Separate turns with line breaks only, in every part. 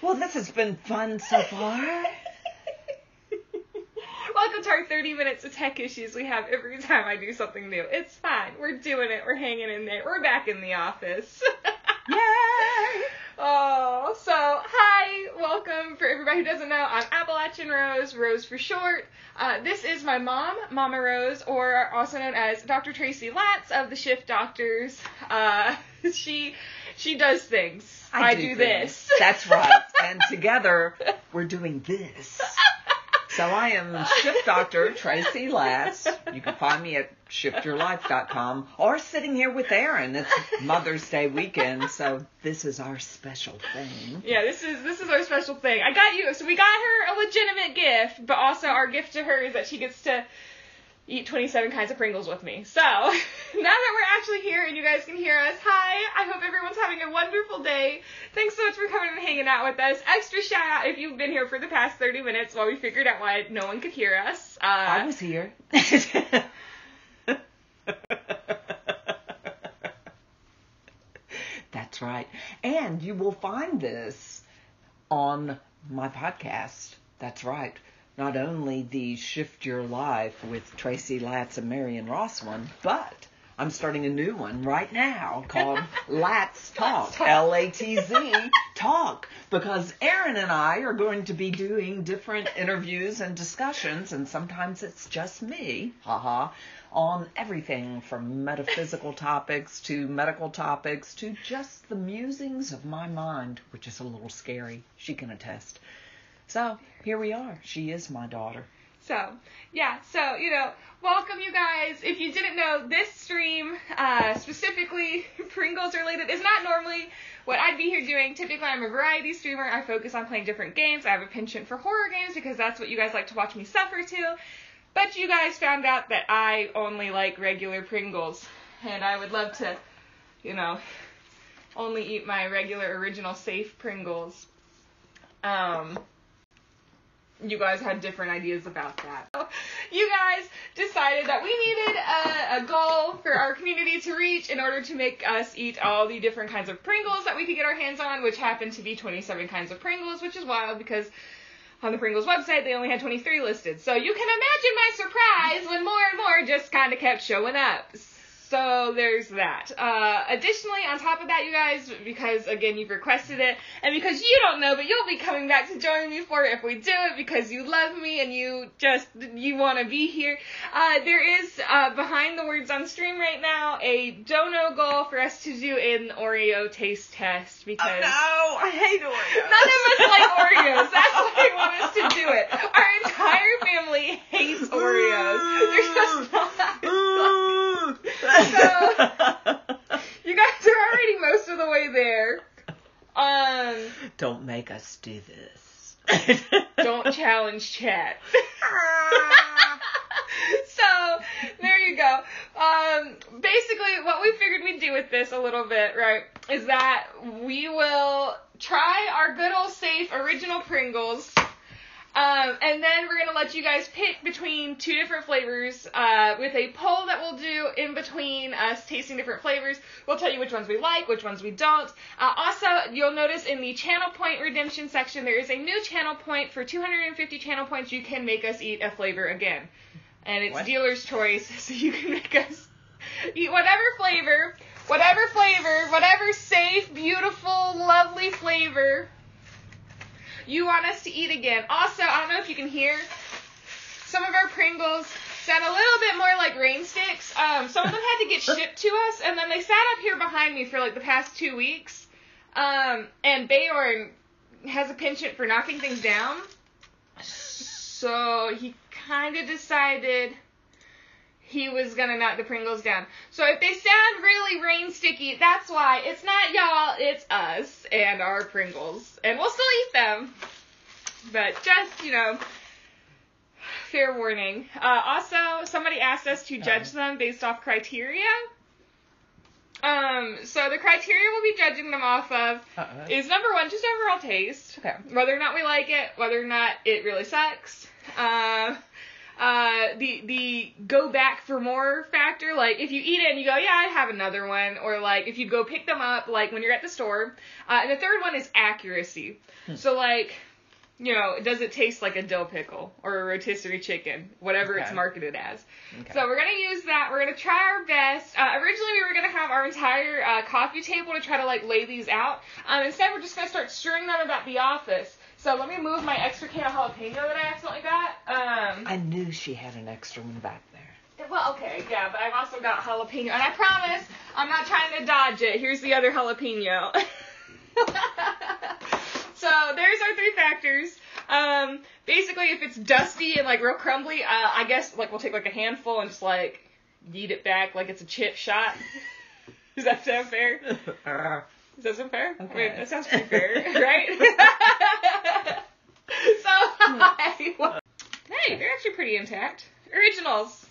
Well, this has been fun so far.
Welcome to our 30 minutes of tech issues we have every time I do something new. It's fine. We're doing it. We're hanging in there. We're back in the office.
Yay!
Oh, so hi, welcome for everybody who doesn't know. I'm Appalachian Rose, Rose for short. Uh, this is my mom, Mama Rose, or also known as Dr. Tracy Latz of the Shift Doctors. Uh, she she does things. I, do,
things.
this.
That's right. And together, we're doing this. So I am Shift Doctor Tracy Lass. You can find me at shiftyourlife.com or sitting here with Aaron. It's Mother's Day weekend, so this is our special thing.
Yeah, this is this is our special thing. I got you. So we got her a legitimate gift, but also our gift to her is that she gets to eat 27 kinds of Pringles with me. So now that we're actually here and you guys can hear us, hi. I hope everyone's having a wonderful day. Thanks so much for coming and hanging out with us. Extra shout out if you've been here for the past 30 minutes while we figured out why no one could hear us. Uh,
I was here. That's right. And you will find this on my podcast. That's right. Not only the Shift Your Life with Tracy Latz and Marion Ross one, but I'm starting a new one right now called Latz Talk, L A T Z Talk, because Aaron and I are going to be doing different interviews and discussions, and sometimes it's just me, haha, on everything from metaphysical topics to medical topics to just the musings of my mind, which is a little scary. She can attest. So here we are. She is my daughter.
So, yeah, so, you know, welcome you guys. If you didn't know, this stream, uh, specifically Pringles related, is not normally what I'd be here doing. Typically, I'm a variety streamer. I focus on playing different games. I have a penchant for horror games because that's what you guys like to watch me suffer to. But you guys found out that I only like regular Pringles. And I would love to, you know, only eat my regular, original, safe Pringles. Um you guys had different ideas about that. You guys decided that we needed a, a goal for our community to reach in order to make us eat all the different kinds of Pringles that we could get our hands on, which happened to be 27 kinds of Pringles, which is wild because on the Pringles website they only had 23 listed. So you can imagine my surprise when more and more just kind of kept showing up. So there's that. Uh, additionally, on top of that, you guys, because again you've requested it, and because you don't know, but you'll be coming back to join me for it if we do it because you love me and you just you want to be here. Uh, there is uh, behind the words on stream right now a dono goal for us to do an Oreo taste test
Oh,
because.
no, I hate Oreos.
None of us like Oreos. That's why they want us to do it. Our entire family hates Oreos. They're just not. You guys are already most of the way there. Um,
Don't make us do this.
don't challenge chat. so there you go. Um, basically, what we figured we'd do with this a little bit, right, is that we will try our good old safe original Pringles. Um, and then we're gonna let you guys pick between two different flavors uh, with a poll that we'll do in between us tasting different flavors. We'll tell you which ones we like, which ones we don't. Uh, also, you'll notice in the channel point redemption section there is a new channel point for 250 channel points. You can make us eat a flavor again, and it's
What?
dealer's choice, so you can make us eat whatever flavor, whatever flavor, whatever safe, beautiful, lovely flavor you want us to eat again. Also, I don't know if you can hear, some of our Pringles sound a little bit more like rain sticks. Um, some of them had to get shipped to us, and then they sat up here behind me for like the past two weeks. Um, and Bayorn has a penchant for knocking things down, so he kind of decided he was gonna knock the Pringles down. So if they sound really rain sticky, that's why. It's not y'all, it's us and our Pringles. And we'll still eat them. But just, you know, fair warning. Uh, also, somebody asked us to judge them based off criteria. Um, so the criteria we'll be judging them off of
Uh-oh.
is number one, just overall taste
Okay.
whether or not we like it, whether or not it really sucks. Um, uh, the the go back for more factor. Like if you eat it and you go, yeah, I'd have another one, or like if you go pick them up, like when you're at the store. Uh, and the third one is accuracy. So like, you know, does it taste like a dill pickle or a rotisserie chicken, whatever it's
Okay.
marketed as?
Okay.
So we're gonna use that. We're gonna try our best. Uh, originally, we were gonna have our entire uh, coffee table to try to like lay these out. Um, instead, we're just gonna start stirring them about the office. So let me move my extra can of jalapeno that I accidentally got. Um,
I knew she had an extra one back there.
well, okay, yeah, but I've also got jalapeno, and I promise I'm not trying to dodge it. Here's the other jalapeno. so there's our three factors. Um, basically, if it's dusty and like real crumbly, uh, I guess like we'll take like a handful and just like yeet it back like it's a chip shot. Does that sound fair? Does that sound fair? I mean,
Okay.
that sounds pretty fair, right? so anyway. hey, they're actually pretty intact. Originals.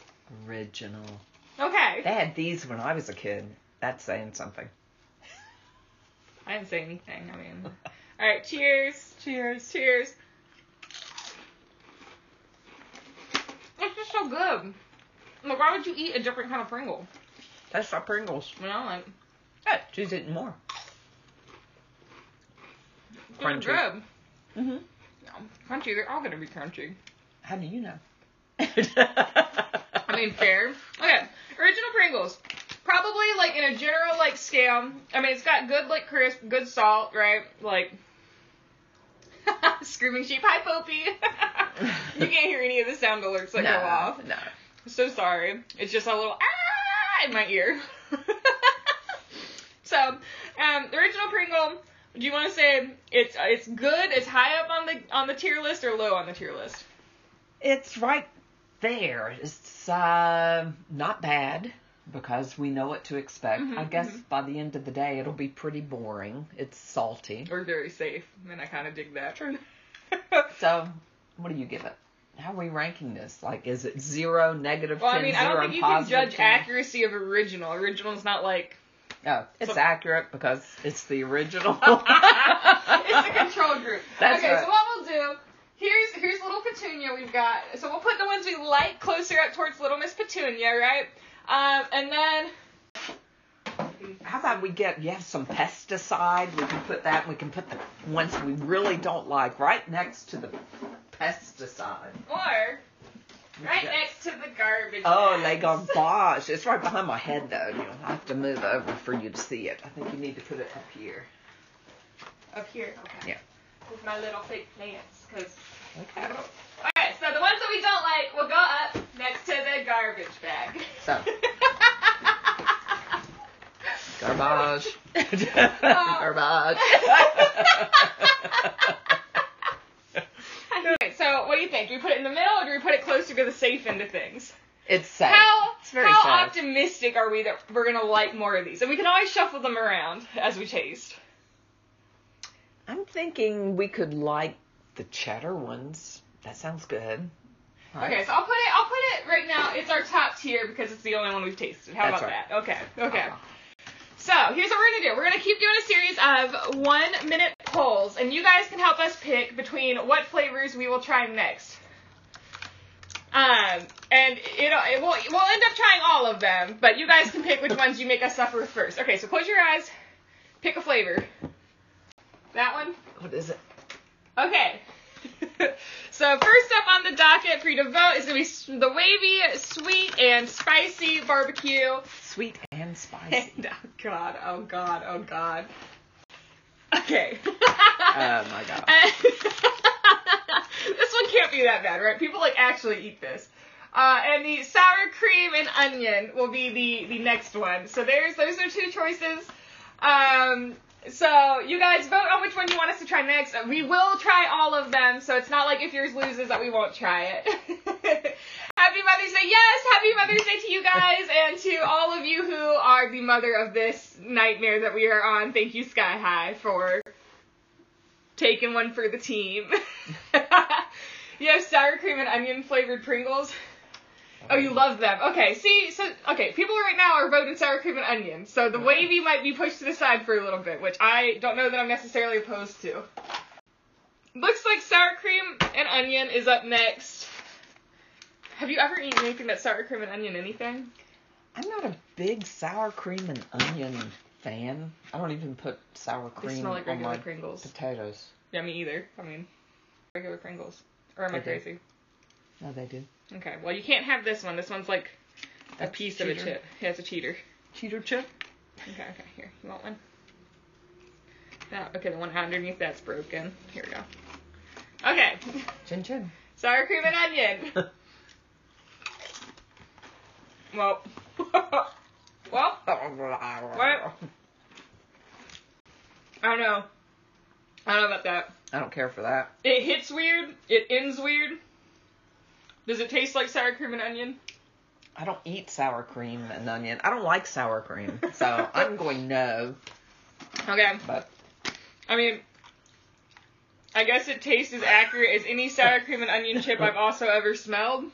Original. They
Okay.
had these when I was a kid. That's saying something.
I didn't say anything. I mean, all right. Cheers. Cheers. Cheers. It's just so good. Like, why would you eat a different kind of Pringle?
That's not Pringles.
You know, like,
Yeah, she's eating more.
it's really
Crunchy.
good.
Mm-hmm.
No, crunchy. They're all gonna be crunchy.
How do you know?
I mean, fair. Okay, original Pringles. Probably like in a general like scale. I mean, it's got good like crisp, good salt, right? Like screaming sheep. Hi, Popey. you can't hear any of the sound alerts that
no,
go off.
No.
So sorry. It's just a little ah in my ear. so, um, the original Pringle. Do you want to say it's it's good? It's high up on the on the tier list or low on the tier list?
It's right there. It's uh, not bad because we know what to expect.
Mhm,
I guess
mhm.
by the end of the day, it'll be pretty boring. It's salty.
Or very safe, and I kind of dig that.
So, what do you give it? How are we ranking this? Like, is it zero, negative
Well, I
10,
mean, I don't
zero,
think you can
positive
judge
10?
accuracy of original. Original's not like
No, Oh, it's
So-
accurate because it's the original.
it's the control group.
That's
okay,
right.
so what we'll do here's here's little Petunia we've got. So we'll put the ones we like closer up towards Little Miss Petunia, right? Um, and then
How about we get you have some pesticide? We can put that. We can put the ones we really don't like right next to the pesticide.
or right
Yeah.
next to the garbage.
Oh,
bags.
les garbage. It's right behind my head, though. You'll have to move over for you to see it. I think you need to put it up here.
Up here. Okay.
Yeah.
With my little fake plants, because.
Okay.
Alright, so the ones that we don't like will go up next to the garbage bag.
So. Garbage. garbage.
Okay, so what do you think? Do we put it in the middle or do we put it closer to the safe end of things?
it's safe.
How
It's very
how
sad.
optimistic are we that we're gonna like more of these? And we can always shuffle them around as we taste.
I'm thinking we could like the cheddar ones. That sounds good. Right?
Okay, so I'll put it I'll put it right now, it's our top tier because it's the only one we've tasted. How
That's
about
right.
that? Okay, okay.
Uh-huh.
So here's what we're gonna do. We're gonna keep doing a series of one minute polls, and you guys can help us pick between what flavors we will try next. Um, and it, it will we'll end up trying all of them, but you guys can pick which ones you make us suffer first. Okay, so close your eyes, pick a flavor. That one.
What is it?
Okay. so first up on the docket for you to vote is gonna be s- the wavy, sweet, and spicy barbecue.
Sweet and spicy.
And, oh god, oh god, oh god. Okay. oh
my God.
this one can't be that bad, right? People like actually eat this. Uh, and the sour cream and onion will be the the next one. So there's those are two choices. Um, so you guys vote on which one you want us to try next. Uh, We will try all of them, so it's not like if yours loses that we won't try it. happy Mother's Day, yes! Happy Mother's Day to you guys and to all of you who are the mother of this nightmare that we are on. Thank you, Sky High, for taking one for the team. you have sour cream and onion flavored Pringles. Oh, you love them. Okay, see, so okay, people right now are voting sour cream and onion, so the wavy might be pushed to the side for a little bit, which I don't know that I'm necessarily opposed to. Looks like sour cream and onion is up next. Have you ever eaten anything that's sour cream and onion anything?
I'm not a big sour cream and onion fan. I don't even put sour
They
cream
smell like
on
regular
my
Pringles.
potatoes.
Yeah, me either. I mean, regular Pringles. Or am
They
I
do.
crazy?
No, they do.
Okay. Well, you can't have this one. This one's like a
That's
piece of a
cheater.
chip. Yeah, it's a cheater.
Cheater chip?
Okay, okay. Here, you want one? That, okay, the one underneath that's broken. Here we go. Okay,
Chin chin.
sour cream and onion. Well, well,
I
I don't know. I don't know about that.
don't care for that.
It hits weird. It ends weird. Does it taste like sour cream and onion?
I don't eat sour cream and onion. I don't like sour cream. So I'm going no.
Okay.
But
I mean, I guess it tastes as accurate as any sour cream and onion chip I've also ever smelled.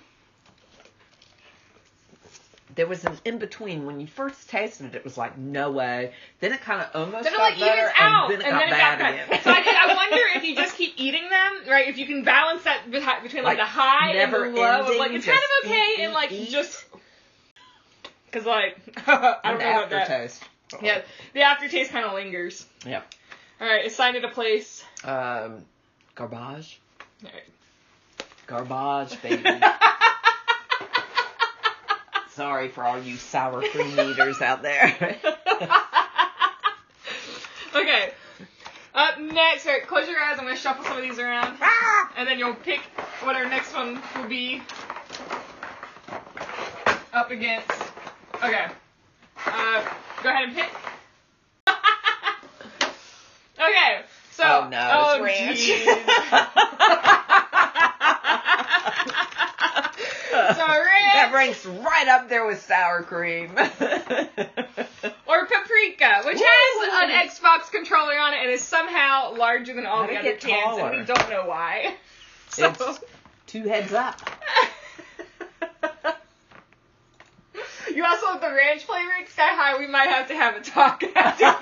there was an in between. When you first tasted it, it was like, no way. Then it kind of almost
Then it
got
like
better.
evens out,
and then it got bad again.
So I, think- I wonder if you just keep eating them, right? If you can balance that beti- between like,
Like,
the high and the
never
low, of, like
ending,
it's kind of
just
okay
eat,
and like
eat, eat.
just because like I
An
don't know about that.
aftertaste.
Yeah, the aftertaste kind of lingers.
Yeah.
All right, assign it a place.
Um, garbage.
All right.
Garbage, baby. Sorry for all you sour cream eaters out there.
okay. Up next, all right, close your eyes. I'm gonna shuffle some of these around, and then you'll pick what our next one will be up against. Okay. Uh, go ahead and pick. okay. So.
oh no,
oh,
it's ranch.
jeez. So ranch.
That ranks right up there with sour cream. How
or Paprika, which has an Xbox controller on it and is somehow larger than all
How'd
the
it
other
get
cans, and we
taller?
don't know why. So.
It's- Two heads up.
you also have the ranch flavor at Sky High. We might have to have a talk after this. all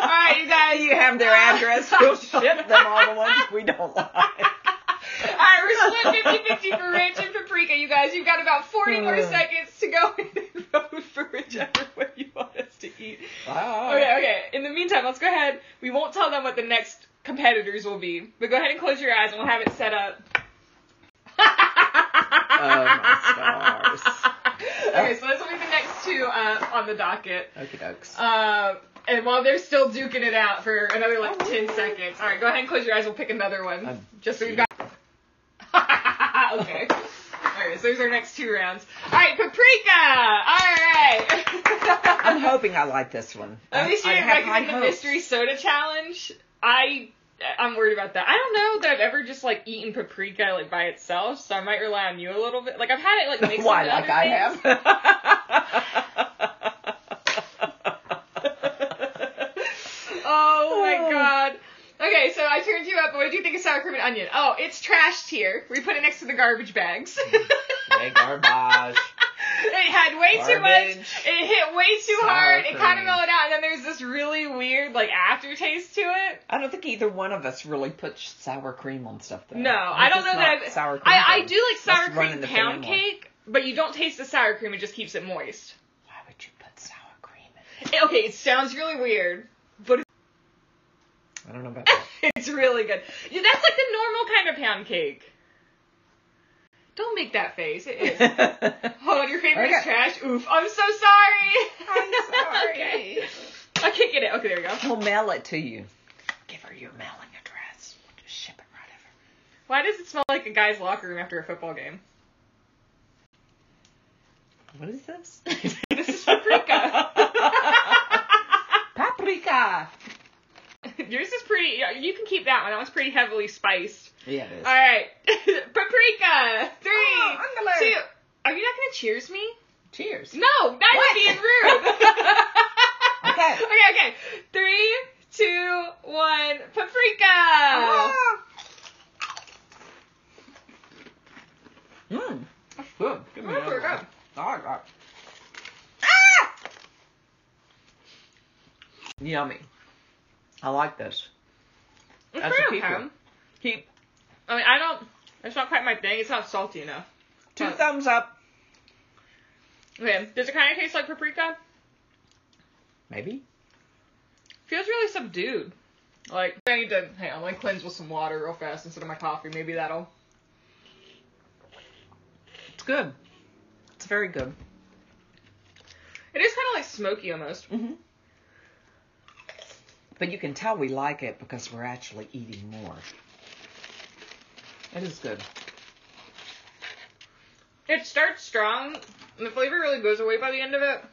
right, you guys.
You have their address. We'll ship them all the ones we don't like.
All right, we're split 50-50 for ranch and paprika, you guys. You've got about 40 more
Uh.
seconds to go in and vote for whichever one you want us to eat.
Wow.
Okay, okay. In the meantime, let's go ahead. We won't tell them what the next competitors will be, but go ahead and close your eyes and we'll have it set up.
Oh, my stars.
Okay, so this will be the next two uh, on the docket.
Okie dokes.
Um, and while they're still duking it out for another like
Oh,
10
yeah.
seconds, all right, go ahead and close your eyes. We'll pick another one.
Um,
just so we've got. okay. All right, so there's our next two rounds. All right, paprika. All right.
I'm hoping I like this one.
At least you
I- I
didn't
have high
recommend
hopes.
the mystery soda challenge. I I'm worried about that. I don't know that I've ever just like eaten paprika like by itself, so I might rely on you a little bit. Like I've had it like mixed
Why,
with
like
other
I
things.
have?
Oh my
Oh.
god. Okay, so I turned you up. What did you think of sour cream and onion? Oh, it's trashed here. We put it next to the garbage bags.
Hey, garbage.
It had way too much.
Garbage.
It hit way too
Sour
hard. It kind of
cream.
mellowed out, and then there's this really weird like aftertaste to it.
I don't think either one of us really put sh- sour cream on stuff though.
No,
We're
I don't
just
know that
not
I've-
sour cream.
I, I
folks.
do like sour
Must run
cream
in the
pound
family.
cake, but you don't taste the sour cream. It just keeps it moist.
Why would you put sour cream in?
Eh, Okay, it sounds really weird, but
it? I don't know about that.
it- it's really good. Yeah, that's like the normal kind of pound cake. Don't make that face. It is. Oh, your favorite is
Okay.
trash. Oof. I'm so sorry.
I'm sorry.
okay. I can't get it. Okay, there we go.
We'll mail it to you. Give her your mailing address. We'll just ship it right over.
Why does it smell like a guy's locker room after a football game?
What is this?
This is paprika.
Paprika.
Yours is pretty. You can keep that one. That one's pretty heavily spiced.
Yeah, it is.
All right, paprika. Three,
Oh, I'm gonna-
two- Are you not gonna cheers me?
Cheers.
No, that would
What?
be rude.
Okay.
Okay. Okay. Three, two, one. Paprika.
Ah. Mmm. That's good. Give me another
Paprika.
one. I like that.
Ah!
Yummy. I like this.
It's
That's
pretty
a keeper.
okay.
Keep.
I mean, I don't. It's not quite my thing. It's not salty enough.
Two
Huh.
thumbs up.
Okay. Does it kind of taste like paprika?
Maybe.
Feels really subdued. Like I need to hang on, like cleanse with some water real fast instead of my coffee. Maybe that'll.
It's good. It's very good.
It is kind of like smoky almost.
hmm But you can tell we like it because we're actually eating more. It is good.
It starts strong. And the flavor really goes away by the end of it.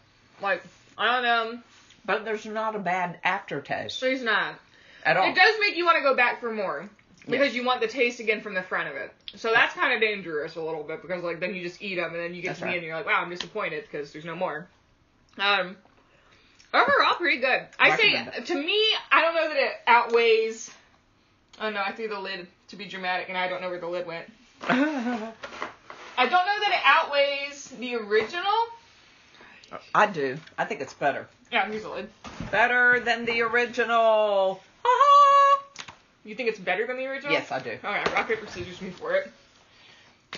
Like I don't know.
But there's not a bad aftertaste
It's not.
at all.
It does make you want to go back for more because you want the taste again from the front of it. So that's kind of dangerous a little bit because like then you just eat them and then you get
That's
to the
right.
end and you're like, wow, I'm disappointed because there's no more. Um, overall pretty good. I
Recommend
say
it.
to me, I don't know that it outweighs. Oh no, I threw the lid to be dramatic and I don't know where the lid went. I don't know that it outweighs the original.
I do. I think it's better.
Yeah, here's the lid.
Better than the original.
You think it's better than the original?
Yes, I do.
Okay, rock paper scissors me for it.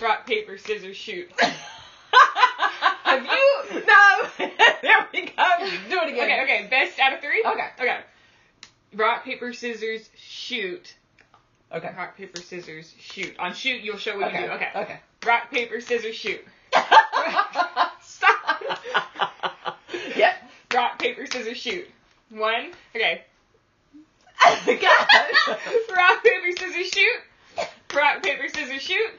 Rock paper scissors shoot.
Have
you-
No. there we go. Do it again.
Okay, okay. Best out of three?
Okay.
Okay. Rock, paper, scissors, shoot.
Okay.
Rock, paper, scissors, shoot. On shoot, you'll show what you do. Okay.
Okay.
Rock, paper, scissors, shoot.
Stop. yep.
Rock, paper, scissors, shoot. One. Okay. Rock, paper, scissors, shoot. Rock, paper, scissors, shoot.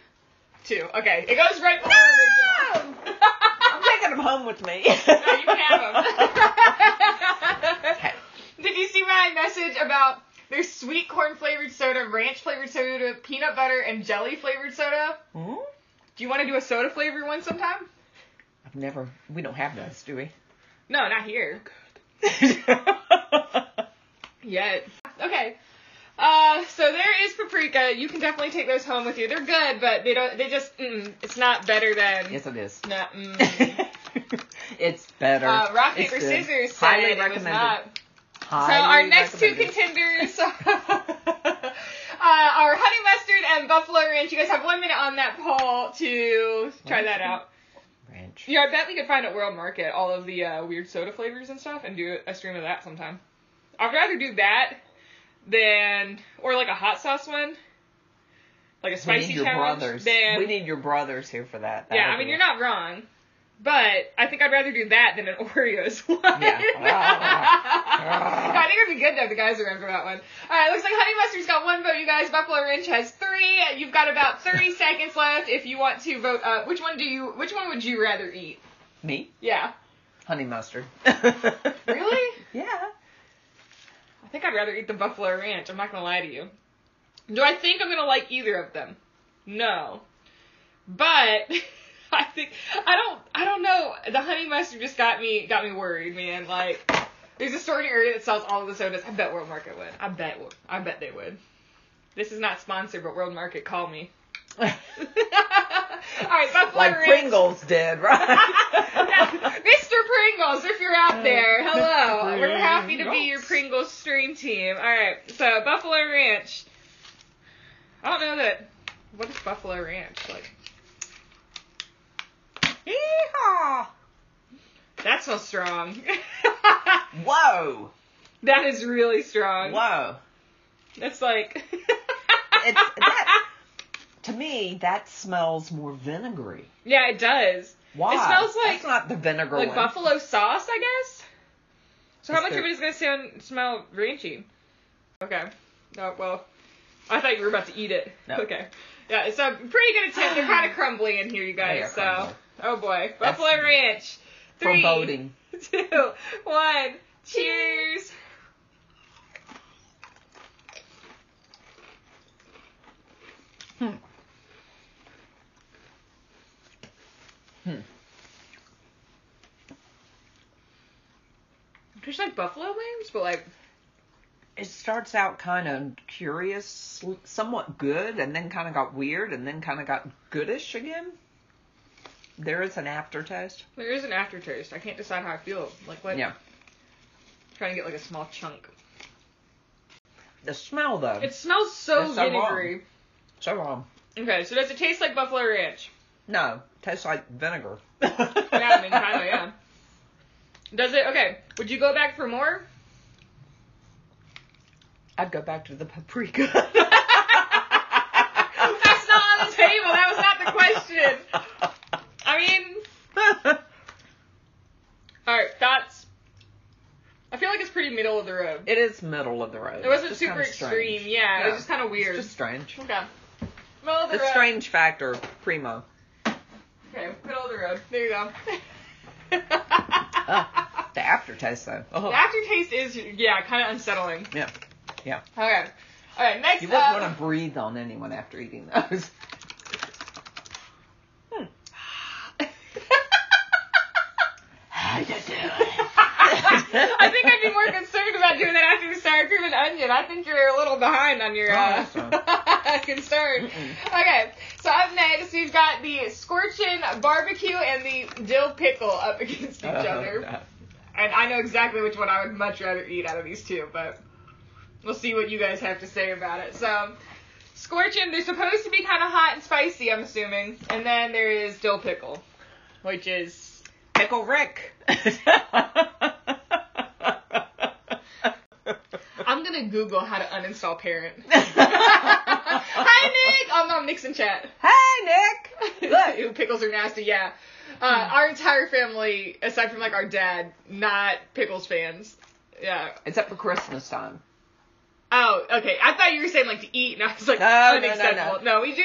Two. Okay. It goes right before the original.
I'm taking them home with me.
No, you can have them.
Okay.
Did you see my message about there's sweet corn flavored soda, ranch flavored soda, peanut butter, and jelly flavored soda?
Hmm?
Do you want to do a soda flavored one sometime?
I've never. We don't have those, do we?
No, not here. Yet. Okay. Uh, so there is paprika. You can definitely take those home with you. They're good, but they don't. They just. Mm, it's not better than.
yes, it is.
No, mm.
it's better.
uh, rock
It's
paper
good.
scissors. Said
Highly
it was
recommended.
not. So
Highly
our next two
recommended.
contenders uh, are honey mustard and buffalo ranch. You guys have one minute on that poll to try that out.
Ranch.
Yeah, I bet we could find at World Market all of the uh, weird soda flavors and stuff and do a stream of that sometime. I'd rather do that than or like a hot sauce one, like a
We
spicy
need your
challenge.
brothers.
Than
We need your brothers here for that. That
yeah,
would
I mean
be-
you're not wrong, but I think I'd rather do that than an Oreos one.
Yeah. Ah.
I think it'd be good to have the guys around for that one. All right, looks like Honey Mustard's got one vote, you guys. Buffalo Ranch has three. You've got about 30 seconds left if you want to vote. Uh, which one do you? Which one would you rather eat?
me.
Yeah.
Honey mustard.
Really?
Yeah.
I think I'd rather eat the Buffalo Ranch. I'm not gonna lie to you. Do I think I'm gonna like either of them? No. But I think I don't. I don't know. The honey mustard just got me got me worried, man. Like. There's a store in your area that sells all of the sodas. I bet World Market would. I bet. I bet they would. This is not sponsored, but World Market, call me. all right, Buffalo
like
Ranch.
Pringles did, right?
Mr. Pringles, if you're out there, hello. We're happy to be your
Oh, Pringles.
Pringles stream team. All right, so Buffalo Ranch. I don't know that. What is Buffalo Ranch like?
Yeehaw!
That smells strong.
Whoa!
that is really strong.
Whoa!
That's like.
that- To me, that smells more vinegary.
yeah, it does.
Why?
It smells like-
That's not the vinegar
Like
one.
buffalo sauce, I guess. So how
It's
much of
the-
it is gonna sound smell ranchy? Okay. Oh well. I thought you were about to eat it.
No.
Okay. Yeah, it's a pretty good attempt. They're kind of crumbly in here, you guys.
They are
So, oh boy,
That's
Buffalo Ranch. Three,
Foreboding.
two, one. Cheers.
Hmm. Hmm.
Tastes like buffalo wings, but like
It starts out kind of curious, somewhat good, and then kind of got weird, and then kind of got goodish again. There is an aftertaste.
there is an aftertaste. I can't decide how I feel. Like what?
Yeah.
Trying to get like a small chunk.
The smell though.
It smells so
Um, That's so
vinegary.
so um, wrong.
okay, so does it taste like buffalo ranch?
No, Tastes like vinegar.
yeah, I mean, kinda, yeah. Does it? Okay. Would you go back for more?
I'd go back to the paprika.
That's not on the table. That was not the question. I mean, all right, thoughts. I feel like it's pretty middle of the road.
it is middle of the road.
It wasn't
Just
super
kinda strange.
extreme. Yeah, it
Yeah.
was just kind of weird.
It's just strange.
okay. Middle of the,
The
road.
strange factor, primo.
Okay, middle of the road. There you go.
Ah, the aftertaste though. Oh,
The aftertaste is yeah, kind of unsettling.
yeah.
Okay. All right, next um,
You wouldn't
up.
want to breathe on anyone after eating those. Hmm. How you doing?
I think I'd be more concerned about doing that after the sour cream and onion. I think you're a little behind on your uh,
Oh,
concern.
Mm-mm.
Okay, so up next we've got the scorching barbecue and the dill pickle up against each other.
Uh,
And I know exactly which one I would much rather eat out of these two, but we'll see what you guys have to say about it. So, scorching, they're supposed to be kind of hot and spicy, I'm assuming. And then there is dill pickle, which is
Pickle Rick.
I'm gonna Google how to uninstall Parent. Hi Nick. I'm on Nixon chat.
Hi, Nick. Look,
Ew, pickles are nasty. Yeah. Uh, our entire family, aside from like our dad, not pickles fans. Yeah.
except for Christmas time.
Oh, okay. I thought you were saying like to eat, and I was like,
No, no, no,
unacceptable. No, we do.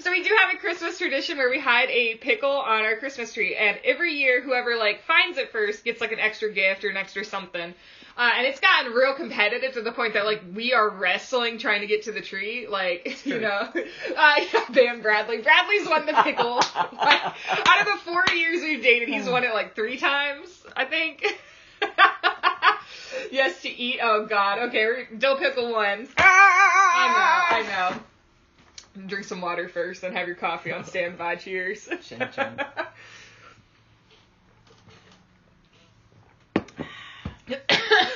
So we do have a Christmas tradition where we hide a pickle on our Christmas tree, and every year, whoever like finds it first gets like an extra gift or an extra something. Uh, and it's gotten real competitive to the point that like we are wrestling trying to get to the tree, like you
true.
know, uh, yeah, Bam Bradley. Bradley's won the pickle. like, out of the four years we've dated,
Oh.
he's won it like three times, I think. yes to eat. Oh God. Okay, we're- dill pickle one. Ah, I know.
Ah.
I know. Drink some water first, then have your coffee on standby. Cheers.
Chin chin.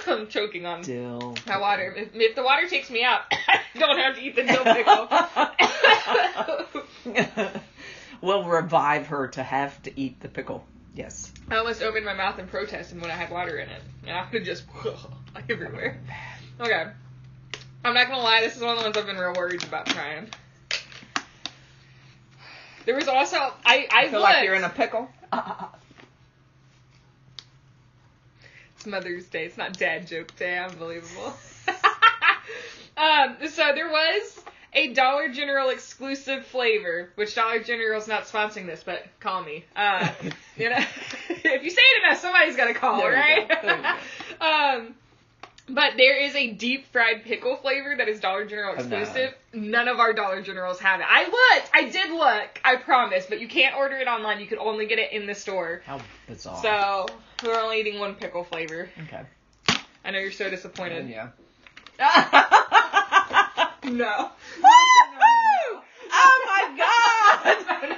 I'm choking on
Dill.
my water. If, if the water takes me out, I don't have to eat the dill pickle.
we'll revive her to have to eat the pickle. Yes.
I almost opened my mouth in protest and when I had water in it. And I would just everywhere. Okay. I'm not gonna lie, this is one of the ones I've been real worried about trying. There was also I I
feel
looked.
like you're in a pickle.
It's Mother's Day. It's not Dad Joke Day. Unbelievable. um, so there was a Dollar General exclusive flavor, which Dollar General's not sponsoring this, but call me. Uh, you know, if you say it enough, somebody's got to call,
There you
right?
go. There you
um, but there is a deep fried pickle flavor that is Dollar General
Oh, no.
exclusive. None of our Dollar Generals have it. I looked. I did look. I promise. But you can't order it online. You can only get it in the store.
How bizarre.
So we're only eating one pickle flavor.
okay.
I know you're so disappointed.
Yeah.
No.
Woo-hoo! Oh my god!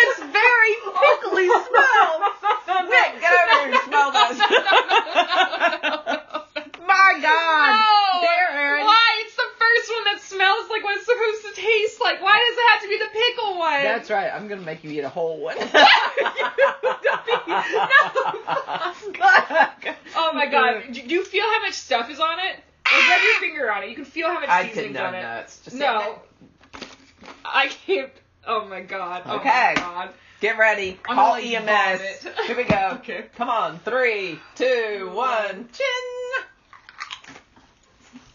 it's very pickly smell. Nick, get over here and smell this. my god!
No!
There, Erin.
Why? It's the first one that smells like what it's supposed to taste like. Why does it have to be the pickle one?
That's right. I'm gonna make you eat a whole one.
Oh my god. Do you feel how much stuff is on it? Like, rub
Ah!
your finger on it. You can feel how much
I
seasoning's
condone
on it.
nuts. Just
No. I can't. Oh my god. Oh
Okay.
my god.
Get ready.
I'm
Call
gonna
EMS.
vomit.
Here we go.
Okay.
Come on. Three, two, one. Chin.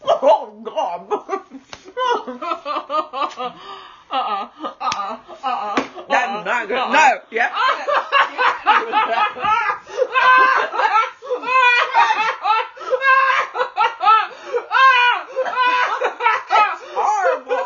Oh god.
uh-uh. Uh-uh. Uh-uh. Uh-uh.
That's not good.
Uh-uh.
No. Yep. Horrible.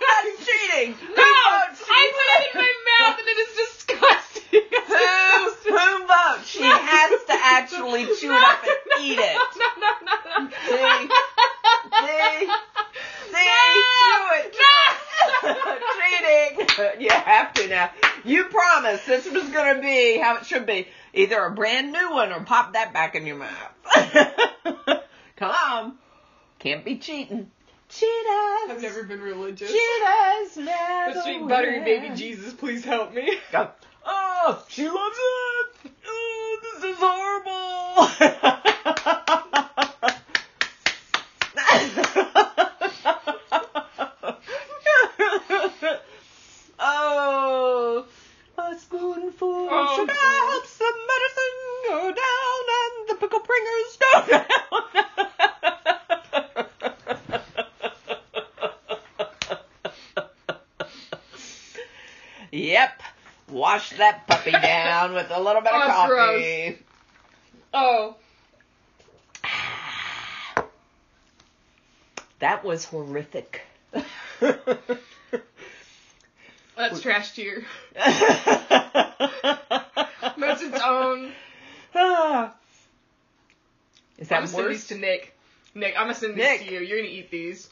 That's cheating.
No, I put it in my mouth and it is disgusting. It's
Who,
disgusting.
who votes? She has to actually chew it up and eat it.
No, no, no, no.
See? See? See? Chew it. cheating. You have to now. You promised this was gonna be how it should be. Either a brand new one or pop that back in your mouth. Come on. Can't be cheating. Cheetahs.
I've never been religious.
Cheetahs never.
But sweet buttery baby
win.
Jesus, please help me.
Go. Oh, she loves it. Oh, this is horrible. oh, a spoonful
Oh,
of sugar
God.
helps the medicine go down and the pickle bringers go down. yep. Wash that puppy down with a little bit of
Oh, it's
coffee.
Oh,
That was horrific.
that's trash tier. That's its own.
Ah. Is that
I'm gonna send these
worse?
to Nick. Nick, I'm gonna send these
Nick.
to you. You're gonna eat these.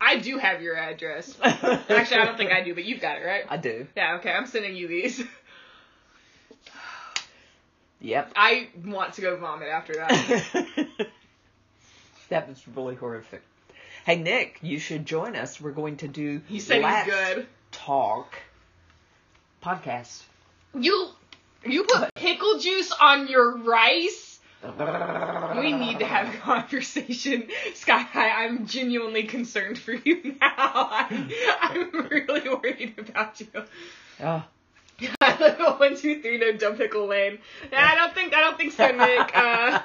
I do have your address. Actually, I don't think I do, but you've got it, right?
I do.
Yeah, okay, I'm sending you these.
Yep.
I want to go vomit after that.
that was really horrific. Hey Nick, you should join us. We're going to do
He said
last
he's good.
talk podcast.
You you put pickle juice on your rice? We need to have a conversation. Sky High, I'm genuinely concerned for you now. I'm, I'm really worried about you.
Oh,
I live at one two three no dumb pickle lane. Nah, I don't think I don't think so, Nick. Uh,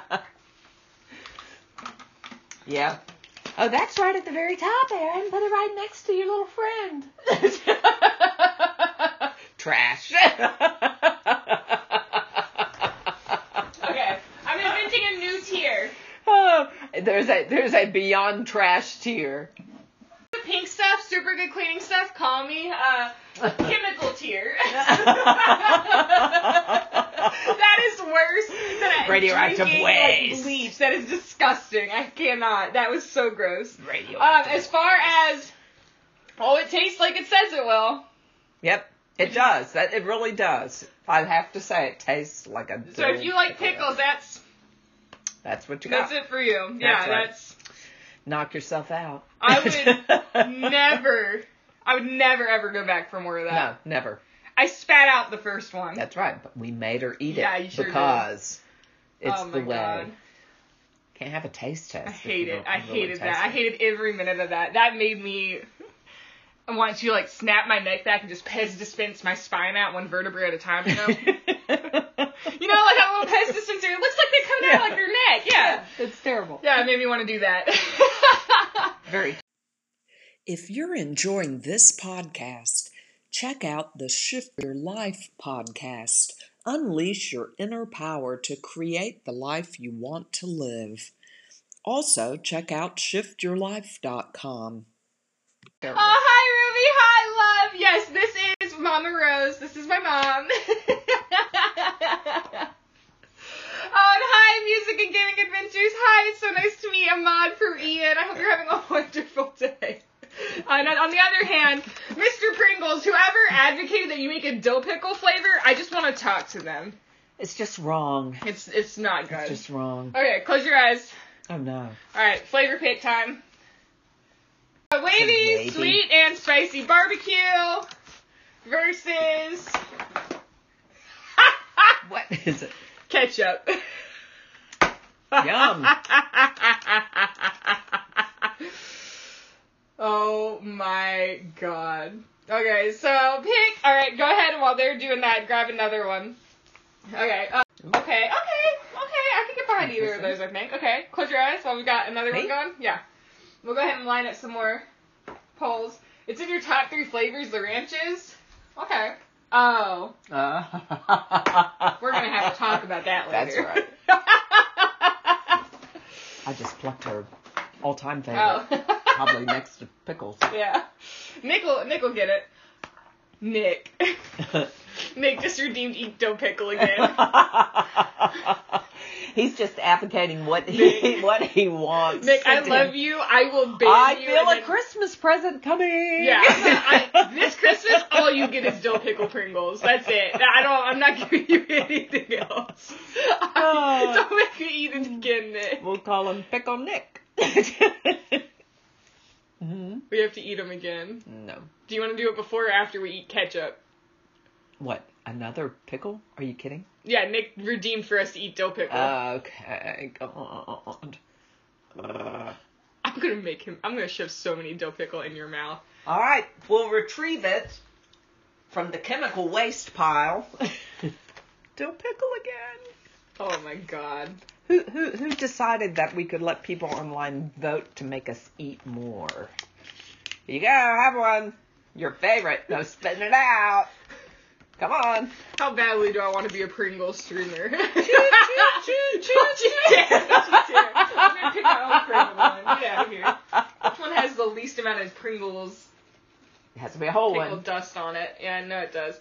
yeah. Oh, that's right at the very top, Aaron. Put it right next to your little friend. Trash.
okay, I'm inventing a new tier.
Oh, there's a there's a beyond trash tier.
The pink stuff, super good cleaning stuff. Call me. Uh, chemical tier. that is worse than I
Radioactive
drinking,
waste.
Like, bleach. That is disgusting. I cannot. That was so gross.
Radio.
Um, as far as oh, it tastes like it says it will.
yep, it does. That it really does. I have to say, it tastes like a.
So if you like pickles, that's
that's what you got.
that's it for you.
That's
Yeah,
right.
that's.
Knock yourself out.
I would never. I would never ever go back for more of that.
No, never.
I spat out the first one.
That's right. But we made her eat it
Yeah, you sure did.
because it's
oh my
the way.
god.
Can't have a taste test.
I
if
hate
you
it.
don't
I
really
hated
taste
that. I
it.
hated every minute of that. That made me want to like snap my neck back and just Pez dispense my spine out one vertebra at a time, you know? you know, like that little Pez dispenser. It looks like they come
Yeah.
out like your neck. Yeah.
it's terrible.
Yeah, it made me want to do that.
Very. If you're enjoying this podcast, check out the Shift Your Life podcast. Unleash your inner power to create the life you want to live. Also, check out shiftyourlife.com.
Oh, hi, Ruby. Hi, love. Yes, this is Mama Rose. This is my mom. oh, and hi, Music and Gaming Adventures. Hi, it's so nice to meet Ahmad from Ian. I hope you're having a wonderful day. And on- on the other hand, Mr. Pringles, whoever advocated that you make a dill pickle flavor, I just want to talk to them.
It's just wrong.
It's it's not good.
It's just wrong.
Okay, close your eyes.
Oh no.
All right, flavor pick time. A wavy,
Wavy.
sweet, and spicy barbecue versus
What is it?
ketchup.
Yum.
oh my god. Okay, so pick. All right, go ahead and while they're doing that, grab another one. Okay. Uh, okay. Okay. Okay. I can get behind either of those. I think. Okay. Close your eyes while we got another
Me?
one going. Yeah. We'll go ahead and line up some more polls. It's in your top three flavors, the ranches. Okay. Oh, we're
We're
gonna have to talk about that
That's
later.
right.
That's
I just plucked her all-time favorite,
right. oh.
probably next to pickles.
Yeah. Nick will, Nick will get it. Nick. Nick just redeemed Ecto Pickle again.
He's just advocating what he
Nick.
what he wants.
Nick, I love you. I will ban
I
you.
feel
and
a
then-
Christmas present coming.
Yeah. I, this Christmas, all you get is dill pickle Pringles. That's it. I don't. I'm not giving you anything else. I,
Oh.
don't make me eat it again, Nick.
we'll call him Pickle Nick. Mm-hmm.
We have to eat them again.
No.
Do you want to do it before or after we eat ketchup?
What? Another pickle? Are you kidding?
Yeah, Nick redeemed for us to eat dill pickle.
Ah. Okay. God. Ugh.
I'm gonna make him. I'm gonna shove so many dill pickle in your mouth.
All right. We'll retrieve it from the chemical waste pile. Dill pickle again.
Oh my god.
Who, who, who decided that we could let people online vote to make us eat more? Here you go, have one. Your favorite. No, spit it out. Come on.
How badly do I want to be a Pringles streamer?
choo, choo, choo, choo.
I'm gonna pick my own Pringle one. Get out of here. This one has the least amount of Pringles
It has to be a whole
pickle
Oh, one.
dust on it. Yeah, I know it does.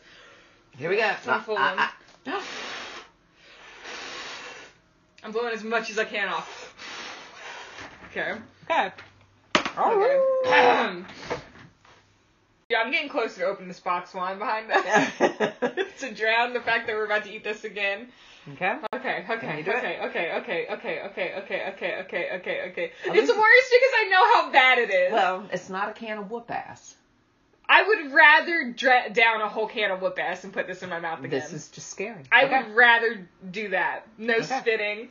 Here we go.
Not full
Ah,
one.
ah,
I'm blowing as much as I can off. Okay.
ah. Okay. All
Okay.
right.
yeah, I'm getting closer to opening this box wine behind us to drown the fact that we're about to eat this again.
okay.
Okay,
Can
okay,
you do it?
okay, okay, okay, okay, okay, okay, okay, okay, okay, okay.
At
It's worse because
least-
I know how bad it is.
Well, it's not a can of whoop ass.
I would rather dra- down a whole can of whoop ass and put this in my mouth again.
This is just scary.
I
okay.
would rather do that. No
Okay.
spitting.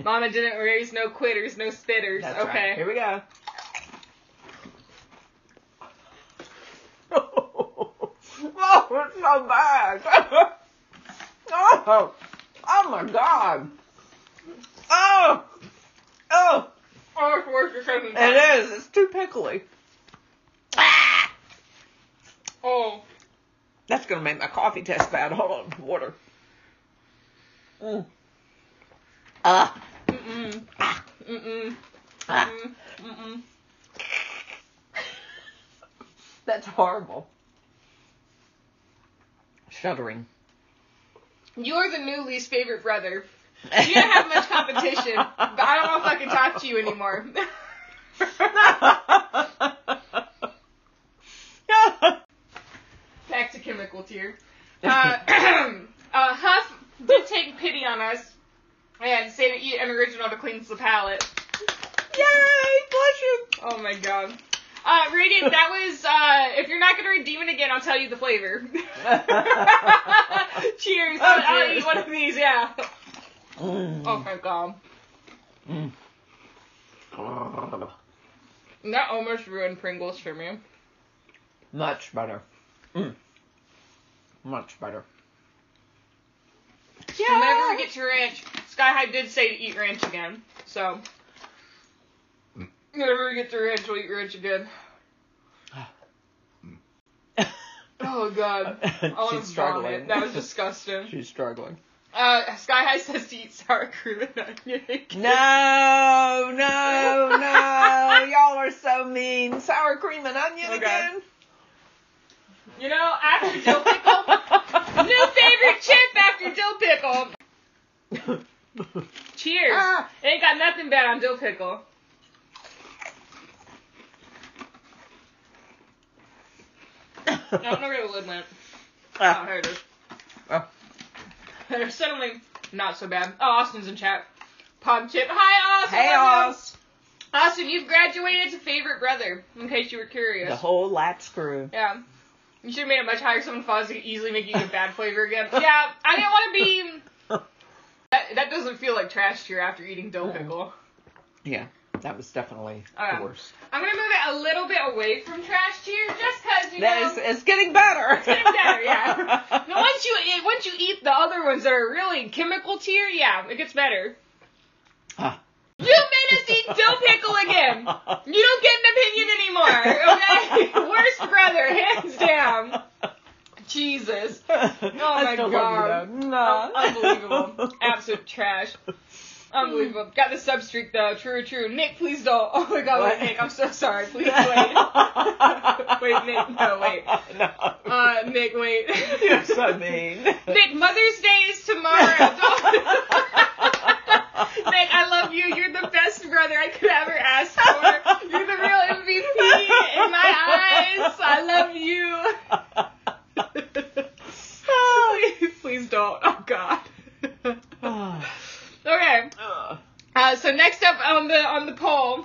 Mama didn't raise no quitters, no spitters.
That's right.
okay.
Here we go. oh, it's so bad. oh, oh my god. Oh, oh,
Oh, it's worth your cousin.
it is. It's too pickly. Ah!
Oh.
That's gonna make my coffee taste bad. Hold on, water. Mm. Ah,
Mm-mm.
ah,
Mm-mm.
ah.
Mm. Mm-mm.
That's horrible. Shuddering.
You're the new least favorite brother. You didn't have much competition, but I don't know if I can talk to you anymore. Back to chemical tier. Uh, uh, Huff did take pity on us and say to eat an original to cleanse the palate.
Yay! Bless you.
Oh my god. Uh, Radiant, that was, uh, if you're not gonna redeem it again, I'll tell you the flavor. cheers.
Oh,
I'll
cheers.
eat one of these, yeah. Oh
Mm.
my god.
Mm.
That almost ruined Pringles for me.
Much better. Mm. Much better.
Yeah. Whenever we get to ranch, Sky High did say to eat ranch again. So, whenever we get to ranch, we'll eat ranch again. Oh
Uh,
god. I want
She's
to vomit.
struggling.
That was disgusting.
She's struggling.
Uh, Sky High says to eat sour cream and onion.
No, no, no. Y'all are so mean. Sour cream and onion
Okay.
again.
You know, after dill pickle, new favorite chip after dill pickle. Cheers.
Ah.
Ain't got nothing bad on dill pickle. I don't know where the lid went. Oh, there it is.
Ah. Oh.
They're suddenly not so bad. Oh, Austin's in chat. Pog chip. Hi, Austin.
Hey, Oz.
Austin, you've graduated to favorite brother, in case you were curious.
The whole lat screw.
Yeah. You should have made it much higher. Someone falls could easily make you get bad flavor again. Yeah, I didn't want to be. That, that doesn't feel like trash here after eating dill
Mm-mm.
pickle.
Yeah, that was definitely
Okay.
the worst.
I'm gonna move it a little bit away from trash tier just because you
That
know.
is, it's getting better. It's
getting better, yeah. But once you eh, once you eat the other ones that are really chemical tier, yeah, it gets better.
Ah.
You made us eat dill pickle again. You don't get an opinion anymore, okay? Worst brother, hands down. Jesus.
Oh
my God.
No.
Unbelievable. Absolute trash. Unbelievable. Got the sub streak though. True, true. Nick, please don't. Oh my god, wait,
What?
Nick, I'm so sorry. Please wait. Wait, Nick, no, wait.
No.
Uh, Nick, wait.
You're so mean.
Nick, Mother's Day is tomorrow. Don't- Nick, I love you. You're the best brother I could ever ask for. You're the real MVP in my eyes. I love you. Please, please don't. Oh God. okay. Uh, so next up on the on the poll,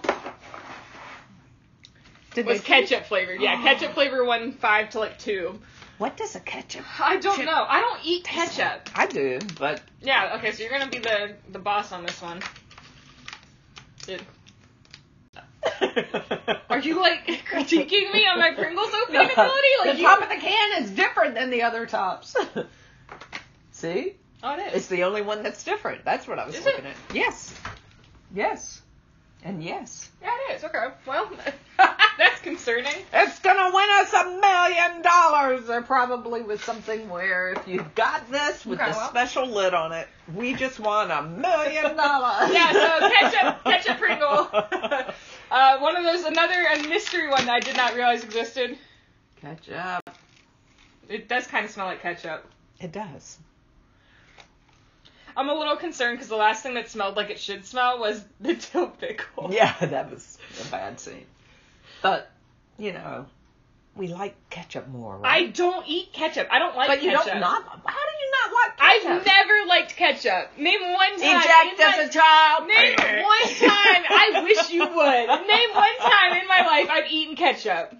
Did
was
they-
ketchup flavored. Yeah, ketchup flavor one five to like two.
What does a ketchup?
I don't
Chip-
know. I don't eat ketchup.
I do, but
Yeah. Okay, so you're gonna be the the boss on this one. Dude, Are you like critiquing me on my Pringles
No,
opening ability? Like
the
you...
top of the can is different than the other tops. See,
Oh, it
it's
is.
the only one that's different. That's what I was
Is
looking
it?
at. Yes, yes, and yes.
Yeah, it is. Okay. Well, that's concerning.
It's gonna win us a million dollars, or probably with something where if you got this with
Okay,
the
well.
special lid on it, we just won a million dollars.
Yeah, so ketchup- ketchup Pringle. Uh, one of those, another a mystery one that I did not realize existed.
ketchup.
It does kind of smell like ketchup.
It does.
I'm a little concerned because the last thing that smelled like it should smell was the dill pickle.
Yeah, that was a bad scene. But you know, we like ketchup more, right?
I don't eat ketchup. I don't like
but you
ketchup.
don't not. How do
I've
you not like ketchup?
never liked ketchup. Name one time.
Eject
in my-
as a child.
Name one time. I wish you would. Name one time in my life I've eaten ketchup.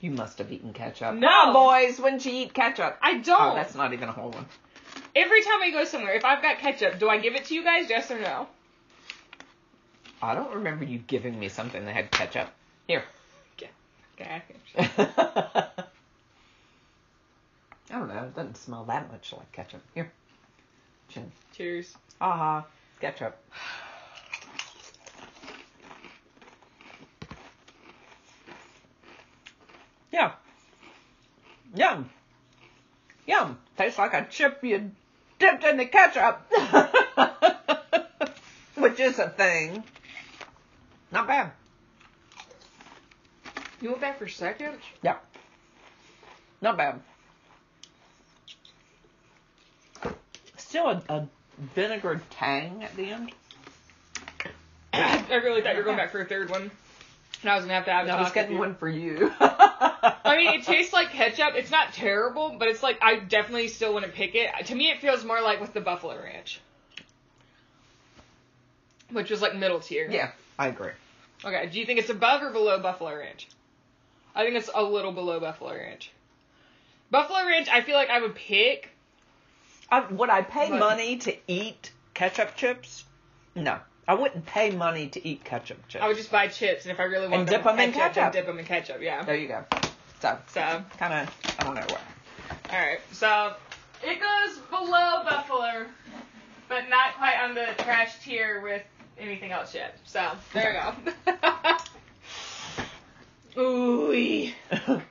You must have eaten ketchup.
No.
Come on, boys, wouldn't you eat ketchup?
I don't.
Oh, that's not even a whole one.
Every time I go somewhere, if I've got ketchup, do I give it to you guys? Yes or no?
I don't remember you giving me something that had ketchup. Here.
Okay.
I don't know. It doesn't smell that much like ketchup. Here. Chin.
Cheers.
Ah, uh-huh. ketchup. Yeah. Yum. Yum. Tastes like a chip you dipped in the ketchup. Which is a thing. Not bad.
You want that for seconds?
Yeah. Not bad. Still a, a vinegar tang at the end.
I really thought you were going back for a third one. And I was gonna have to have. a
No, I was
talk with
getting
you.
one for you.
I mean, it tastes like ketchup. It's not terrible, but it's like I definitely still wouldn't pick it. To me, it feels more like with the Buffalo Ranch, which was like middle tier.
Yeah, I agree.
Okay. Do you think it's above or below Buffalo Ranch? I think it's a little below Buffalo Ranch. Buffalo Ranch, I feel like I would pick.
I, would I pay
But-
money to eat ketchup chips? No, I wouldn't pay money to eat ketchup chips.
I would just buy chips, and if I really want
And dip 'em in ketchup.
and dip them in ketchup. Yeah.
There you go. So,
So.
kind of, I don't know where.
All right, so it goes below Buffalo, but not quite on the trash tier with anything else yet. So there we go. Ooh.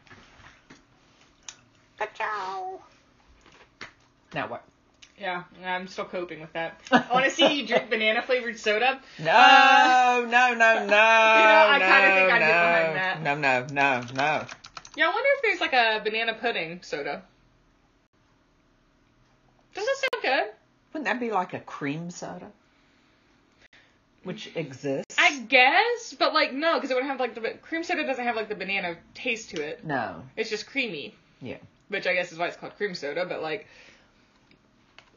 Ka-chow. Now what?
Yeah, I'm still coping with that. I want to see you drink banana flavored soda.
No,
Uh,
no, no, no. You know,
I kinda
no,
think I'd
no,
get behind that.
No, no, no, no.
Yeah, I wonder if there's like a banana pudding soda. Does that sound good?
Wouldn't that be like a cream soda? Which exists?
I guess, but like no, because it would have like the ba- cream soda doesn't have like the banana taste to it.
No.
It's just creamy.
Yeah.
which I guess is why it's called cream soda, but like.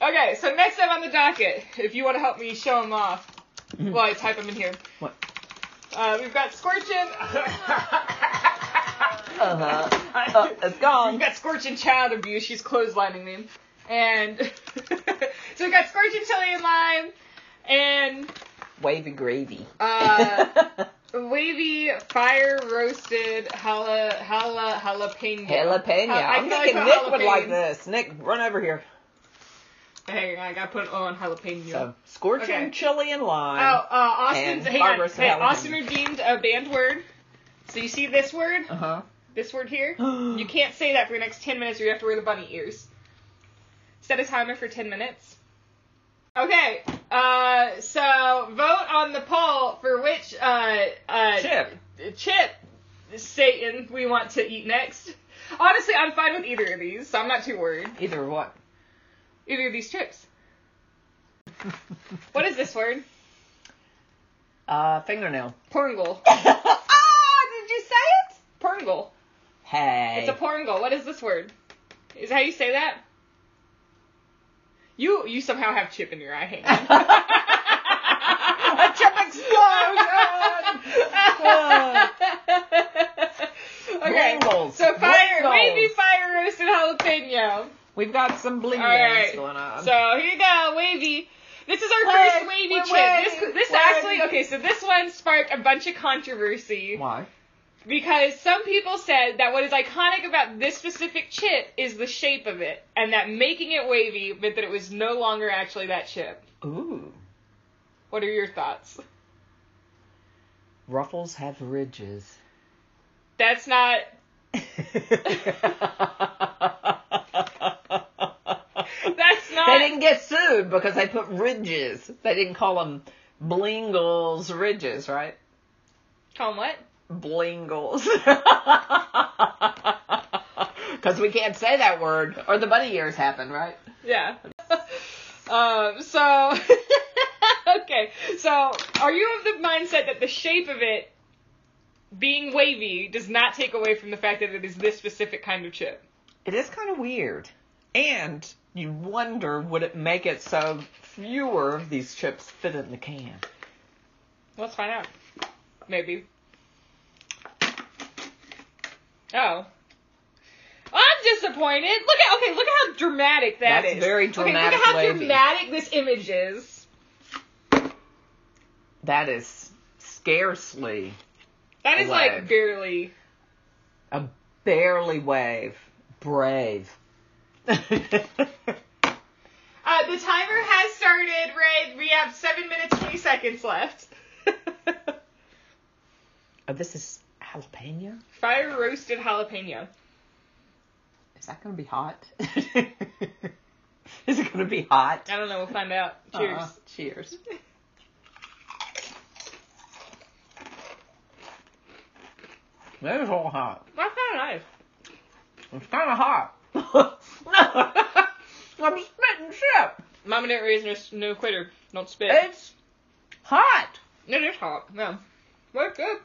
Okay, so next up on the docket, if you want to help me show them off while I type them in here,
What?
uh, we've got Scorchin.
Uh-huh. Uh, it's gone.
We've got Scorchin Child Abuse. She's clotheslining me. And. so we've got Scorchin Chili and Lime and
Wavy gravy.
uh, Wavy Fire Roasted Jala, jala, Jalapeno.
Jalapeno.
I- I
I'm
feel
thinking
like
Nick
a
would like
jalapeno.
this. Nick, run over here.
Hang on, I gotta put on jalapeno.
So, scorching
Okay.
chili and
Oh,
lime.
uh, Austin's.
and
Hang on.
Barbara's
Hey,
Halloween.
Austin redeemed a banned word. So you see this word?
Uh-huh.
This word here? Oh. You can't say that for the next 10 minutes or you have to wear the bunny ears. Set a timer for 10 minutes. Okay, uh, so vote on the poll for which uh, uh,
Chip.
chip Satan we want to eat next. Honestly, I'm fine with either of these, so I'm not too worried.
Either what?
Either of these chips. What is this word?
Uh, fingernail.
Porngle. Ah,
oh, did you say it?
Porngle.
Hey.
It's a porngle. What is this word? Is that how you say that? You you somehow have chip in your eye. Hang on.
A chip explosion! got some bling
All right.
going on.
So here you go, wavy. This is our
Wave,
first wavy
we're
chip.
waving,
this this
waving.
actually okay. So this one sparked a bunch of controversy
Why?
because some people said that what is iconic about this specific chip is the shape of it, and that making it wavy meant that it was no longer actually that chip.
Ooh.
What are your thoughts?
Ruffles have ridges.
That's not. That's not.
They didn't get sued because they put ridges. They didn't call them blingles ridges, right?
Call 'em what?
Blingles. Because we can't say that word, or the bunny ears happen, right?
Yeah. um, so, okay. So, are you of the mindset that the shape of it being wavy does not take away from the fact that it is this specific kind of chip?
It is kind of weird. And you wonder would it make it so fewer of these chips fit in the can?
Let's find out. Maybe. Oh. I'm disappointed. Look at okay, look at how dramatic that
That's
is.
very dramatic
Okay, look at how
wavy.
dramatic this image is.
That is scarcely
That
Wave.
is like barely
a barely wave. Brave.
Uh, the timer has started, Ray. We have 7 minutes 20 seconds left.
Oh, this is jalapeno?
Fire roasted jalapeno.
Is that going to be hot? is it going to be hot?
I don't know, we'll find out. Cheers.
Uh, cheers. That is all hot.
That's kind of nice.
It's kind of hot. no, I'm spitting shit.
Mama didn't raise no, no quitter. Don't spit.
It's hot.
it is hot. Yeah. That's good.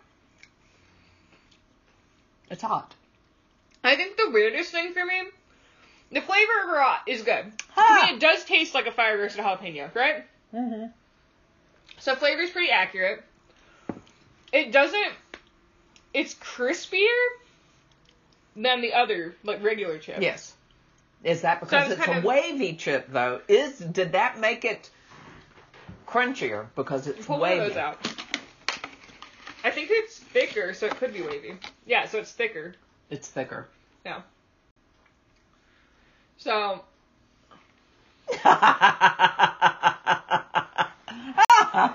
It's hot.
I think the weirdest thing for me, the flavor raw is good.
Huh.
To me, it does taste like a fire roasted jalapeno, right?
Mm-hmm.
So flavor's pretty accurate. It doesn't. It's crispier than the other, like regular chip.
Yes. Is that because
it's
it's a
kind of-
wavy chip though? Is did that make it crunchier because it's
Pull one
wavy?
of those out. I think it's thicker, so it could be wavy. Yeah, so it's thicker.
It's thicker.
Yeah. So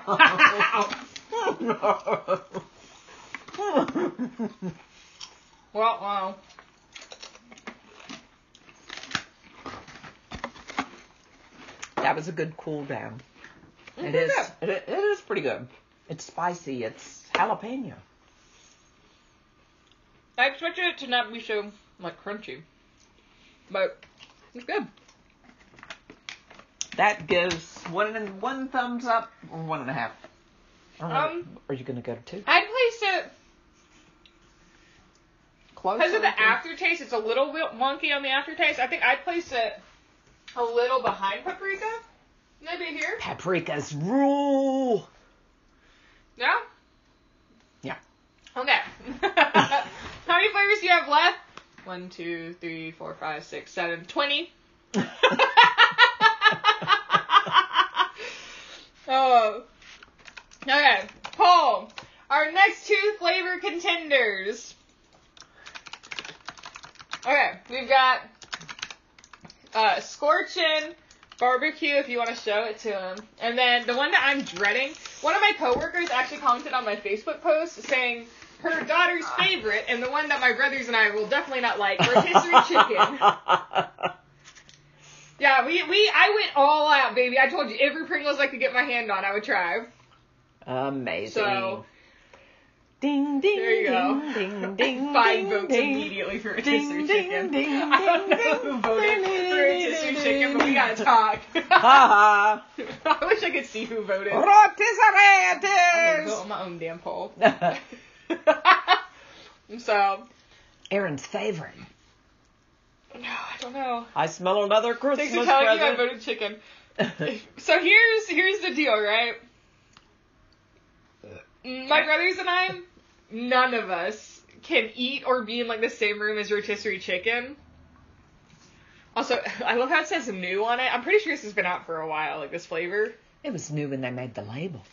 well, wow.
that was a good cool down.
Mm-hmm.
It is. It, it is pretty good. It's spicy. It's jalapeno.
I expected it to not be so like crunchy, but it's good.
That gives one and one thumbs up or one and a half. Or one-
Um,
are you gonna go to two?
I'd place it
Close.
because
or
of the
anything?
aftertaste. It's a little wi- wonky on the aftertaste. I think I'd place it a little behind paprika, maybe here.
Paprika's rule.
Yeah.
Yeah.
Okay. How many flavors do you have left? One, two, three, four, five, six, seven, twenty. oh. Okay. Paul, our next two flavor contenders. Okay, we've got uh, scorching barbecue if you want to show it to him. And then the one that I'm dreading, one of my coworkers actually commented on my Facebook post saying her daughter's favorite and the one that my brothers and I will definitely not like rotisserie chicken. Yeah, we we I went all out, baby. I told you every Pringles I could get my hand on, I would try.
Amazing.
So-
ding ding.
There you go.
Ding ding.
Five
ding,
votes
ding.
immediately for
Ding,
rotisserie
ding,
chicken.
ding,
I don't
ding,
know who
ding,
voted
ding,
for rotisserie
ding,
chicken, but we
ding.
gotta talk.
Ha
I wish I could see who voted.
ha.
I'm gonna vote
Rotisseries.
on my own damn poll. so
Aaron's favorite.
no, I don't know.
I smell another
Thanks for
Christmas
telling you I
present.
voted chicken. So here's here's the deal, right? My brothers and I, none of us can eat or be in like the same room as rotisserie chicken. Also, I love how it says new on it. I'm pretty sure this has been out for a while, like this flavor.
It was new when they made the label.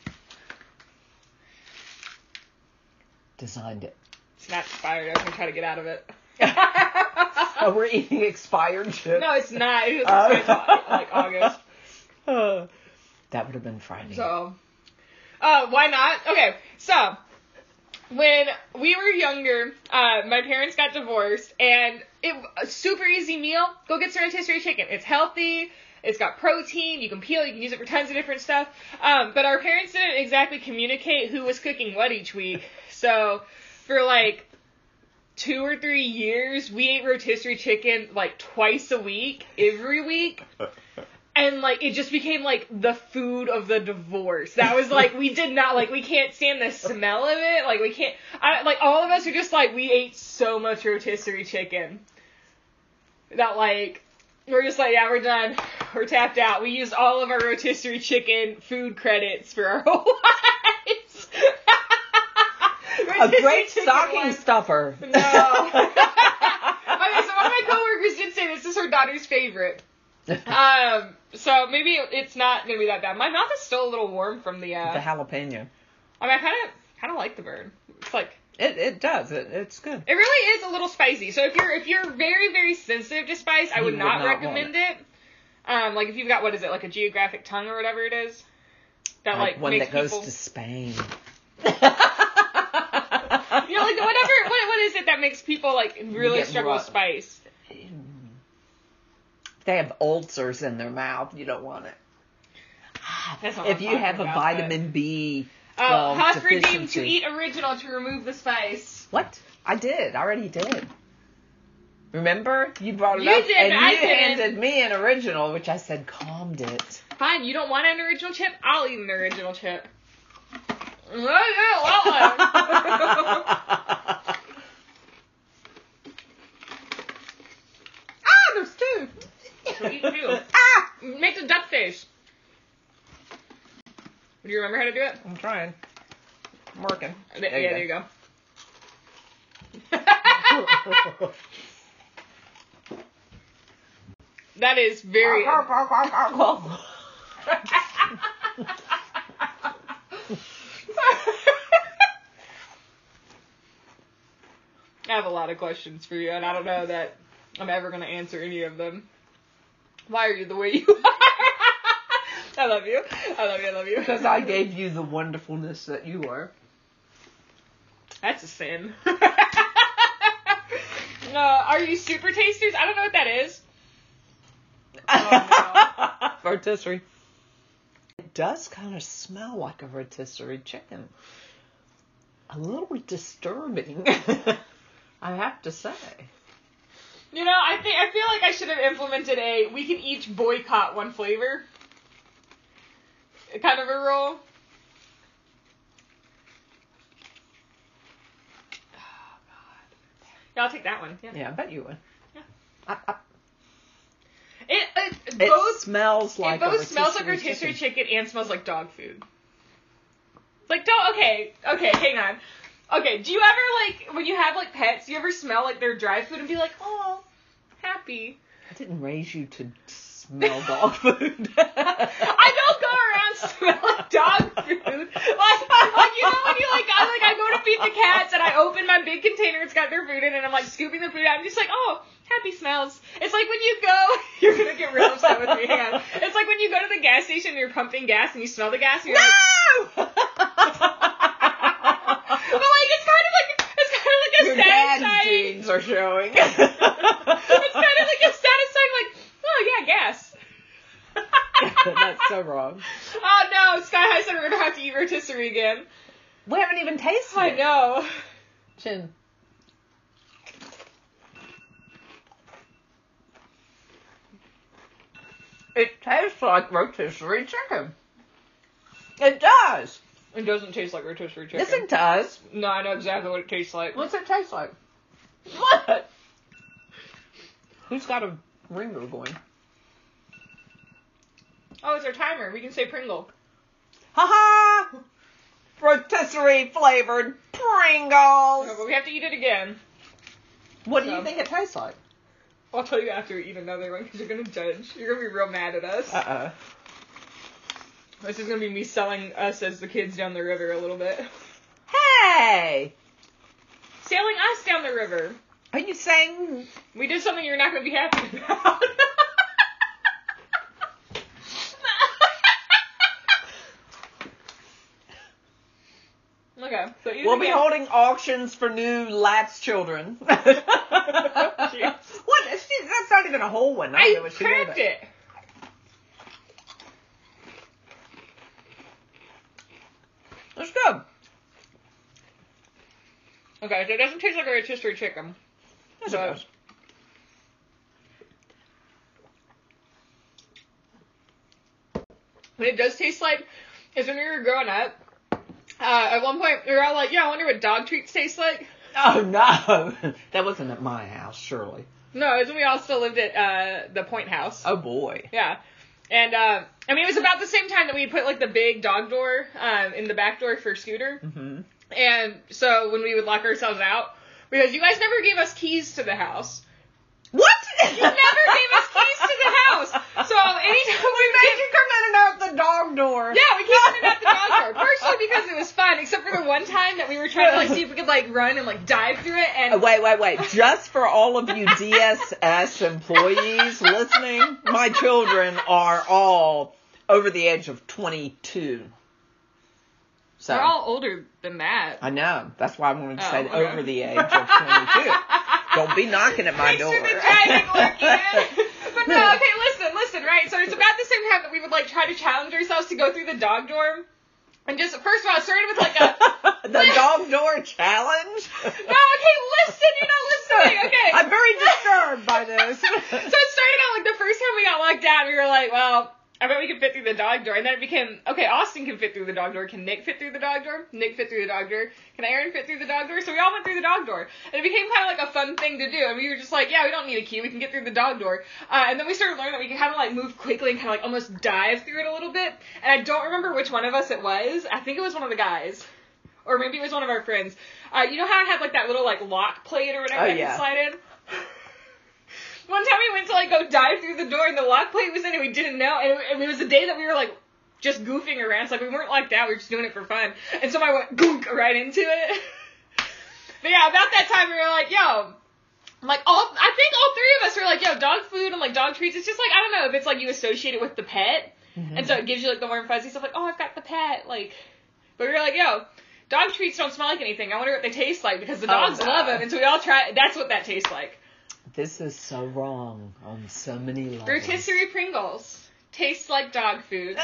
Designed it.
It's not expired. I was gonna try to get out of it.
Oh, we're eating expired chips.
no, it's not. It was
Oh.
expired till, like August.
Uh, that would have been Friday.
So, uh, why not? Okay, so when we were younger, uh, my parents got divorced, and it a super easy meal. Go get some rotisserie chicken. It's healthy. It's got protein. You can peel. You can use it for tons of different stuff. Um, but our parents didn't exactly communicate who was cooking what each week. So for like two or three years, we ate rotisserie chicken like twice a week, every week and like it just became like the food of the divorce. That was like we did not like we can't stand the smell of it. Like we can't I like all of us are just like we ate so much rotisserie chicken that like we're just like yeah we're done we're tapped out. We used all of our rotisserie chicken food credits for our whole lives.
a
Rotisserie
great
chicken
stocking
was-
stuffer.
no. okay, so one of my coworkers did say this is her daughter's favorite. Um, so maybe it's not gonna be that bad. My mouth is still a little warm from the. Uh,
the jalapeno.
I mean, I kind of kind of like the bird. It's like
It it does. It, it's good.
it really is a little spicy. So if you're if you're very very sensitive to spice, I
You
would,
would
not,
not want
recommend it. Um, like if you've got what is it like a geographic tongue or whatever it is. That like,
one
makes
that goes
people.
to Spain.
you know, like whatever. What, what is it that makes people like really
get
struggle with
rough.
spice?
They have ulcers in their mouth. You don't want it.
That's not Ah, what
If
I'm
you
talking
have a
about, but-
vitamin B,
Oh,
12
Haas redeemed to
deficiency.
eat original to remove the spice.
What? I did. I already did. Remember? You brought it
You
up.
did,
and
but I
you
didn't.
handed me an original, which I said calmed it.
Fine, you don't want an original chip? I'll eat an original chip. Oh, yeah, uh, I want one. ah, there's two. So eat two. Ah, make the duck face. Do you remember how to do it?
I'm trying. I'm working.
Th-
There you
yeah,
go.
there you go. that is very.
Uh-huh.
I have a lot of questions for you, and I don't know that I'm ever going to answer any of them. Why are you the way you are? I love you. I love you. I love you.
Because I gave you the wonderfulness that you are.
That's a sin. no, are you super tasters? I don't know what that is. Oh,
rotisserie. It does kind of smell like a rotisserie chicken. A little disturbing, I have to say.
You know, I think I feel like I should have implemented a we can each boycott one flavor kind of a rule. Yeah, I'll Oh, take that one. Yeah.
Yeah, I bet you would.
Yeah.
I, I,
It, it,
it
both
smells like
it both
a
smells like rotisserie chicken. and smells like dog food. Like dog. Okay, okay, hang on. Okay, do you ever like when you have like pets? Do you ever smell like their dry food and be like, oh, happy?
I didn't raise you to smell dog food.
I don't go around smelling dog food. Like, like you know when you like, I like I go to feed the cats and I open my big container, it's got their food in, it, and I'm like scooping the food out. I'm just like, oh, happy smells. It's like when you go, you're gonna get real upset with me. Hang on. It's like when you go to the gas station and you're pumping gas and you smell the gas and you're like,
No!
but like it's kind of like it's kind of like a
Your
sad
dad's
sight.
jeans are showing.
It's kind of like a satisfying like, oh yeah, gas.
That's so wrong.
oh no, Sky High said we're gonna have to eat rotisserie again.
We haven't even tasted
I
it.
know.
Chin. It tastes like rotisserie chicken. It does.
It doesn't taste like rotisserie chicken.
Yes, it does.
No, I know exactly what it tastes like.
What's it taste like? What? Who's got a ringer going?
Oh, it's our timer. We can say Pringle.
Ha ha! Rotisserie flavored
No, but
Pringles.
we have to eat it again.
What do you
So-
think it tastes like?
I'll tell you after we eat another one because you're gonna judge. You're gonna be real mad at us.
Uh
This is gonna be me selling us as the kids down the river a little bit.
oh. Hey!
Sailing us down the river.
Are you saying
We did something you're not gonna be happy about. okay, so eat
we'll
it
be
again.
holding auctions for new Lat's children? what?
Jeez.
She, that's not even a whole one. I, don't know
I
what she did.
cracked it.
Let's go.
Okay, so it doesn't taste like a rich history chicken.
That's
But-
okay.
What it does taste like is when we were growing up, uh, at one point we were all like, yeah, I wonder what dog treats taste like.
Oh no, that wasn't at my house, surely.
No, it was when we all still lived at uh, the Point House.
Oh boy.
Yeah. And, uh, I mean, it was about the same time that we put, like, the big dog door um, in the back door for Scooter.
hmm
And so when we would lock ourselves out, because you guys never gave us keys to the house.
What?
You never gave us keys to the house. So anytime we
Did
made
you come in and out the dog door?
Yeah, we kept it at the dog door. Partially because it was fun, except for the one time that we were trying to like see if we could like run and like dive through it
Uh,
and
Wait, wait, wait. Just for all of you DSS employees listening, my children are all over the age of 22. So, uh,
they're all older than that.
I know. That's why I wanted to
Oh,
say
okay.
over the age of 22. Don't be knocking at my
Thanks
door.
for the driving, Lurkin. But no, okay, listen, listen, right? So it's about the same time that we would like try to challenge ourselves to go through the dog dorm. And just first of all, it started with like a
the dog door challenge?
No, okay, listen, you're not listening. Okay.
I'm very disturbed by this.
so it started out like the first time we got locked out, we were like, well, I bet we can fit through the dog door. And then it became, okay, Austin can fit through the dog door. Can Nick fit through the dog door? Nick fit through the dog door. Can Aaron fit through the dog door? So we all went through the dog door. And it became kind of like a fun thing to do. And we were just like, yeah, we don't need a key. We can get through the dog door. Uh, and then we started learning that we can kind of like move quickly and kind of like almost dive through it a little bit. And I don't remember which one of us it was. I think it was one of the guys. Or maybe it was one of our friends. Uh, you know how it had like that little like lock plate or whatever
Oh,
that
yeah.
you slide in? One time we went to like go dive through the door and the lock plate was in and we didn't know and it, and it was a day that we were like just goofing around. So like we weren't like that. We were just doing it for fun. And so I went goonk right into it. but yeah, about that time we were like, yo. Like all, I think all three of us were like, yo, dog food and like dog treats. It's just like I don't know if it's like you associate it with the pet, and so it gives you like the warm fuzzy stuff. Like, oh, I've got the pet. Like, but we were like, yo, dog treats don't smell like anything. I wonder what they taste like because the
Oh,
dogs
no.
love them, and so we all try. That's what that tastes like.
This is so wrong on so many levels.
Rotisserie Pringles tastes like dog food.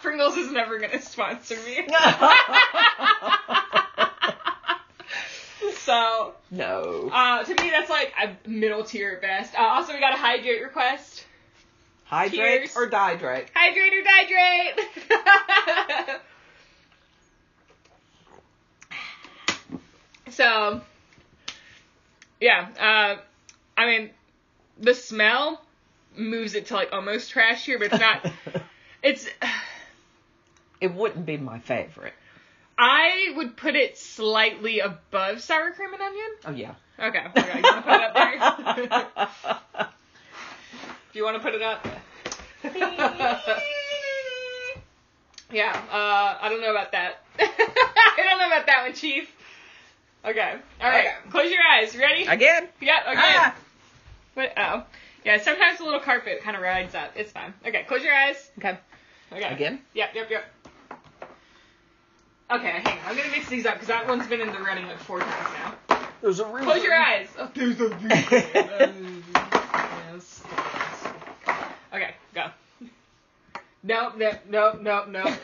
Pringles is never gonna sponsor me. so
no.
uh, to me, that's like a middle tier at best. Uh, also, we got a hydrate request.
Hydrate
Cheers.
or dihydrate?
Hydrate or dihydrate. so, yeah. Uh, I mean, the smell moves it to like almost trash here, but it's not. it's.
it wouldn't be my favorite.
I would put it slightly above sour cream and onion.
Oh yeah.
Okay, okay you want to put it up there? Do you want to put it up? yeah, uh, I don't know about that. I don't know about that one, Chief. Okay, all right.
Okay.
Close your eyes. You Ready?
Again.
yeah. Okay.
Ah.
What? Oh, yeah. Sometimes the little carpet kind of rides up. It's fine. Okay, close your eyes.
Okay.
Okay.
Again.
Yep, yep, yep. Okay, hang on. I'm gonna mix these up because that one's been in the running like four times now.
There's a reason.
Close your eyes. Oh, there's a reason. Yes. Okay, go. Nope, nope, nope, nope, nope.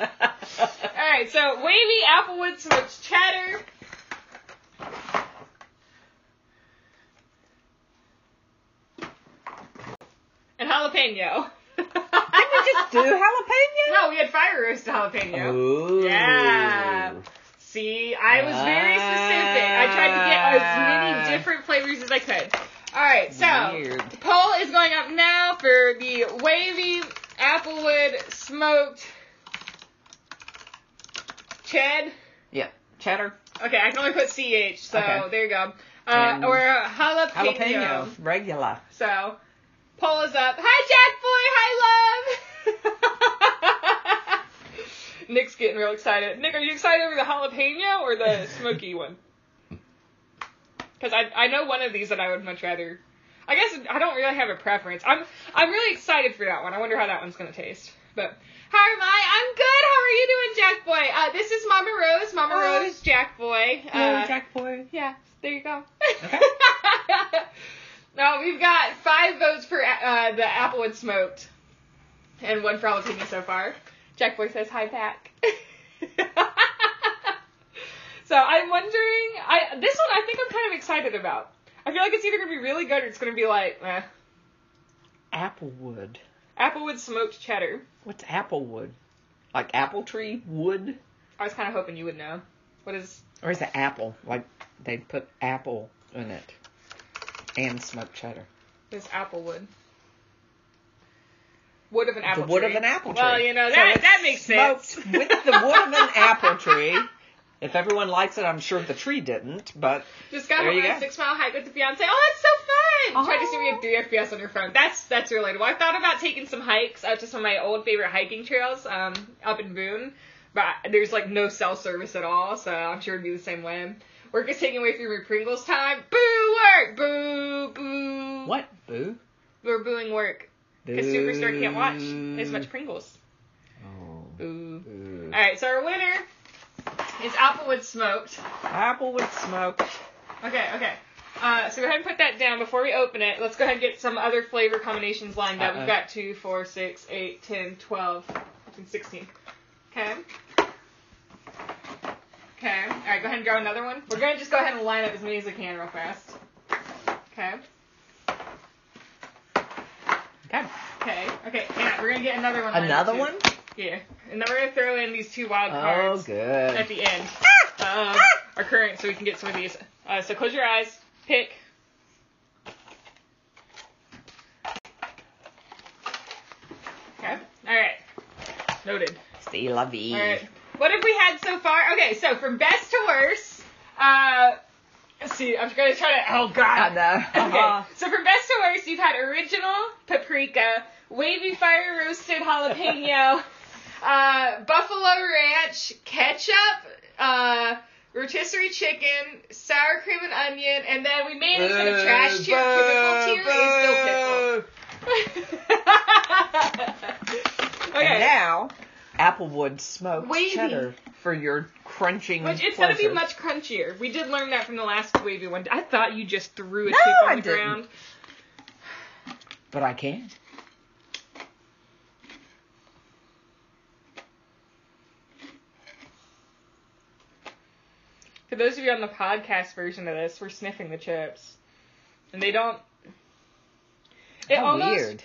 Alright, so wavy applewood smoked cheddar. And jalapeno.
Can we just do jalapeno?
No, we had fire roasted jalapeno.
Ooh.
Yeah. See, I was very specific. I tried to get as many different flavors as I could. All right, so
Ah. Weird.
the poll is going up now for the wavy applewood smoked ched.
Yeah. Cheddar.
Okay, I can only put CH, so
Okay.
there you go. Uh,
And
or jalapeno.
Jalapeno, regular.
So, pull us up. Hi, Jack Boy. Hi, love. Nick's getting real excited. Nick, are you excited over the jalapeno or the smoky one? Because I I know one of these that I would much rather. I guess I don't really have a preference. I'm I'm really excited for that one. I wonder how that one's gonna taste. But hi, my I'm good. How are you doing, Jack Boy? Uh, this is Mama Rose. Mama
Hi.
Rose, Jack Boy.
Hello,
Uh,
Jack boy.
yeah, there you go.
Okay.
now we've got five votes for uh, the Applewood smoked, and one for jalapeno so far. Jack Boy says hi back. so I'm wondering, I this one I think I'm kind of excited about. I feel like it's either gonna be really good or it's gonna be like eh.
Applewood.
Applewood smoked cheddar.
What's applewood? Like apple tree wood,
I was kind of hoping you would know. What is?
or is it apple? Like they put apple in it, and smoked cheddar.
This apple wood. Wood of an apple
the wood
tree.
of an apple tree.
Well, you know,
So
that,
it's
that makes
smoked
sense.
With the wood of an apple tree. If everyone likes it, I'm sure the tree didn't, but
Just got
There
home
you
on a
go.
six mile hike with the fiance. Oh, that's so fun! Tried to see me
Oh.
at 3 FPS on your phone. That's that's relatable. I thought about taking some hikes out to some of my old favorite hiking trails um, up in Boone, but there's like no cell service at all, so I'm sure it'd be the same way. Work is taking away through my Pringles time. Boo work! Boo, boo.
what? Boo.
We're booing work because Superstore can't watch as
Mm.
much Pringles.
Oh.
Boo.
Boo.
Alright, so our winner is Applewood Smoked.
Applewood smoked.
Okay, okay. Uh, so go ahead and put that down before we open it. Let's go ahead and get some other flavor combinations lined up.
Uh-oh.
We've got 2, 4, 6, 8, 10, 12, and 16. Okay. Okay. All right, go ahead and draw another one. We're going to just go ahead and line up as many as we can real fast. Okay.
Okay.
Okay. Okay. And we're going to get another one. lined up,
Another
too.
one?
Yeah. And then we're going to throw in these two wild
Oh,
cards
good.
at the end. Um,
Ah!
our current, so we can get some of these. Uh, so close your eyes. Pick. Okay. All right. Noted.
C'est la vie.
All right. What have we had so far? Okay, so from best to worst. Uh, let's see. I'm gonna try to. Oh
I
God.
know.
Okay.
Uh-huh.
So from best to worst, you've had original paprika, wavy fire roasted jalapeno, uh, buffalo ranch, ketchup, uh, rotisserie chicken, sour cream and onion, and then we made it into a trash tier because the whole tier is
Boo, boo.
still pickle.
And
okay.
now, Applewood smoked
Wavy.
cheddar for your crunching
Which it's gonna
pleasure.
be much crunchier. We did learn that from the last wavy one. I thought you just threw a
No,
chip on
I
the
didn't.
ground.
But I can.
For those of you on the podcast version of this, we're sniffing the chips, and they don't. It
How
almost
weird.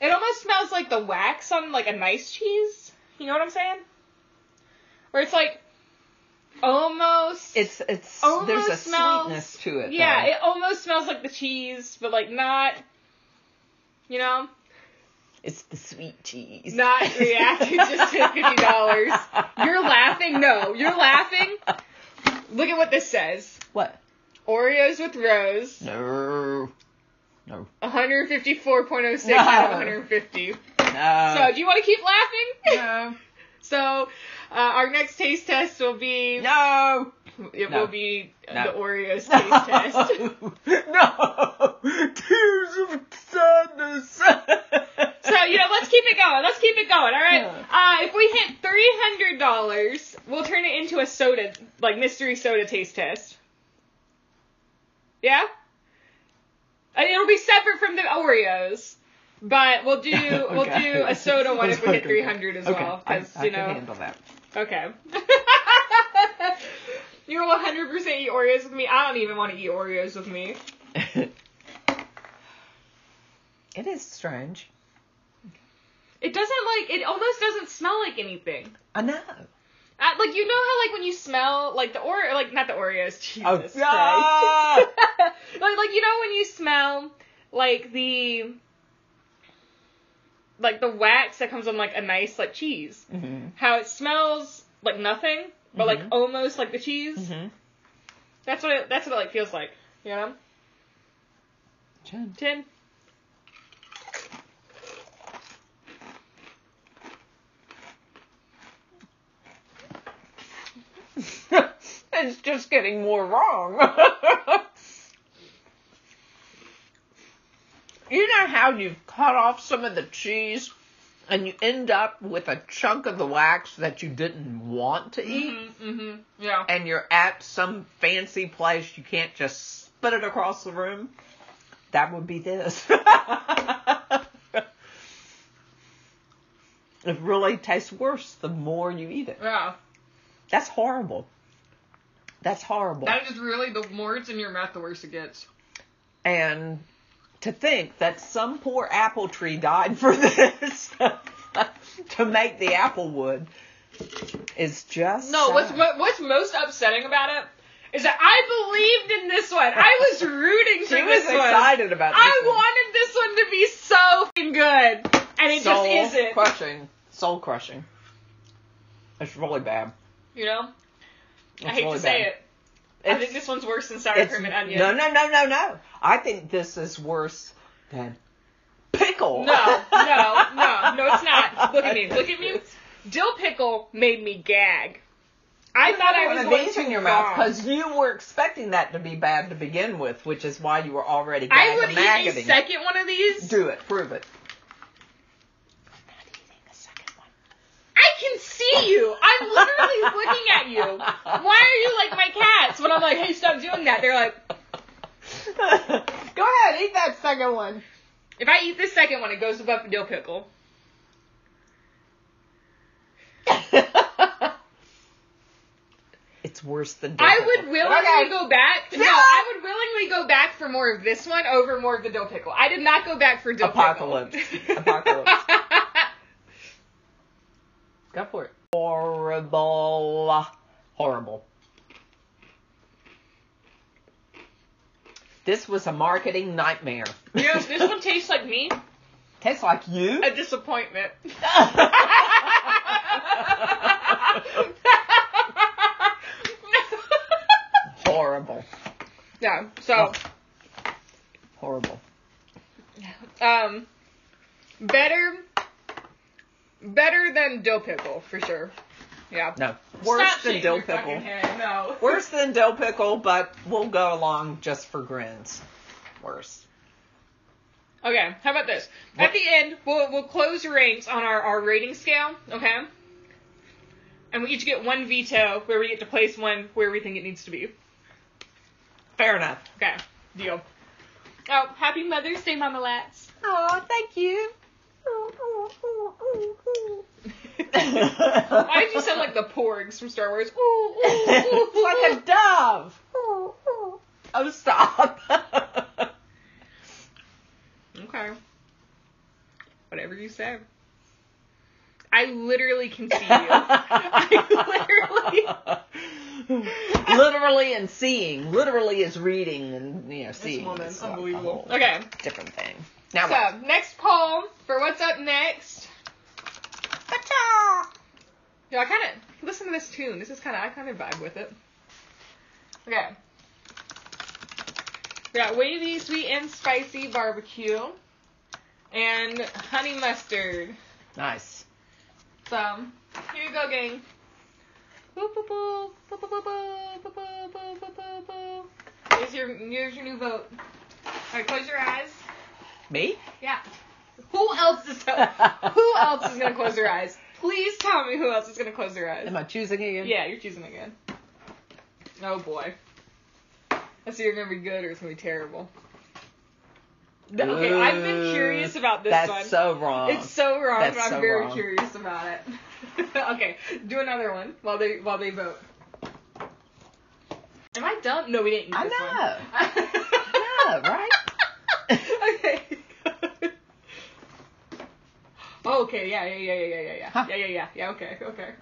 it almost smells like the wax on like a nice cheese. You know what I'm saying? Where it's like almost.
It's it's there's a
Almost smells-
sweetness to it.
yeah,
though.
it almost smells like the cheese, but like not. You know,
it's the sweet cheese.
not reacting just to fifty dollars. You're laughing. No, you're laughing. Look at what this says:
What?
Oreos with rose.
No. No.
154.06
No.
out of 150. so,
No.
do you want to keep laughing?
Uh, no.
so, uh, our next taste test will be
No.
it
No.
will be
No.
the Oreos taste test.
No. no. Tears of sadness.
So, you know, let's keep it going. Let's keep it going. All right. Uh, if we hit $300, we'll turn it into a soda, like mystery soda taste test. Yeah? Uh, It'll be separate from the Oreos. But we'll do we'll
Okay.
do a soda one if we hit
Okay.
300 as
okay.
well.
I, I
'cause, you know,
can handle that.
Okay. You're 100% eat Oreos with me. I don't even want to eat Oreos with me.
it is strange.
It doesn't like it almost doesn't smell like anything.
I know.
Uh, like you know how like when you smell like the Oreo like not the Oreos Jesus
Oh,
Christ.
ah!
like like you know when you smell like the like the wax that comes on like a nice like cheese.
Mhm.
How it smells like nothing but like
Mhm.
almost like the cheese.
Mhm.
That's what it, that's what it like feels like. You know?
Jen.
Ten.
it's just getting more wrong. you know how you've cut off some of the cheese and you end up with a chunk of the wax that you didn't want to eat?
Mm-hmm. Yeah.
and you're at some fancy place, you can't just spit it across the room. That would be this. it really tastes worse the more you eat it.
Yeah.
That's horrible. That's horrible.
That is really the more it's in your mouth, the worse it gets.
and to think that some poor apple tree died for this to make the apple wood is just
No, what's
sad.
mo- what's most upsetting about it is that I believed in this one. I was rooting for
she was
this one.
excited about this
I
one.
wanted this one to be so fing good, and it
soul
just isn't.
crushing. Soul crushing. It's really bad.
You know,
It's
I hate
really
to say
bad.
it. I
It's-
think this one's worse than sour
it's-
cream and onion.
No, no, no, no, no. I think this is worse than pickle.
No, no, no, no, it's not. Look at me, look at me. Dill pickle made me gag. I thought I was
Put
going
these
too
in your mouth
far.
because you were expecting that to be bad to begin with, which is why you were already
I
gagging
would eat a second one of these.
Do it. Prove it. I'm not eating a second one.
I can see you. I'm literally looking at you. Why are you like my cats when I'm like, hey, stop doing that? They're like,
Go ahead, eat that second one.
if I eat this second one, it goes above the dill pickle.
it's worse than
I
dill
would
pickle.
willingly
Okay.
go back. No,
Yeah.
I would willingly go back for more of this one over more of the dill pickle. I did not go back for dill
Apocalypse.
pickle.
Apocalypse. Go for it. Horrible. Horrible. This was a marketing nightmare.
you know, this one tastes like me.
Tastes like you.
A disappointment.
Horrible.
yeah. So.
Horrible.
Um, better, better than dill pickle for sure. Yeah.
No. Worse
Stop
than
shaking
dill
your fucking
pickle.
Head. No.
Worse than dill pickle, but we'll go along just for grins. Worse.
Okay. How about this?
What-
At the end, we'll we'll close ranks on our our rating scale. Okay. And we each get one veto where we get to place one where we think it needs to be.
Fair enough.
Okay. Deal. Oh, happy Mother's Day, Mama Lats.
Oh, thank you.
Why did you sound like the Porgs from Star Wars? Ooh, ooh, ooh, ooh.
like a dove. Oh, stop.
Okay. Whatever you say. I literally can see you. I
literally. literally and seeing. Literally is reading and, you know, seeing. It's a- a whole
Okay.
Different thing. Now, what?
So next poll for what's up next. Yo, I kind of listen to this tune. This is kind of I kind of vibe with it. Okay. We got wavy, sweet and spicy barbecue, and honey mustard.
nice.
So here you go, gang. Boop, boop, boop, boop, boop, boop, boop, boop, boop, boop, boop, boop. Here's your here's your new vote. Alright, close your eyes.
Me?
Yeah. Who else is Oh, who else is gonna close their eyes? Please tell me who else is gonna close their eyes.
Am I choosing again?
Yeah, you're choosing again. Oh boy. That's either gonna be good or it's gonna be terrible. Okay, I've been
Ooh,
curious about this
That's
one.
so wrong.
It's so wrong,
Uh, That's
but I'm
so
very
wrong.
curious about it. okay, do another one while they while they vote. Am I dumb? No, we didn't. Eat
I
this one.
know. I know,
okay. oh, okay. Yeah, yeah, yeah, yeah, yeah, yeah, yeah,
Huh.
yeah, yeah, yeah, yeah. Okay, okay,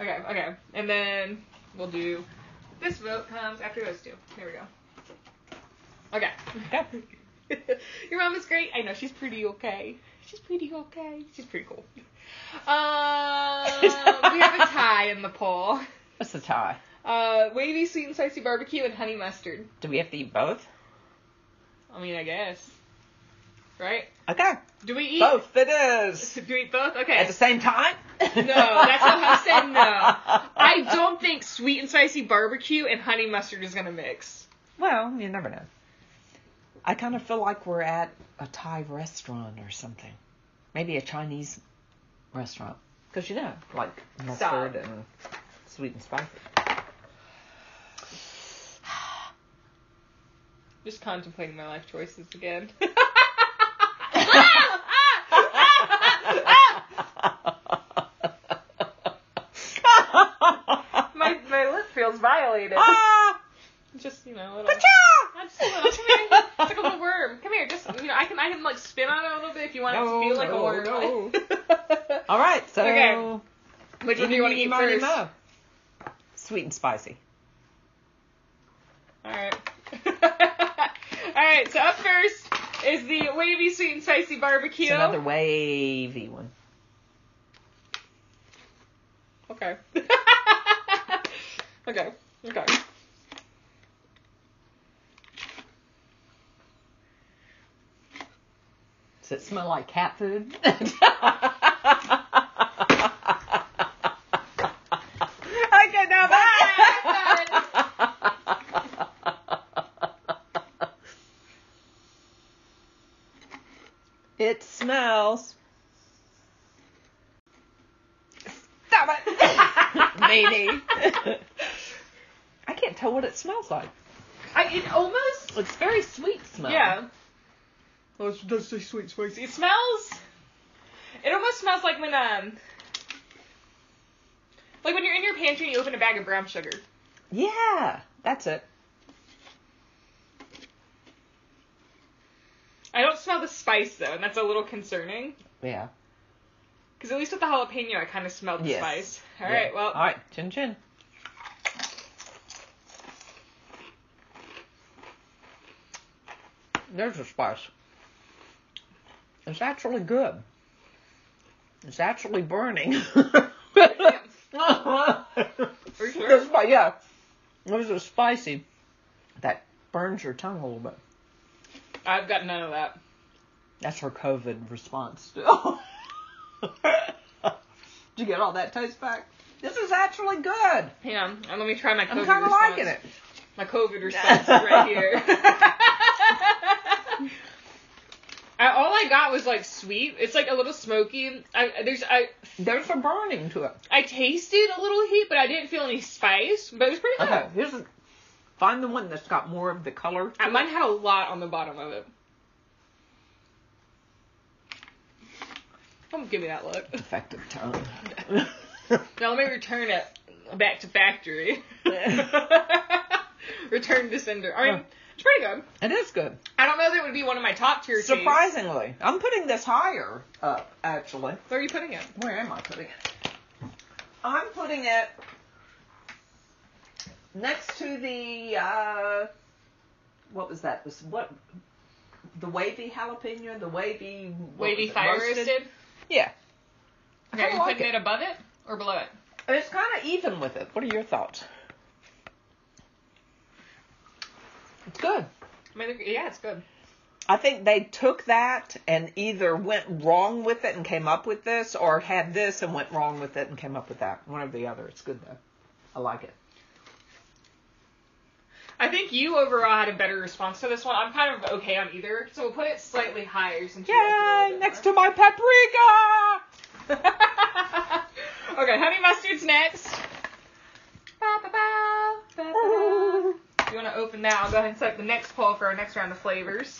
okay, okay. And then we'll do this vote comes after those two. There we go. Okay. Your mom is great. I know she's pretty okay. She's pretty okay. She's pretty cool. Um, we have a tie in the poll.
What's the tie?
uh, wavy sweet and spicy barbecue, and honey mustard.
Do we have to eat both?
I mean, I guess. Right?
Okay.
Do we eat
Both it is.
Do we eat both? Okay.
At the same time? no,
no, that's not how I said no. I don't think sweet and spicy barbecue and honey mustard is gonna mix.
Well, you never know. I kind of feel like we're at a Thai restaurant or something. Maybe a Chinese restaurant. Because you know, like mustard and sweet and spicy.
Just contemplating my life choices again. my my lip feels violated.
Ah!
Just you know, a little.
Pacha!
That's a little. Come here. It's like a little worm. Come here. Just you know, I can I can like spin on it a little bit if you want it to feel like a worm.
All right, so
Okay. Which one do you want to eat
Marty
first?
Mo. Sweet and spicy.
Alright. Alright, so up first is the wavy sweet and spicy barbecue.
It's another wavy one.
Okay. okay. Okay.
Does it smell like cat food? okay, now bye. It smells. Stop it, Meanie. I can't tell what it smells like.
I, it almost.
It's very sweet smell.
Yeah. Oh, it does taste sweet, spicy. It smells. It almost smells like when um. Like when you're in your pantry and you open a bag of brown sugar.
Yeah, that's it.
I don't smell the spice though, and that's a little concerning.
Yeah.
Because at least with the jalapeno, I kind of smelled the
Yes.
spice. All
Yeah.
right, well.
All right, chin chin. There's a spice. It's actually good. It's actually burning.
you sure?
It's spi- yeah. There's a spicy that burns your tongue a little bit.
I've got none of that.
That's her COVID response still. Did you get all that taste back? This is actually good.
Hang on, and let me try my COVID
I'm kind of
response.
liking it.
My COVID response is right here. I, all I got was like sweet. It's like a little smoky. I there's I
There's a burning to it.
I tasted a little heat, but I didn't feel any spice. But it was pretty good.
Okay, here's a, find the one that's got more of the color.
I, mine had a lot on the bottom of it. Don't give me that look.
Effective tone.
Now let me return it back to factory. return to sender. I
Huh.
mean, it's pretty good.
it is good.
I don't know that it would be one of my top tier tastes.
Surprisingly, I'm putting this higher up. Actually,
Where are you putting it?
where am I putting it? I'm putting it next to the uh, what was that? Was what the wavy jalapeno? The wavy what
Wavy
was it,
fire roasted.
Yeah,
Okay, are you
kinda like
putting
it.
it. above it or below it?
it's kind of even with it. What are your thoughts? It's good.
I mean, yeah, it's good.
I think they took that and either went wrong with it and came up with this, or had this and went wrong with it and came up with that. One or the other. It's good though. I like it.
I think you overall had a better response to this one. I'm kind of okay on either, so we'll put it slightly higher since you
Yay! Next to my paprika.
okay, honey mustard's next. Ba, ba, ba, ba, ba, ba. You want to open that? I'll go ahead and set up the next poll for our next round of flavors.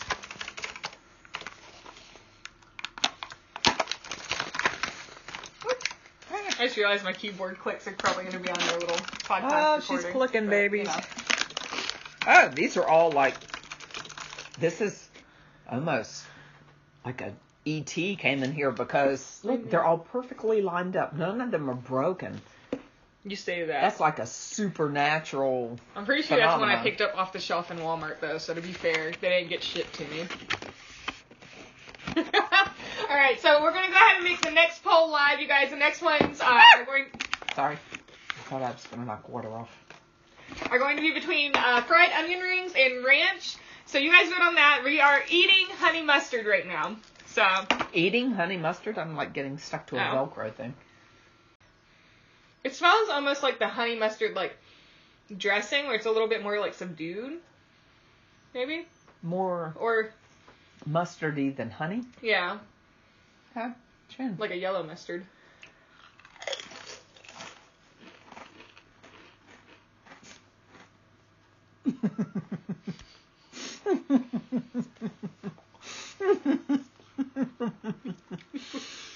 I just realized my keyboard clicks are probably going to be on your little podcast
Oh, she's
recording.
clicking,
but,
baby.
you know.
Oh, these are all like. This is almost like a ET came in here because look, they're all perfectly lined up. None of them are broken.
You say that.
That's like a supernatural.
I'm pretty sure that's one I
phenomenon.
picked up off the shelf in Walmart though, so to be fair, they didn't get shipped to me. Alright, so we're gonna go ahead and make the next poll live, you guys. The next one's uh we're going
Sorry, I thought I was gonna knock water off.
are going to be between uh, fried onion rings and ranch. So you guys vote on that. We are eating honey mustard right now. So
Eating honey mustard, I'm like getting stuck to a
Oh.
Velcro thing.
it smells almost like the honey mustard like dressing, where it's a little bit more like subdued, maybe.
More
Or
mustardy than honey.
yeah,
Huh? Chin.
like a yellow mustard.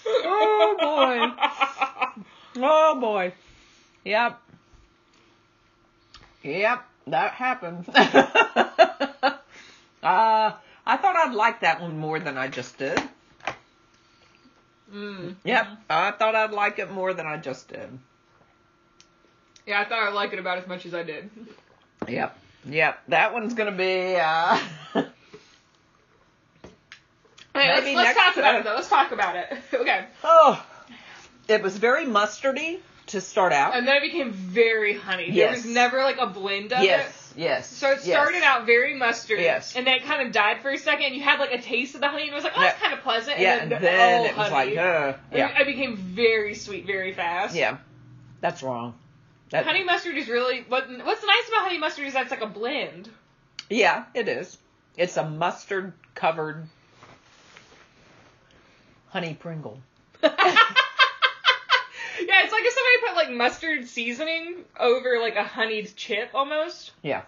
oh
boy.
boy. Oh boy. Yep. Yep, that happens. uh, I thought I'd like that one more than I just did.
Mm.
Yep, I thought I'd like it more than I just did.
Yeah, I thought I liked it about as much as I did.
Yep, yep, that one's gonna be. Uh,
Alright,
Maybe
let's, let's
next
talk about
time.
it though. Let's talk about it. okay.
oh, it was very mustardy to start out.
And then it became very honey. There
Yes.
was never like a blend of it.
yes, yes.
So it
yes.
started out very mustard.
Yes.
And then it kind of died for a second. And you had like a taste of the honey and it was like, oh, that's kind of pleasant.
Yeah,
and
and
then,
then
oh,
it was
honey.
like, uh,
It-
yeah,
It became very sweet very fast.
yeah, that's wrong. That,
Honey mustard is really what. What's nice about honey mustard is that's like a blend.
Yeah, it is. It's a mustard covered honey Pringle.
yeah, it's like if somebody put like mustard seasoning over like a honeyed chip almost.
Yeah,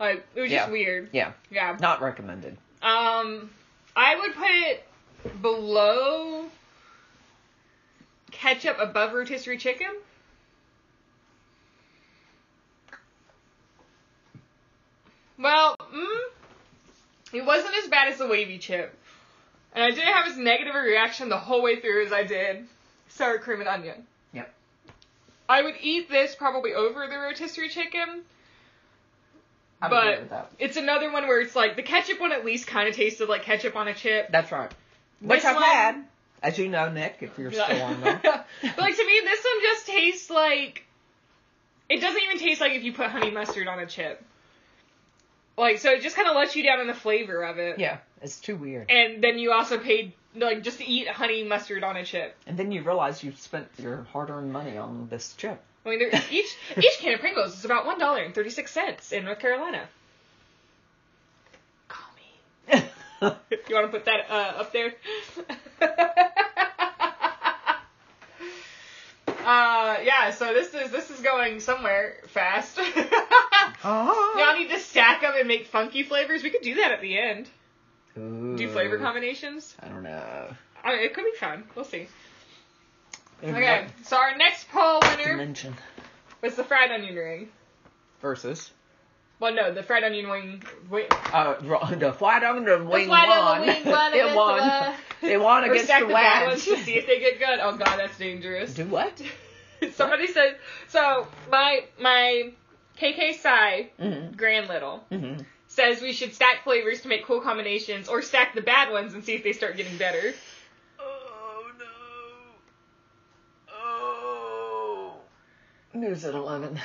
Like it was just
Yeah.
weird.
yeah,
Yeah.
not recommended.
Um, I would put it below ketchup above rotisserie chicken. Well, mm, it wasn't as bad as the wavy chip. And I didn't have as negative a reaction the whole way through as I did sour cream and onion.
Yep.
I would eat this probably over the rotisserie chicken.
I'm
But-
good with that.
It's another one where it's like the ketchup one at least kind of tasted like ketchup on a chip.
That's right. Which
This
I've
one-
had, as you know, Nick, if you're still on them.
but like to me, this one just tastes like it doesn't even taste like if you put honey mustard on a chip. Like so, it just kind of lets you down in the flavor of it.
Yeah, it's too weird.
And then you also paid like just to eat honey mustard on a chip.
And then you realize you've spent your hard-earned money on this chip.
I mean, there, each each can of Pringles is about one dollar and thirty six cents in North Carolina. Call me. You want to put that uh, up there? uh, yeah. So this is this is going somewhere fast. Y'all
Ah.
need to stack them and make funky flavors. We could do that at the end. Do flavor
Ooh,
combinations.
I don't know.
I mean, it could be fun. We'll see.
There's
Okay.
nothing
So our next poll
to
winner
Mention
was the fried onion ring.
versus.
Well, no, the fried onion wing. Wing.
Uh, the white on the wing
white
won.
on the wing won
it
against
won.
the-
It won
Or
against
stack
the
bad ones
wedge.
to see if they get good. Oh god, that's dangerous.
Do what?
Somebody said so. My my KK Psy
Mm-hmm.
Grand Little
Mm-hmm.
says we should stack flavors to make cool combinations, or stack the bad ones and see if they start getting better.
Oh no. Oh. News at eleven.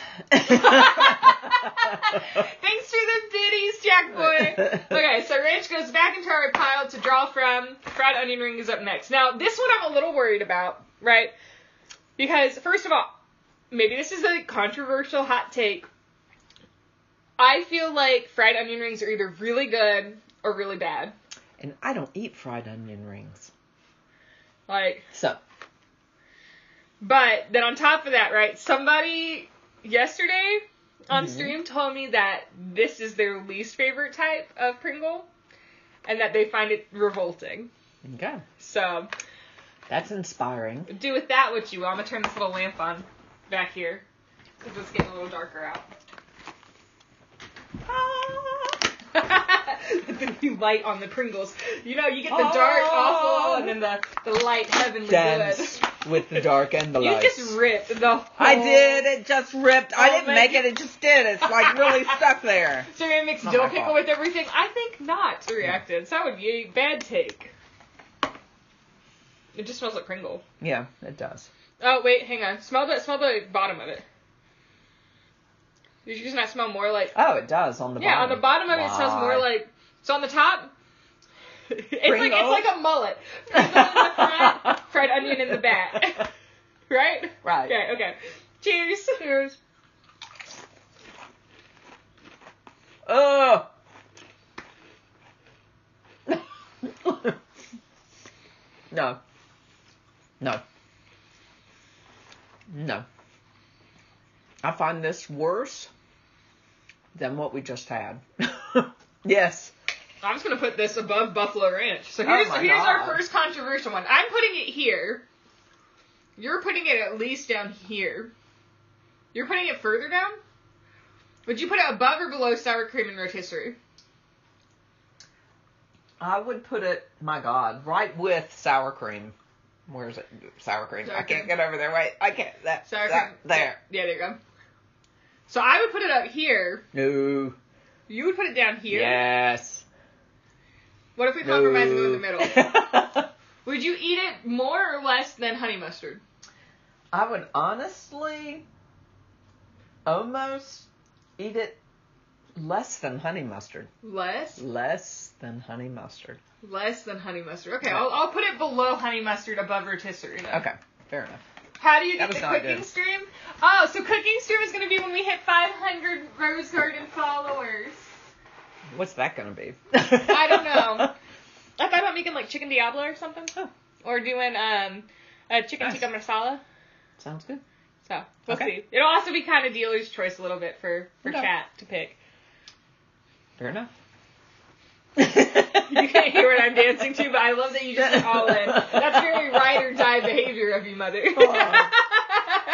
Thanks for the biddies, Jack boy. Okay, so ranch goes back into our pile to draw from. Fried onion ring is up next. Now, this one I'm a little worried about, right? Because first of all, maybe this is a controversial hot take. I feel like fried onion rings are either really good or really bad.
and I don't eat fried onion rings.
Like,
So
but then on top of that, right? Somebody yesterday on
Mhm.
stream told me that this is their least favorite type of Pringle, and that they find it revolting.
okay,
So
that's inspiring.
do with that what you will. I'm gonna turn this little lamp on back here. 'cause it's getting a little darker out. Ah! the new light on the Pringles. You know, you get the dark
Oh.
awful and then the, the light heavenly
Dance
good.
with the dark and the
You
light.
just ripped the whole
I did. It just ripped. I
Oh,
didn't
man,
make
you-
it. It just did. It's like really stuck there.
So you're gonna mix
Not
dill
my
pickle
fault.
with everything? I think not reacted. So that would be a bad take. It just smells like Pringle.
Yeah, it does.
Oh wait, hang on. Smell the smell the bottom of it. You're just gonna smell more like
Oh, it does on the
yeah.
bottom.
On the bottom of it, it smells more
Why?
like so. On the top, it's like
Pringle?
it's like a mullet. Pringle in the front, fried onion in the back. right?
Right.
Okay. Okay. Cheers. Cheers.
Oh. no. No. No. I find this worse than what we just had. yes.
I'm just gonna put this above Buffalo Ranch. So
Oh
here's
my
here's our
God.
first controversial one. I'm putting it here. You're putting it at least down here. You're putting it further down. Would you put it above or below sour cream and rotisserie?
I would put it, my God, right with sour cream. Where's it? Sour cream.
Sour
I can't
cream.
get over there. Wait, I can't. That,
Sour
that,
cream.
There.
Yeah, there you go. So I would put it up here.
No.
You would put it down here.
Yes.
What if we compromise and go in the
No.
middle? would you eat it more or less than honey mustard?
I would honestly almost eat it less than honey mustard.
Less.
Less than honey mustard.
Less than honey mustard. Okay, I'll, I'll put it below honey mustard, above rotisserie. then.
Okay, fair enough.
How do you
That
get
was
the
not
cooking
good.
stream? Oh, so cooking stream is going to be when we hit 500 Rose Garden followers.
What's that going to be?
I don't know. I thought about making like chicken diablo or something,
Oh.
or doing um a chicken
Nice.
tikka masala.
Sounds good.
So we'll
Okay.
see. It'll also be kind of dealer's choice a little bit for for
Okay.
chat to pick.
Fair enough.
You can't hear what I'm dancing to, but I love that you just went all in. That's very ride or die behavior of you, mother.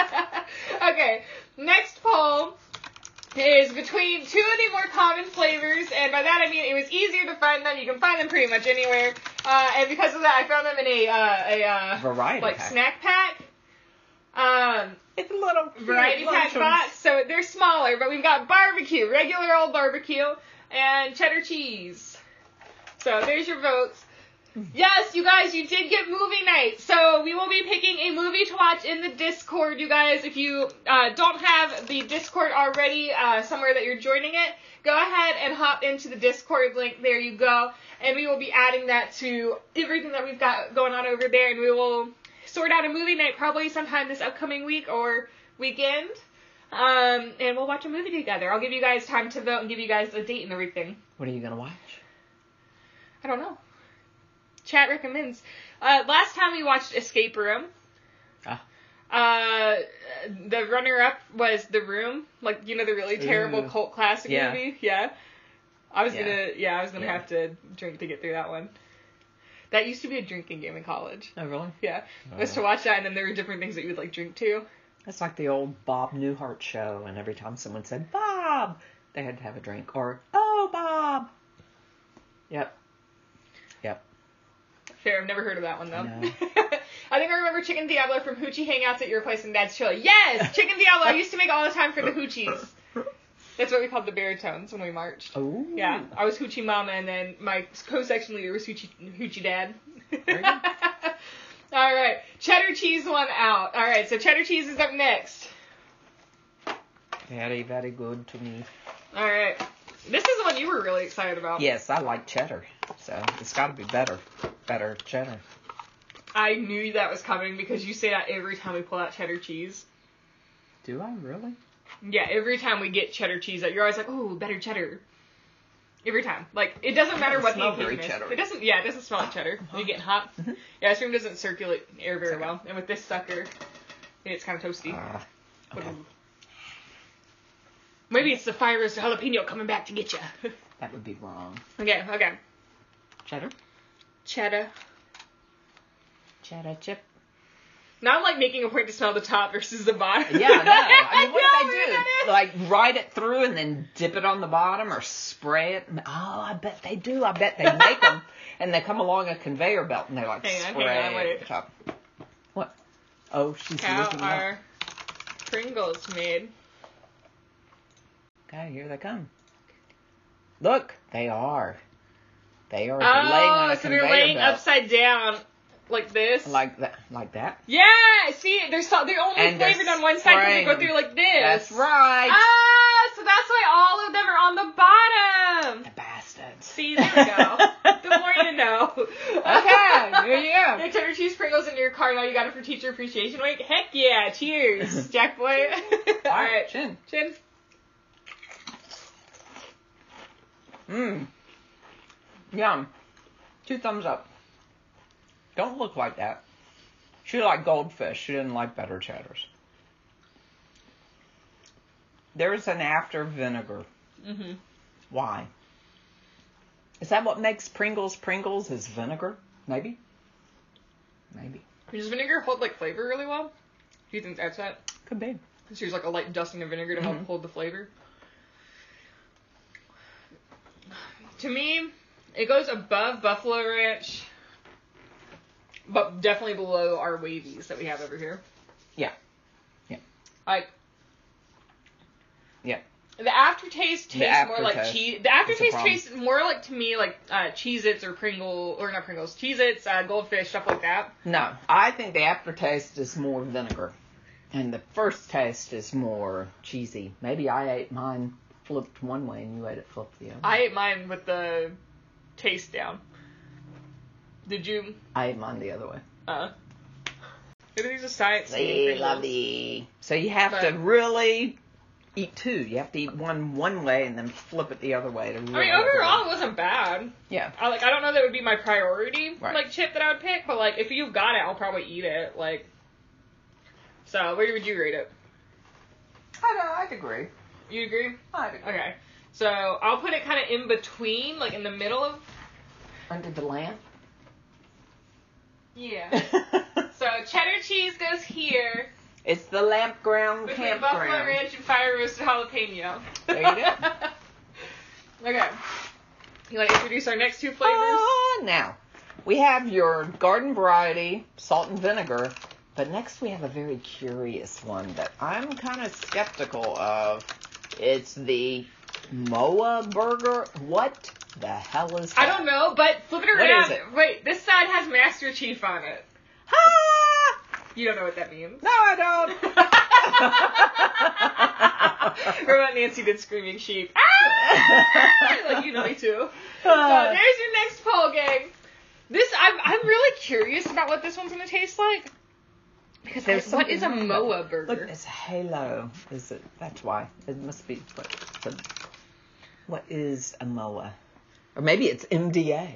okay, next poll is between two of the more common flavors, and by that I mean it was easier to find them. You can find them pretty much anywhere, uh, and because of that, I found them in a uh, a uh,
Variety
like
pack.
snack pack. Um,
It's a little cute
variety
luncheon.
pack box. So they're smaller, but we've got barbecue, regular old barbecue, and cheddar cheese. So there's your votes. Yes, you guys, you did get movie night. So we will be picking a movie to watch in the Discord, you guys. If you uh, don't have the Discord already, uh, somewhere that you're joining it, go ahead and hop into the Discord link. There you go. And we will be adding that to everything that we've got going on over there. And we will sort out a movie night probably sometime this upcoming week or weekend. Um, and we'll watch a movie together. I'll give you guys time to vote and give you guys a date and everything.
What are you going to watch?
I don't know. Chat recommends. Uh, last time we watched Escape Room.
Ah.
Uh, the runner up was The Room, like you know the really terrible
Ooh.
cult classic
Yeah.
movie. Yeah. I was
Yeah.
gonna, yeah, I was gonna
Yeah.
have to drink to get through that one. That used to be a drinking game in college.
Oh, really?
Yeah,
Oh,
was to watch that, and then there were different things that you would like drink to.
That's like the old Bob Newhart show, and every time someone said Bob, they had to have a drink or Oh Bob. Yep. Yep.
Fair, I've never heard of that one though.
No.
I think I remember Chicken Diablo from Hoochie Hangouts at your place in Dad's Chili. Yes, Chicken Diablo. I used to make all the time for the Hoochies. That's what we called the baritones when we marched.
Oh.
Yeah, I was Hoochie Mama, and then my co-section leader was Hoochie, Hoochie Dad.
Very good.
all right, cheddar cheese one out. All right, so cheddar cheese is up next.
Very, very good to me.
All right, this is the one you were really excited about.
Yes, I like cheddar, so it's got to be better. Better cheddar.
I knew that was coming because you say that every time we pull out cheddar cheese.
Do I really?
Yeah, every time we get cheddar cheese, out, you're always like, "Ooh, better cheddar." Every time, like it doesn't matter
doesn't
what
smell
the
very
ingredient is.
cheddar-y.
It doesn't. Yeah, it doesn't smell like cheddar. You get hot.
Mhm.
Yeah, this room doesn't circulate air very
It's okay.
well, and with this sucker, it's kind of toasty.
Ah, okay.
Maybe it's the fire roasted jalapeno coming back to get you.
that would be wrong.
okay, okay.
Cheddar.
Cheddar.
Cheddar chip.
Now I'm like making a point to smell the top versus the bottom.
Yeah, I know. I mean, what
know
did I
where that
do?
is.
Like ride it through and then dip it on the bottom, or spray it? Oh, I bet they do. I bet they make them, and they come along a conveyor belt and they like
Hang on, hang
spray
on, wait.
it. at the top. What? Oh, she's
How
looking up.
are Pringles made?
Okay, here they come. Look, they are. They are laying on
Oh,
a
so
conveyor
they're laying
belt.
upside down like this.
like that, like that.
Yeah, see, they're so, they're only
And they're
flavored on one side because they go
spraying.
through like this.
That's right.
Ah, so on the bottom.
The bastards.
See, there we go. the more you know.
Okay, yeah.
Your cheddar cheese Pringles in your car now. You got it for Teacher Appreciation Week. Heck yeah! Cheers, Jack boy. All
All right,
right,
chin.
chin.
Mmm. Yum. Two thumbs up. Don't look like that. She liked goldfish. She didn't like better cheddars. There's an after vinegar.
Mhm.
Why? Is that what makes Pringles Pringles? Is vinegar? Maybe. Maybe.
Does vinegar hold like flavor really well? Do you think that's it?
Could be.
Just use like a light dusting of vinegar to help
Mhm.
hold the flavor. To me, it goes above Buffalo Ranch, but definitely below our wavies that we have over here.
Yeah. Yeah.
Like
Yeah.
the aftertaste
The
tastes more like
aftertaste
cheese. The
is the
aftertaste
problem.
tastes more like to me like uh, Cheez-Its or Pringle or not Pringles, Cheez-Its, uh, Goldfish, stuff like that.
No, I think the aftertaste is more vinegar, and the first taste is more cheesy. Maybe I ate mine flipped one way and you ate it flipped the other.
I ate mine with the taste down. Did you?
I ate mine the other way.
Uh, maybe there's a science. to
See,
Pringles.
lovely. So you have to
But-
really eat two. You have to eat one one way and then flip it the other way to
I
really.
mean, overall, it wasn't bad.
Yeah.
I like. I don't know that would be my priority,
Right.
like chip that I would pick, but like if you've got it, I'll probably eat it. Like, so where would you rate it?
I know. I'd agree.
You agree?
I'd agree.
Okay. So I'll put it kind of in between, like in the middle of.
Under the lamp.
Yeah. so cheddar cheese goes here
it's the lamp ground
between
campground.
Buffalo Ranch and fire roasted jalapeno.
There you go.
Okay. You want to introduce our next two flavors?
Ah, now, we have your garden variety, salt and vinegar, but next we have a very curious one that I'm kind of skeptical of. It's the Moa burger. What the hell is that?
I don't know, but flip it
What
around.
is it?
Wait, this side has Master Chief on it.
Ah!
You don't know what that means.
No, I don't.
Remember what Nancy did screaming sheep? Ah! like you know me too. So
Ah.
there's your next poll, gang. This I'm I'm really curious about what this one's gonna taste like. Because
There's
like, what
something
is a
wrong with
Moa
it.
burger?
Look, it's a halo. Is it? That's why. It must be. What, what, what is a MOA? Or maybe it's MDA.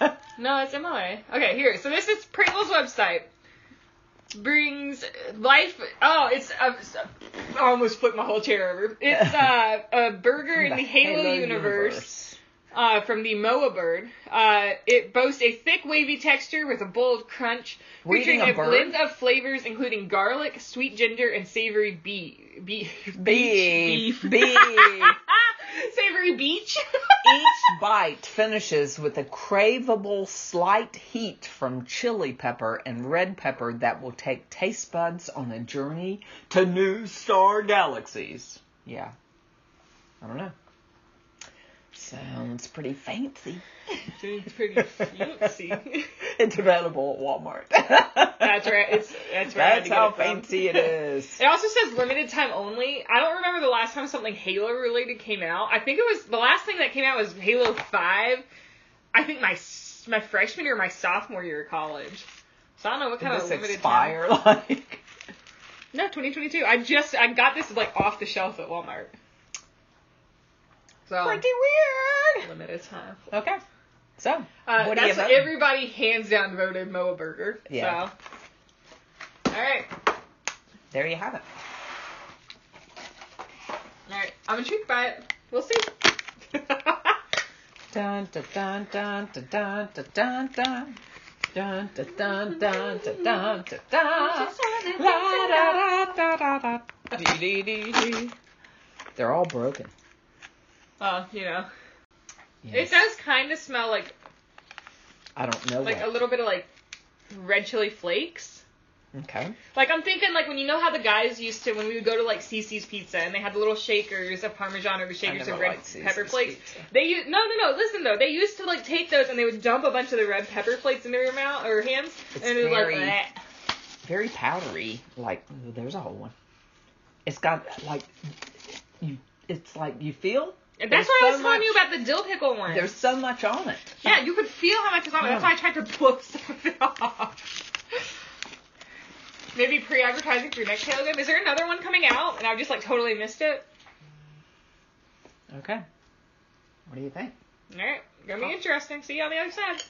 No, it's MLA. Okay, here. So this is Pringles website. Brings life. Oh, it's. Uh, I almost flipped my whole chair over. It's uh, a burger in the, Halo, universe, Uh, from the Moa bird. Uh, it boasts a thick, wavy texture with a bold crunch,
We're
featuring
eating
a,
a bird?
blend of flavors including garlic, sweet ginger, and savory bee. Bee.
Beef.
Beef.
Beef.
savory beach.
Each bite finishes with a craveable slight heat from chili pepper and red pepper that will take taste buds on a journey to new star galaxies. Yeah. I don't know. Sounds pretty fancy.
It's pretty fancy.
It's available at Walmart.
That's right. It's that's right. I had
That's
to get
how
it from.
fancy it is.
It also says limited time only. I don't remember the last time something Halo related came out. I think it was the last thing that came out was Halo Five. I think my s- my freshman or my sophomore year of college. So I don't know what
Did
kind of
this
limited
expire like?
time. No, 2022. I just I got this like off the shelf at Walmart. So
Pretty weird.
limited time.
Okay. So,
Uh,
what do you
that's what
vote?
everybody hands down voted Moa Burger.
Yeah.
So. All right.
there you have it.
All right. I'm intrigued by it. We'll see.
Dun dun dun dun dun dun dun dun dun. Dun dun dun dun dun dun dun dun. La da da da da da. Dee dee dee dee. They're all broken.
Well, Uh, you know,
Yes.
it does kind of smell like
I don't know
like a
what.
little bit of like red chili flakes.
Okay.
Like I'm thinking like when you know how the guys used to when we would go to like CC's Pizza and they had the little shakers of Parmesan or the shakers
never
of red
liked CC's
pepper flakes.
Pizza.
They u- no no no listen though they used to like take those and they would dump a bunch of the red pepper flakes into your mouth or hands
It's
and it was like
very-
"Bleh."
Very powdery. Like, ooh, there's a whole one. It's got, like, you it's like you feel
That's
There's
what I was
so
telling you
much-
about the dill pickle one.
there's so much on it.
Yeah, you could feel how much is on it. That's why I tried to blow some of it off. Maybe pre-advertising for your next tailgate. Is there another one coming out? And I just like totally missed it.
Okay. What do you think?
All right, gonna be interesting. See you on the other side.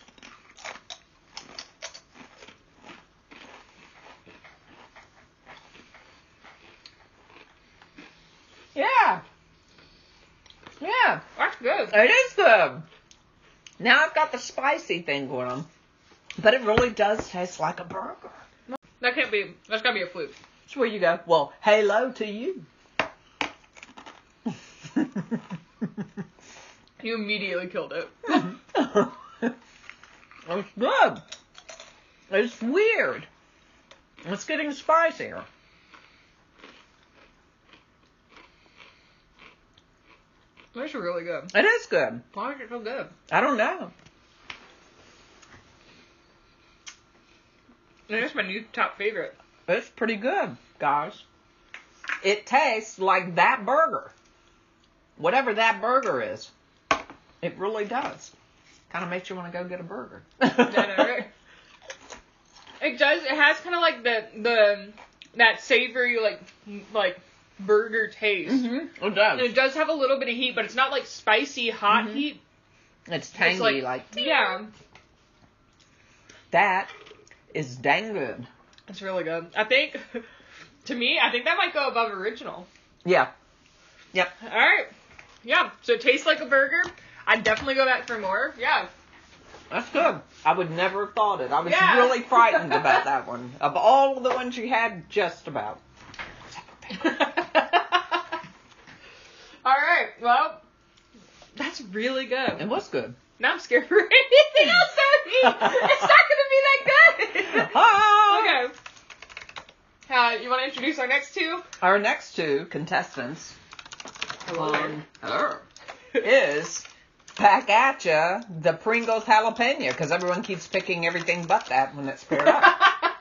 Yeah. Yeah.
That's good.
It is good. Now I've got the spicy thing going on. But it really does taste like a burger.
That can't be. That's gotta be a fluke.
It's where you go, well, hello to you.
You immediately killed it.
it's good. It's weird. It's getting spicier.
That's really good.
It is good.
Why is it so good?
I don't know.
That's my new top favorite.
It's pretty good, guys. It tastes like that burger. Whatever that burger is. It really does. Kind of makes you want to go get a burger. Mm-hmm.
I know, right? It does. It has kind of like the the that savory like like burger taste.
Mm-hmm. It
And
does.
it does have a little bit of heat, but it's not like spicy hot
Mhm.
heat.
It's
It's
tangy, like,
yeah,
that. Is dang good.
it's really good. I think to me, I think that might go above original.
Yeah.
All right, yeah. So it tastes like a burger. I'd definitely go back for more. Yeah,
That's good. I would never have thought it. I was
Yeah.
really frightened about that one. Of all of the ones you had, just about.
All right. Well, that's really
It
good.
was good.
Now I'm scared for anything else that would be. It's not gonna be that good.
Ah!
okay. Uh, you want to introduce our next two?
Our next two contestants on Earth is Back at Ya, the Pringles jalapeno, because everyone keeps picking everything but that when it's paired up.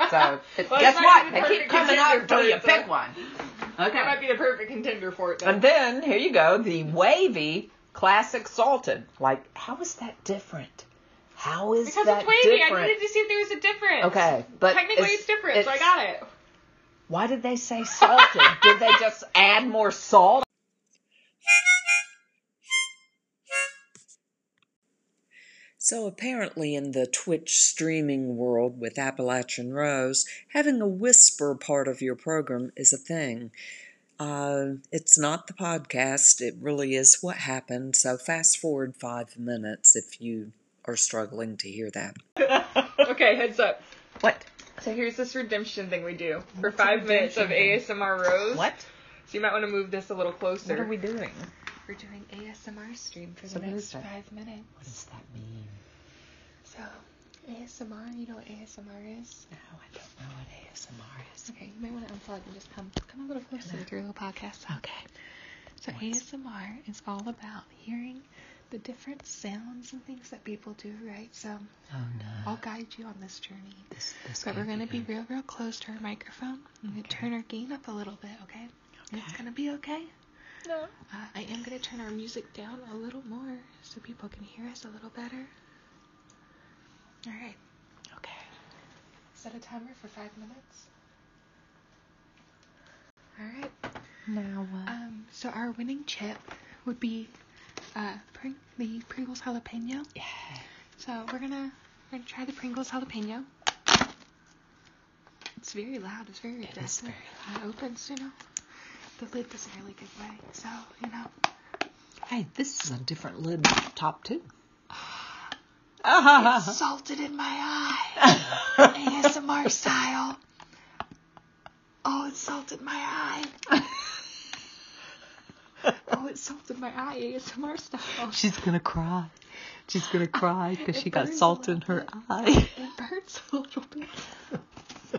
So, it-
Well,
guess
it might
what?
be
They
the
keep
perfect
coming up
contender
until
for
you
it,
pick
though.
one.
That
Okay.
might be the perfect contender for it. Though.
And then, here you go, the wavy classic salted. Like, how is that different? How is
because
that
it's wavy,
different?
I needed to see if there was a difference.
Okay, but
Technically, it's, different, so I got it.
Why did they say salted? did they just add more salt?
So, apparently, in the Twitch streaming world with Appalachian Rose, having a whisper part of your program is a thing. Uh, it's not the podcast, it really is what happened. So, fast forward five minutes if you are struggling to hear that.
Okay, heads up.
What?
So here's this redemption thing we do for five minutes of ASMR Rose.
What?
So you might want to move this a little closer.
What are we doing?
We're doing ASMR stream for the
So
next
who's that?
five minutes.
What does that mean?
So ASMR, you know what ASMR is?
No, I don't know what ASMR is.
Okay, you might want to unplug and just come come a little closer with your little podcast. Okay.
So ASMR is all about hearing the different sounds and things that people do, right? So
Oh no.
I'll guide you on this journey.
This, this
So we're
can't
going to be
good.
real, real close to our microphone. I'm going to turn our gain up a little bit, okay? And It's
Okay.
going to be okay.
No.
Uh, I am going to turn our music down a little more so people can hear us a little better. All right.
Okay.
Set a timer for five minutes. All right. Now what? Um, so our winning chip would be uh, Pring- the Pringles jalapeno.
Yeah.
So we're gonna we're gonna try the Pringles jalapeno. It's very loud. It's very aggressive.
very
When It opens, you know. The lid doesn't really give way. So you know.
Hey, this is a different lid top too. Ah.
Salted in my eye. ASMR style. Oh, it salted my eye. Oh, it salted my eye. ASMR style.
She's gonna cry. She's gonna cry because she
got salt in her
eye.
It burns a little bit.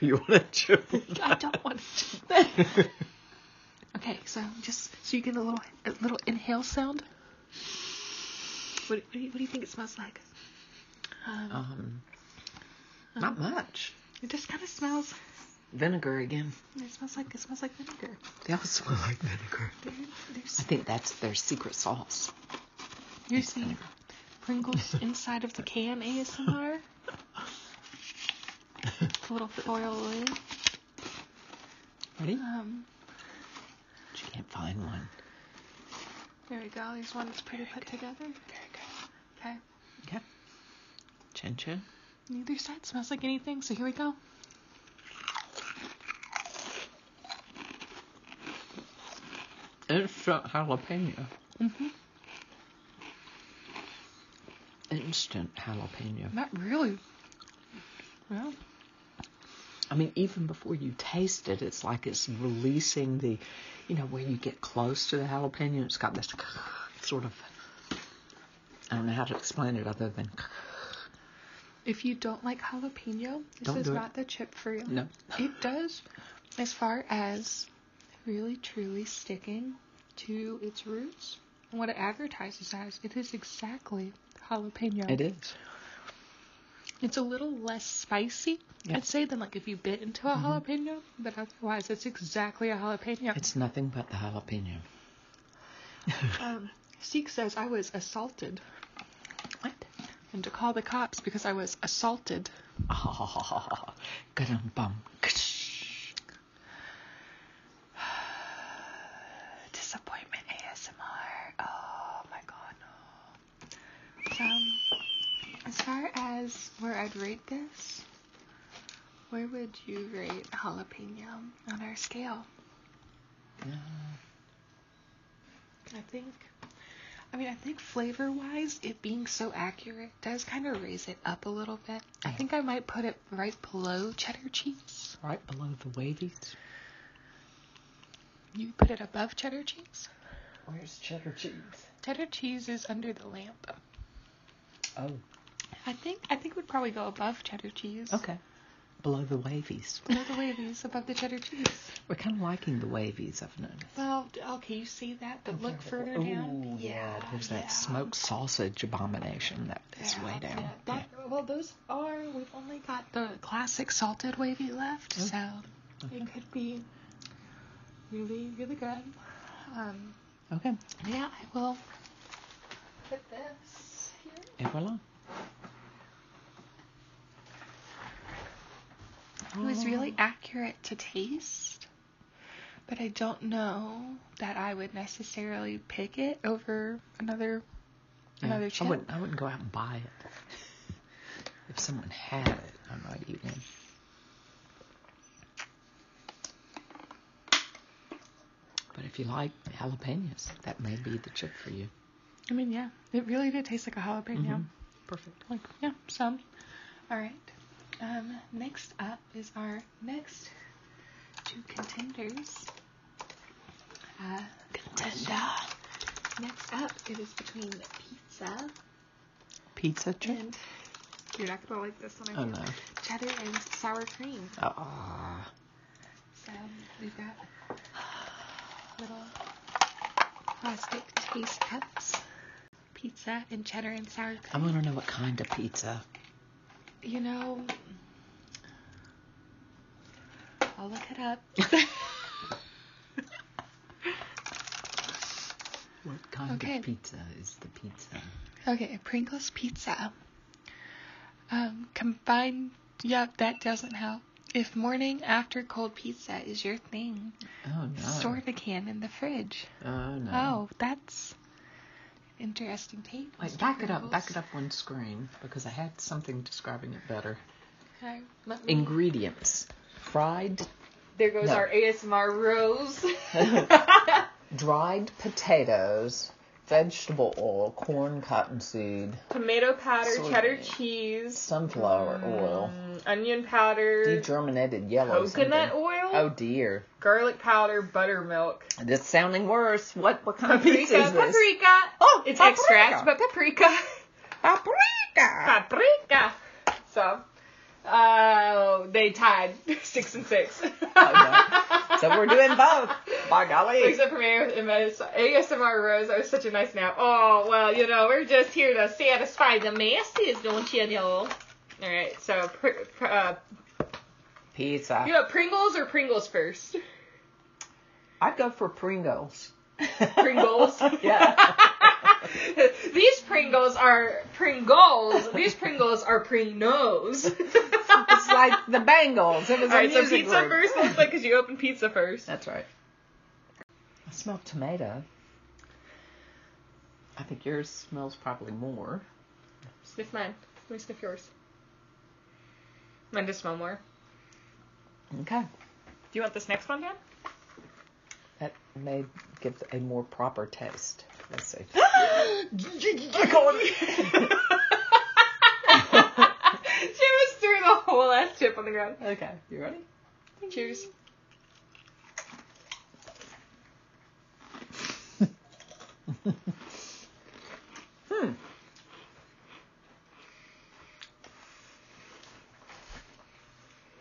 you want to chew?
I don't want to. Okay, so just so you get a little a little inhale sound. What, what, do, you, what do you think it smells like? Um,
Um, not much.
It just kind of smells
vinegar again.
It smells like it smells like vinegar.
They all smell like vinegar.
There, there's
I think that's their secret sauce.
you see Pringles inside of the can ASMR. A little foil lid.
Ready?
Um,
She can't find one.
there we go. There's one that's pretty put together.
Very good.
Okay.
Yep. Chin chin.
Neither side smells like anything, so here we go.
It's a jalapeno. Mm-hmm. Instant jalapeno.
Not really. Well,
I mean, even before you taste it, it's like it's releasing the, you know, where you get close to the jalapeno, it's got this sort of, I don't know how to explain it other than,
if you don't like jalapeno, this
Don't
is
do it.
not the chip for you.
no.
It does, as far as really truly sticking to its roots and what it advertises as. It is exactly jalapeno.
It is.
It's a little less spicy,
Yeah. Mm-hmm.
I'd say, than like if you bit into a jalapeno, but otherwise, it's exactly a jalapeno.
It's nothing but the jalapeno.
um, Seek says I was assaulted. What? And to call the cops because I was assaulted.
Ah, Gum bum.
Disappointment ASMR. Oh my god, no. Um, as far as where I'd rate this, where would you rate jalapeno on our scale?
Uh,
I think, I mean, I think flavor wise, it being so accurate does kind of raise it up a little bit. I think I might put it right below cheddar cheese.
Right below the wavies.
You put it above cheddar cheese?
Where's cheddar cheese?
Cheddar cheese is under the lamp.
Oh,
I think I think we'd probably go above cheddar cheese.
okay. Below the wavies.
Below the wavies, above the cheddar cheese.
We're kind of liking the wavies, I've noticed.
Well, d- okay, you see that, but look further down.
Ooh, yeah, there's that smoked sausage abomination that is
yeah,
way down.
yeah, that- Well, those are. We've only got the classic salted wavy left,
Oh.
so it could be really, really good. Um,
Yeah. Okay,
yeah, I will put this here.
et voila.
It was
Mm-hmm.
really accurate to taste, but I don't know that I would necessarily pick it over another
Oh, Yeah,
another
I
chip.
wouldn't, I wouldn't go out and buy it. If someone had it, I might eat one. But if you like jalapenos, that may be the chip for you.
I mean, yeah, it really did taste like a jalapeno.
Mm-hmm. Perfect.
Like, yeah, some. All right. Um, next up is our next two contenders. Uh, Contender. Next up, it is between pizza
Pizza chip?
and you're not gonna like this one. I
Oh,
feel.
no.
Cheddar and sour cream.
Ah.
So we've got little plastic taste cups, pizza and cheddar and sour cream.
I want to know what kind of pizza.
You know, I'll look it up.
What kind
Okay.
of pizza is the pizza?
Okay, Pringles pizza. Um, combined. Yep, that doesn't help. If morning after cold pizza is your thing,
Oh no.
store the can in the fridge.
Oh no.
Oh, that's interesting tape.
Wait, back it up, back it up one screen because I had something describing it better.
Okay, let me-
Ingredients: fried,
There goes
No.
our ASMR rose.
dried potatoes, vegetable oil, corn, cottonseed,
Tomato powder,
Soy
cheddar
milk.
cheese,
sunflower oil,
mm, onion powder,
degerminated yellow
coconut
something.
oil,
Oh dear,
garlic powder, buttermilk,
this sounding worse. What what kind of pizza
paprika,
is this?
paprika.
Oh,
It's
paprika.
extracts, but paprika.
Paprika.
paprika. So, uh, they tied six and six.
Oh, So we're doing both. By golly.
Except for me, ASMR Rose, I was such a nice now. Oh, well, you know, we're just here to satisfy the masses, don't you know? All right, so pr- pr- uh,
Pizza.
You know, Pringles or Pringles first?
I'd go for Pringles.
Pringles.
yeah.
These Pringles are Pringles. These Pringles are Pringnos.
It's like the Bangles. It was
All
a
right, so
music
pizza
group.
first. Looks like because you open pizza first.
That's right. I smell tomato. I think yours smells probably more.
Sniff mine. Let me sniff yours. Mine does smell more.
Okay.
Do you want this next one, Dan?
That may give a more proper taste. Let's see.
she was threw the whole ass chip on the ground.
Okay. You ready?
Cheers.
Hmm.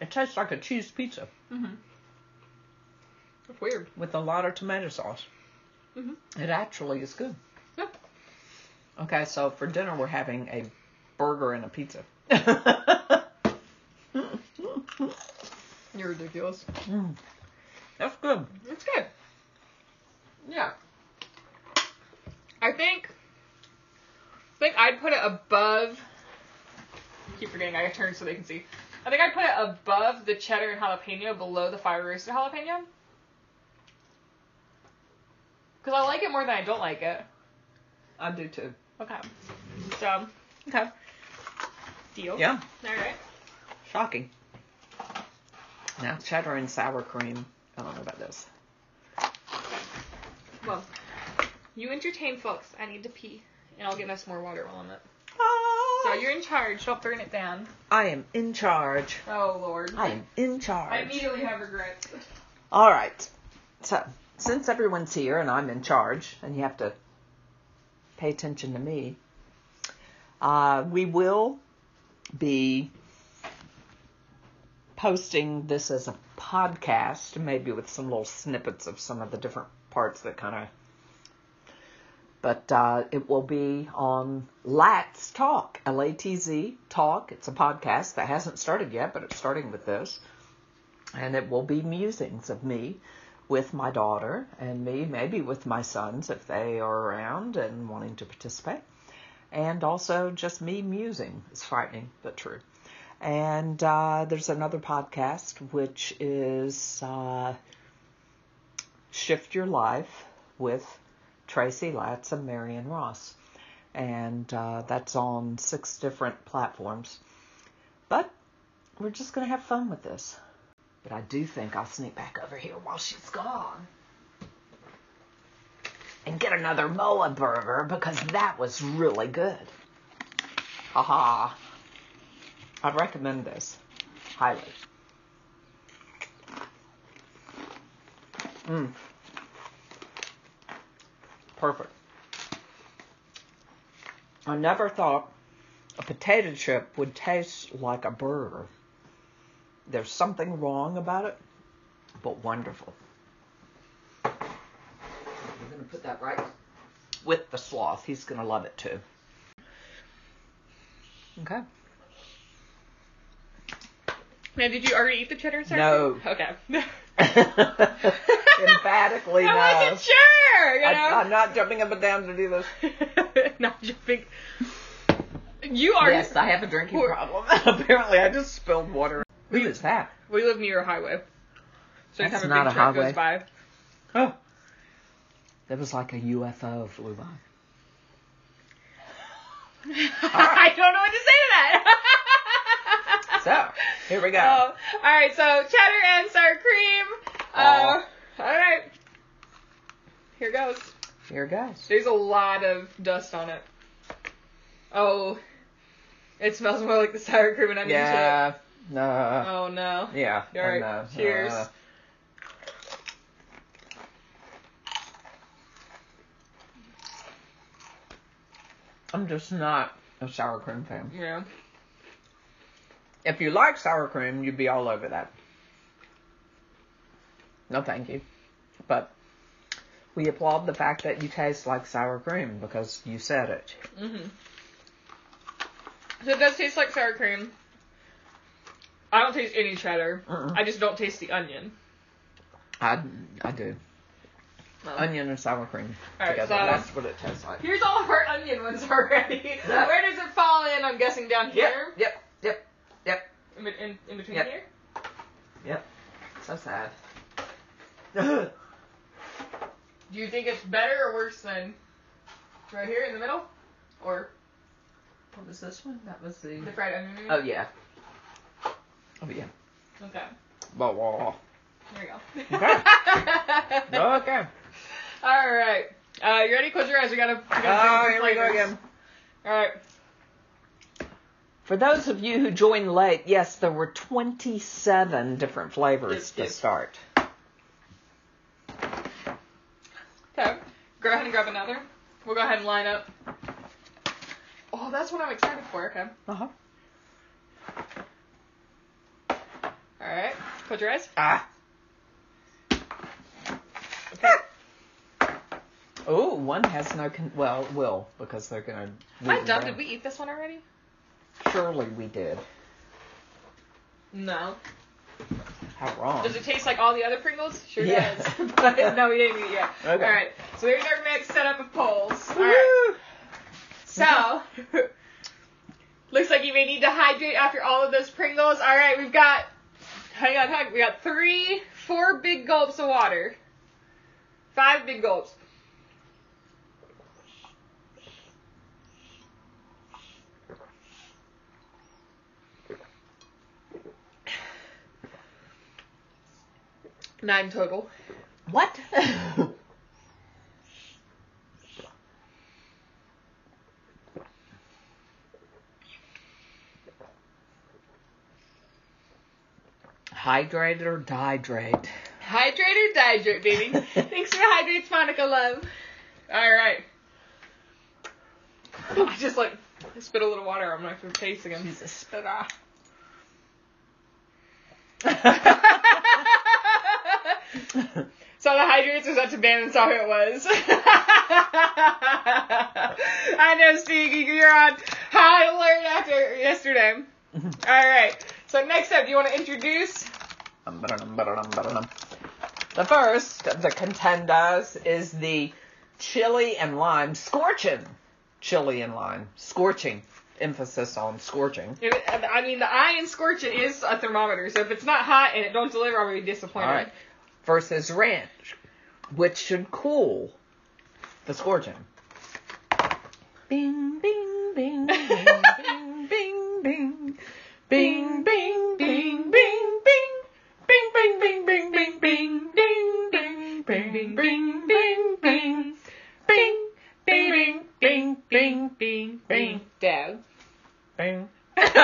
It tastes like a cheese pizza
Mm-hmm. That's weird.
with a lot of tomato sauce.
Mhm.
It actually is good.
Yeah.
Okay, so for dinner we're having a burger and a pizza.
You're ridiculous.
Mm. That's good.
It's good. Yeah. I think. I think I'd put it above. I keep forgetting I turned so they can see. I think I'd put it above the cheddar and jalapeno, below the fire roasted jalapeno. Cause I like it more than I don't like it.
I do too.
Okay. So. Okay. Deal.
Yeah.
All right.
Shocking. Now cheddar and sour cream. I don't know about this.
Well, you entertain folks. I need to pee, and I'll get us more water while I'm up. So you're in charge. Don't burn it down.
I am in charge.
Oh Lord.
I am in charge.
I immediately have regrets.
All right. So, since everyone's here and I'm in charge and you have to pay attention to me, uh, we will be posting this as a podcast, maybe with some little snippets of some of the different parts that kind of. But uh, it will be on Latz Talk, L A T Z Talk. It's a podcast that hasn't started yet, but it's starting with this and it will be musings of me with my daughter and me, maybe with my sons if they are around and wanting to participate, and also just me musing. It's frightening but true. And uh, there's another podcast which is uh, Shift Your Life with Tracy Latz and Marion Ross. And uh, that's on six different platforms. But we're just going to have fun with this. But I do think I'll sneak back over here while she's gone. And get another Moa burger because that was really good. Haha. I'd recommend this highly. Mmm. Perfect. I never thought a potato chip would taste like a burger. There's something wrong about it, but wonderful. We're going to put that right with the sloth. He's going to love it too. Okay.
Now, did you already eat the cheddar and sour
No.
cream? Okay.
Emphatically no.
I wasn't sure. You know.
I, am not jumping up and down to do this.
Not jumping. You are.
Yes, I have a drinking
Poor-
problem. Apparently, I just spilled water. Who is that?
We live near a highway. So you
That's
have a
not
big
a
truck goes
highway.
by.
Oh. That was like a UFO flew by.
I don't know what to say to that.
So, here we go.
Oh, all right. So cheddar and sour cream. Uh, all right. Here goes.
Here goes.
There's a lot of dust on it. Oh, it smells more like the sour cream and onion
Yeah. No.
chip. Oh no.
Yeah.
All right.
and, uh,
Cheers.
uh, I'm just not a sour cream fan.
yeah.
If you like sour cream, you'd be all over that. No, thank you. But we applaud the fact that you taste like sour cream because you said it.
Mm-hmm.
Mhm. So it does taste like sour cream.
I don't taste any cheddar.
Mm-mm.
I just don't taste the onion.
I, I do.
Well,
Onion and sour cream
All right,
together.
so-
That's what it tastes like.
Here's all of our onion ones already. Where does it fall in? I'm guessing down here.
Yep. Yep. Yep.
In, be- in, in between
Yep.
here.
So sad. Ugh.
Do you think it's better or worse than right here in the middle, or
what was this one? That was the.
the fried onion?
Oh yeah. Oh yeah.
Okay.
Blah, blah, blah.
There we go.
Okay. Okay.
All right. Uh, you ready? Close your eyes. We gotta. We
Oh,
gotta pick
here we go
flavors.
again.
All right.
For those of you who joined late, yes, there were 27 different flavors
Yes,
to
yes.
start.
Okay. Go ahead and grab another. We'll go ahead and line up. Oh, that's what I'm excited for. Okay.
Uh-huh.
All right. Close your eyes.
Ah. Oh, one has no con- well, it will because they're gonna.
I'm done. Did we eat this one already?
Surely we did.
No.
How wrong?
Does it taste like all the other Pringles? Sure
Yeah.
does. But no, we didn't eat it yet.
Okay.
All right. So here's our next setup of polls. All right. So looks like you may need to hydrate after all of those Pringles. All right, we've got. Hang on, hang. on. We got three, four big gulps of water. Five big gulps. Nine total.
What? Hydrate or dehydrate?
Hydrate or dehydrate, baby. Thanks for the hydrates, Monica love. All right. Oh, I just like spit a little water on my face again.
Jesus.
Spit off. so the hydrates was up to Ben and saw who it was. I know, Steve, you're on high alert after yesterday. All right. So next up, do you want to introduce
Um, ba-da-dum, ba-da-dum, ba-da-dum. The first of the contenders is the chili and lime scorching. Chili and lime scorching. Emphasis on scorching.
It, I mean, the eye in scorching is a thermometer, so if it's not hot and it don't deliver, I'll be disappointed.
All right. Versus ranch, which should cool the scorching. Bing, bing, bing, bing, bing, bing, bing. Bing, bing, bing, bing, bing. Bing, bing, bing, bing, bing, bing. Ding, ding, bing, bing, bing, bing, bing. Bing, bing, bing, bing, bing, bing, bing,
Dad.
bing. So, what's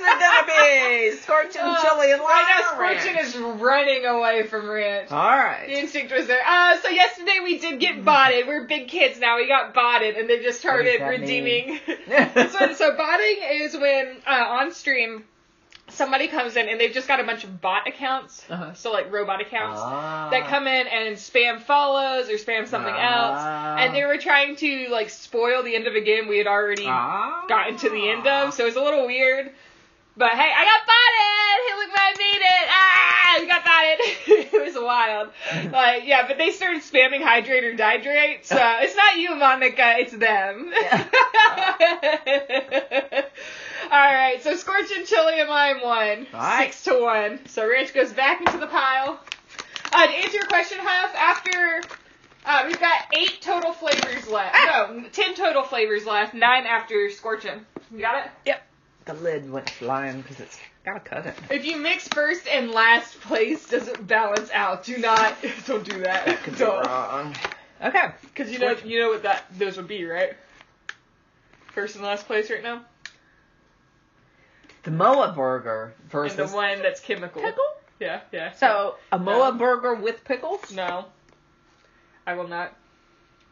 it gonna be? Scorching
Uh,
chili and lime.
Right now,
or ranch?
scorching is running away from ranch.
All right.
The instinct was there. Uh, so yesterday we did get botted. We're big kids now. We got botted, and they just
does
started
that
redeeming.
mean?
so, so botting is when uh, on stream somebody comes in and they've just got a bunch of bot accounts,
Uh-huh.
so like robot accounts.
Ah.
that come in and spam follows or spam something
Ah.
else. And they were trying to like spoil the end of a game we had already
Ah.
gotten to the end of, so it was a little weird. But hey, I got botted! Hey, look what I made it! Ah, we got botted! it was wild. Like, yeah, but they started spamming hydrate or dihydrate, so it's not you, Monica, it's them. Alright, so Scorch and Chili and Lime won.
Alright.
Six to one. So Ranch goes back into the pile. Uh, to answer your question, Huff, after uh, we've got eight total flavors left. No, ten total flavors left. Nine after scorching. You got it?
Yep. The lid went flying because it's gotta cut it.
If you mix first and last place, does it balance out? Do not. Don't do that.
Could be
Don't.
wrong. Okay.
Because you know you know what that those would be, right? First and last place right now,
The Moa burger
and the
versus
one that's chemical.
pickle.
Yeah, yeah.
So a Moa
No.
burger with pickles,
no, I will not.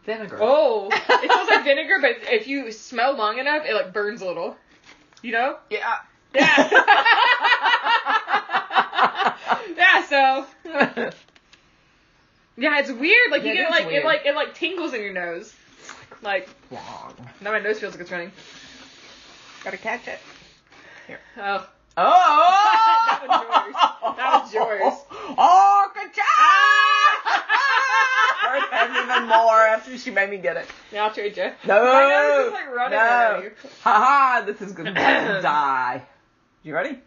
vinegar.
Oh, it smells like vinegar, but if you smell long enough, it like burns a little. You know?
yeah.
Yeah. yeah. So Oh. yeah, it's weird. Like you
That
get
is
like
weird.
it like it like tingles in your nose. Like
Wrong.
now my nose feels like it's running. Gotta catch it.
Here.
Oh.
Oh!
That was yours. That was yours.
Oh, good job! Hers even more after she made me get it.
Now I'll trade you.
No!
My nose is like running
no.
already.
Haha, this is gonna die. You ready?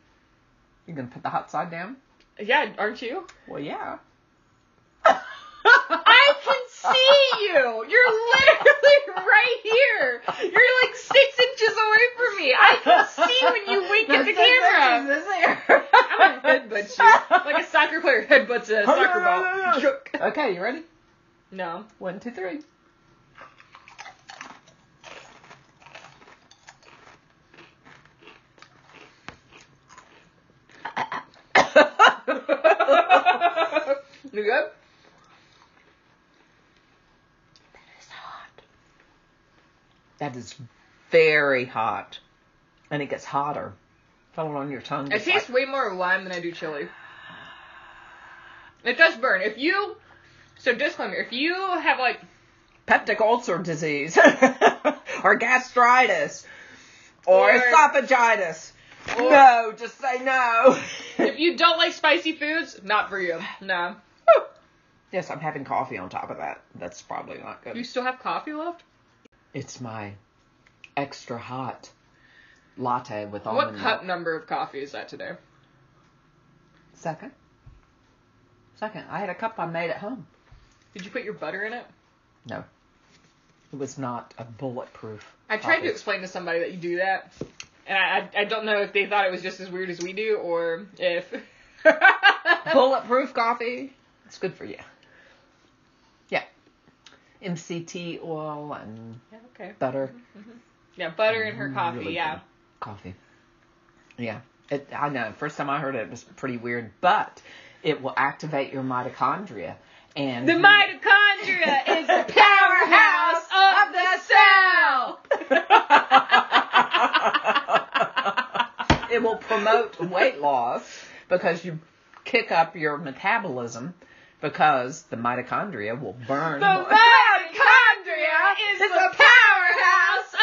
You gonna put the hot side down?
Yeah, aren't you?
Well, yeah.
I can see you. You're literally right here. You're like six inches away from me. I can see when you wink at the camera. I'm gonna headbutt you like a soccer player headbutts a soccer ball. Shook.
Okay, you ready?
No.
One, two, three.
You good?
That is very hot. And it gets hotter. Fell on your tongue.
I
just like-
taste way more of lime than I do chili. It does burn. If you so disclaimer, if you have like
peptic ulcer disease or gastritis or,
Or-
esophagitis.
Or-
no, just say no.
if you don't like spicy foods, not for you. No.
yes, I'm having coffee on top of that. That's probably not good.
You still have coffee left?
It's my extra hot latte with
What
almond
cup
milk.
number of coffee is that today?
Second. Second. I had a cup I made at home.
Did you put your butter in it?
No. It was not a bulletproof.
I tried to
coffee.
explain to somebody that you do that, and I, I I don't know if they thought it was just as weird as we do or if.
bulletproof coffee. It's good for you. Yeah. MCT oil and
Yeah, okay.
butter.
Yeah, butter in her coffee.
Really
yeah.
good Coffee. Yeah. It, I know. First time I heard it, it was pretty weird, but it will activate your mitochondria. And
The mitochondria is the powerhouse of the cell.
it will promote weight loss because you kick up your metabolism because the mitochondria will burn.
The mitochondria is the powerhouse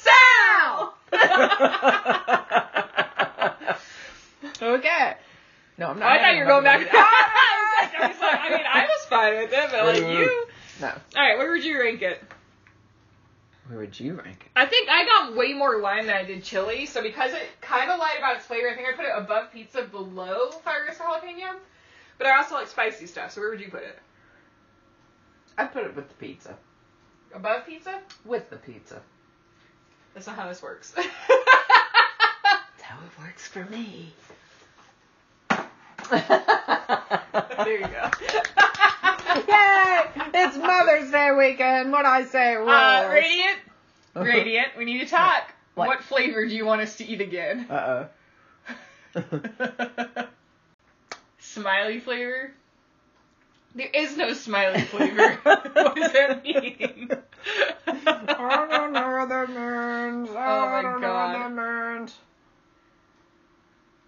of the cell.
okay. No, I'm not.
I thought
having
you were going
another
back.
one.
I was like, I was like, I mean, I was fine with it, but like you.
No.
All right, where would you rank it?
Where would you rank
I think I got way more lime than I did chili, so because it kind of lied about its flavor, I think I put it above pizza, below firegrass jalapeno. But I also like spicy stuff, so where would you put it?
it? I put it with the pizza.
Above pizza?
With the pizza.
That's not how this works.
That's how it works for me.
there you go.
Yay! It's Mother's Day weekend. What I say,
Uh,
rolls.
radiant, radiant. We need to talk.
What?
What? flavor do you want us to eat again?
Uh oh.
Smiley flavor. There is no smiley flavor. what does that mean?
I don't know the means. I
Oh my
don't know
God.
the means.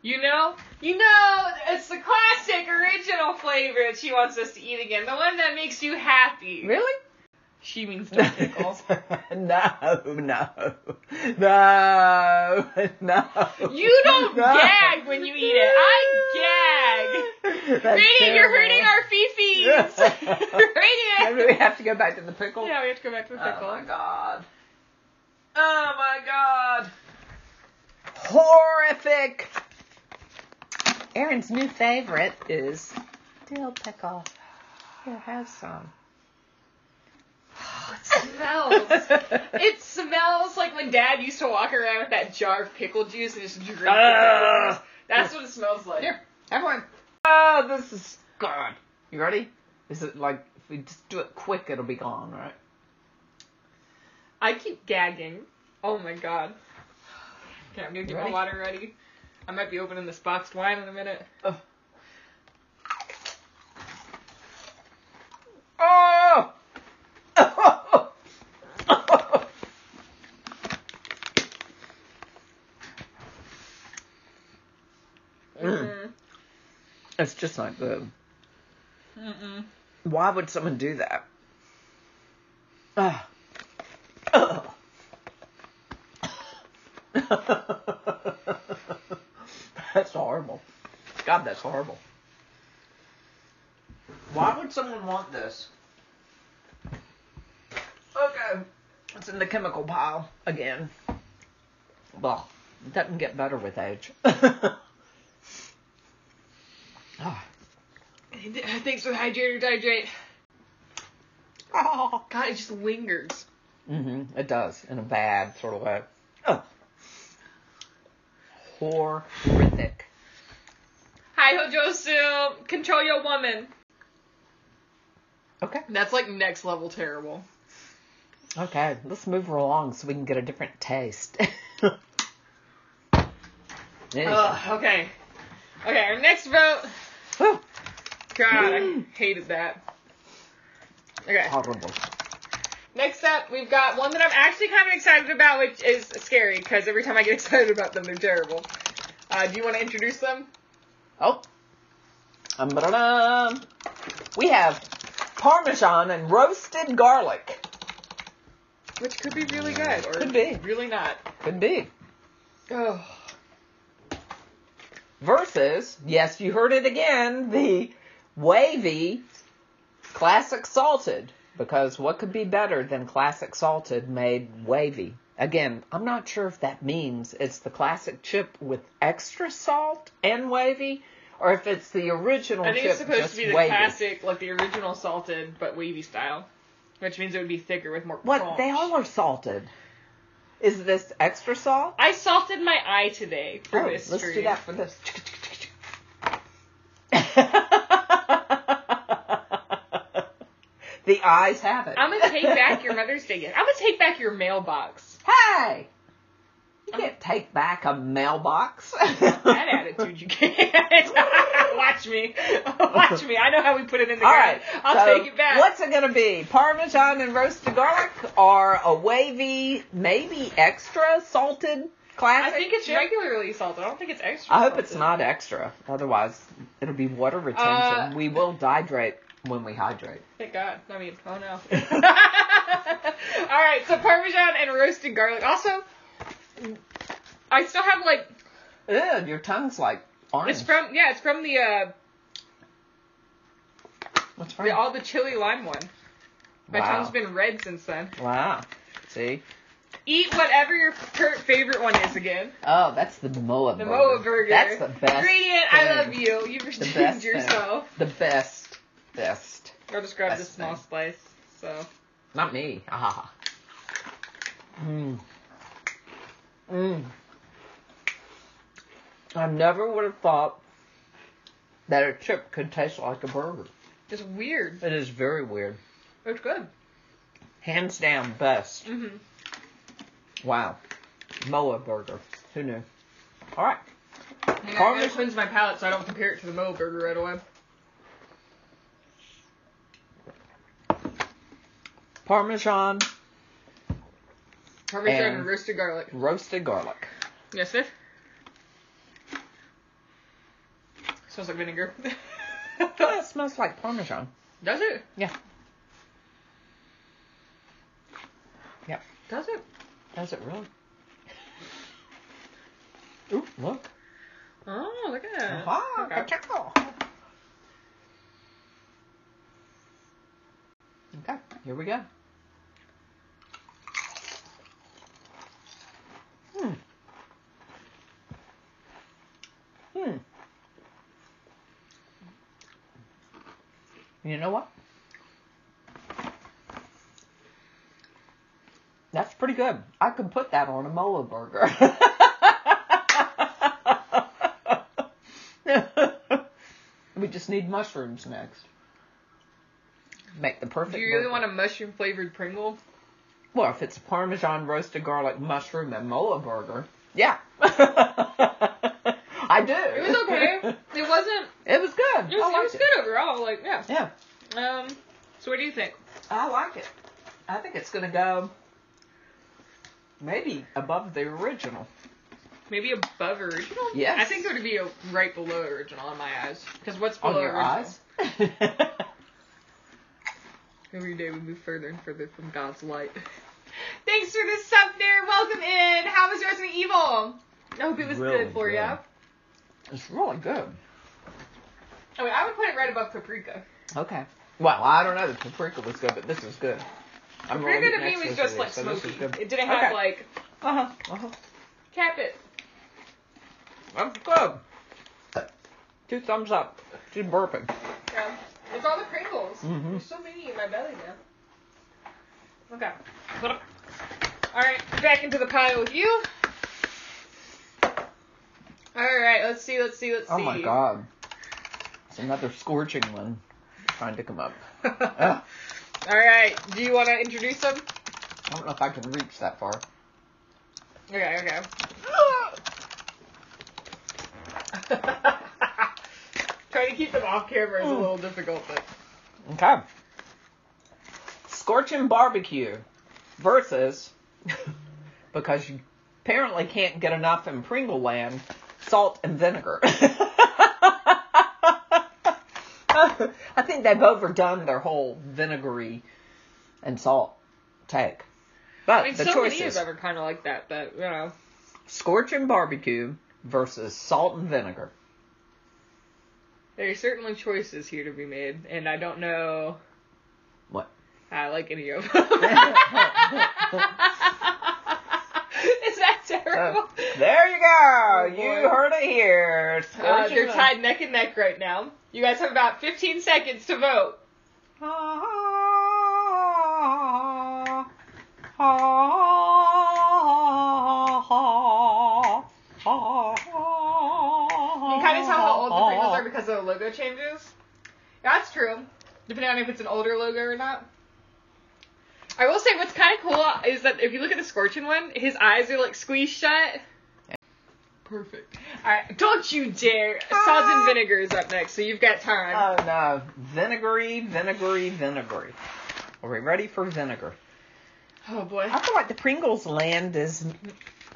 You know? You know, it's the classic original flavor that she wants us to eat again. The one that makes you happy.
Really?
She means
no,
dill pickle.
no, no, no.
you don't
No.
gag when you eat it. I
That's
gag. Radiant, you're
terrible.
hurting our fifis.
Maybe we
Radiant.
have to go back to the pickle.
Yeah, we have to go back to the
Oh
pickle.
my god.
Oh my god.
Horrific. Aaron's new favorite is dill pickle. Here, have some.
Oh, Smells. It smells like when Dad used to walk around with that jar of pickle juice and just drink it.
Ugh.
That's what it smells like.
Here, have one. Oh, this is good. You ready? Is it like if we just do it quick, it'll be gone, right?
I keep gagging. Oh my god. Okay, I'm gonna get
Ready?
my water ready. I might be opening this boxed wine in a minute.
Oh!
Mm.
It's just not good.
Mm-mm.
Why would someone do that? Ugh. Ugh. that's horrible. God, that's horrible. Why would someone want this? Okay, it's in the chemical pile again. Well, it doesn't get better with age. Ah.
Thanks for hydrate or dihydrate.
Ah.
Oh God, it just lingers.
hmm It does in a bad sort of way. Oh. Horrific.
Hi Hojosu, control your woman.
Okay.
That's like next level terrible.
Okay. Let's move along so we can get a different taste. Anyway.
Ugh, okay. Okay, our next vote.
Whew,
God, I hated that. Okay.
horrible.
Next up, we've got one that I'm actually kind of excited about, which is scary because every time I get excited about them, they're terrible. Uh, do you want to introduce them?
Oh. Um, ba-da-dum. We have parmesan and roasted garlic.
Which could be really good, or
Mm, Could be.
really not.
Could be.
Oh,
versus, yes, you heard it again, the wavy classic salted. Because what could be better than classic salted made wavy? Again, I'm not sure if that means it's the classic chip with extra salt and wavy, or if it's the original
I think
chip
it's supposed
just
to be the
wavy.
classic, like the original salted but wavy style, which means it would be thicker with more.
What
crunch.
they all are salted. Is this extra salt?
I salted my eye today for
Oh,
this
let's do
stream.
that for this. the eyes have it.
I'm gonna take back your Mother's Day gift. I'm gonna take back your mailbox.
Hey, you can't take back a mailbox.
That attitude you can't. Watch me. Watch me. I know how we put it in the
All
ground.
right,
I'll
so
take it back.
What's it gonna be? Parmesan and roasted garlic, or a wavy, maybe extra salted
I
classic?
think it's
chip?
regularly salted. I don't think it's extra.
I hope it's
salted.
not extra. Otherwise, it'll be water retention.
Uh,
we will dehydrate when we hydrate.
Thank God. I mean, oh no. All right, so Parmesan and roasted garlic. Also, I still have like
Ew, your tongue's like orange.
it's from yeah, it's from the uh
What's
the,
wrong?
all the chili lime one. My
Wow.
tongue's been red since then.
Wow. See?
Eat whatever your per- favorite one is again.
Oh, that's the Moa
The
burger.
Moa burger.
That's the best.
Ingredient,
thing.
I love you. You've
The
redeemed
best. thing.
yourself.
The best. Best.
I'll just grab
Best
this small
thing.
slice. So
Not me. Ah. Mmm. Mmm. I never would have thought that a chip could taste like a burger.
just weird.
It is very weird.
It's good.
Hands down, best.
Mm-hmm.
Wow. Moa burger. Who knew? All right.
Hang on, I
Parmesan-
gotta cleanse my palate so I don't compare it to the Moe burger right away.
Parmesan,
Parmesan
And-
and roasted garlic.
roasted garlic.
Yes, sir. Smells like vinegar.
Oh, it smells like Parmesan.
Does it?
Yeah. Yep.
Does it?
Does it really? Ooh, look.
Oh, look at that.
Ah,
Okay.
ka-chow. Okay, here we go. Hmm. Hmm. You know what? That's pretty good. I could put that on a mola burger. we just need mushrooms next. Make the perfect.
Do you really
burger.
want a mushroom flavored Pringle?
Well, if it's Parmesan roasted garlic mushroom and mola burger, yeah, I do.
It was okay. it wasn't.
It was good.
It was,
I
it was
liked
good overall. Like yeah.
Yeah,
Um. So what do you think?
I like it. I think it's gonna go maybe above the original.
Maybe above original?
Yes.
I think it would be a, right below original in my eyes. Because what's
On
below
your
original?
eyes.
Every day we move further and further from God's light. Thanks for the sub there. Welcome in. How was Resident Evil? I hope it was
Really
good for
good.
you.
It's really good.
I mean, I would put it right above Paprika.
Okay. Well, I don't know. The paprika was good, but this was good. I'm gonna eat
Paprika to me
next
was
week
just
with
like
this, so this
smoky.
is good.
It didn't have
Okay.
like
Uh-huh. Uh-huh.
cap it.
That's good. Two thumbs up. She's burping.
Yeah. It's all the Pringles.
Mhm.
There's so many in my belly now. Okay. Alright, back into the pile with you. Alright, let's see, let's see, let's
Oh
see.
my god. It's another scorching one. Trying to come up. Ugh.
Alright, do you want to introduce them?
I don't know if I can reach that far.
Okay, okay. Trying to keep them off camera is a little difficult, but.
Okay. Scorching barbecue versus because you apparently can't get enough in Pringle land, salt and vinegar. I think they've overdone their whole vinegary and salt take. But
I mean,
the
so
choices
many of them are kind of like that, but, you know.
scorching barbecue versus salt and vinegar.
There are certainly choices here to be made, and I don't know.
What?
I like any of them. Is that terrible?
There you go.
Oh,
you
boy.
heard it here.
Uh,
Scorching
they're tied neck and neck right now. You guys have about 15 seconds to vote. You
You
can kind of tell how old the Pringles are because of the logo changes. That's true. Depending on if it's an older logo or not. I will say what's kind of cool is that if you look at the Scorchin one, his eyes are like squeezed shut. Perfect. All right, don't you dare. Salt and vinegar is up next, so you've got time.
Oh no, vinegary, vinegary, vinegary. Are we ready for vinegar?
oh boy.
I feel like the Pringles land is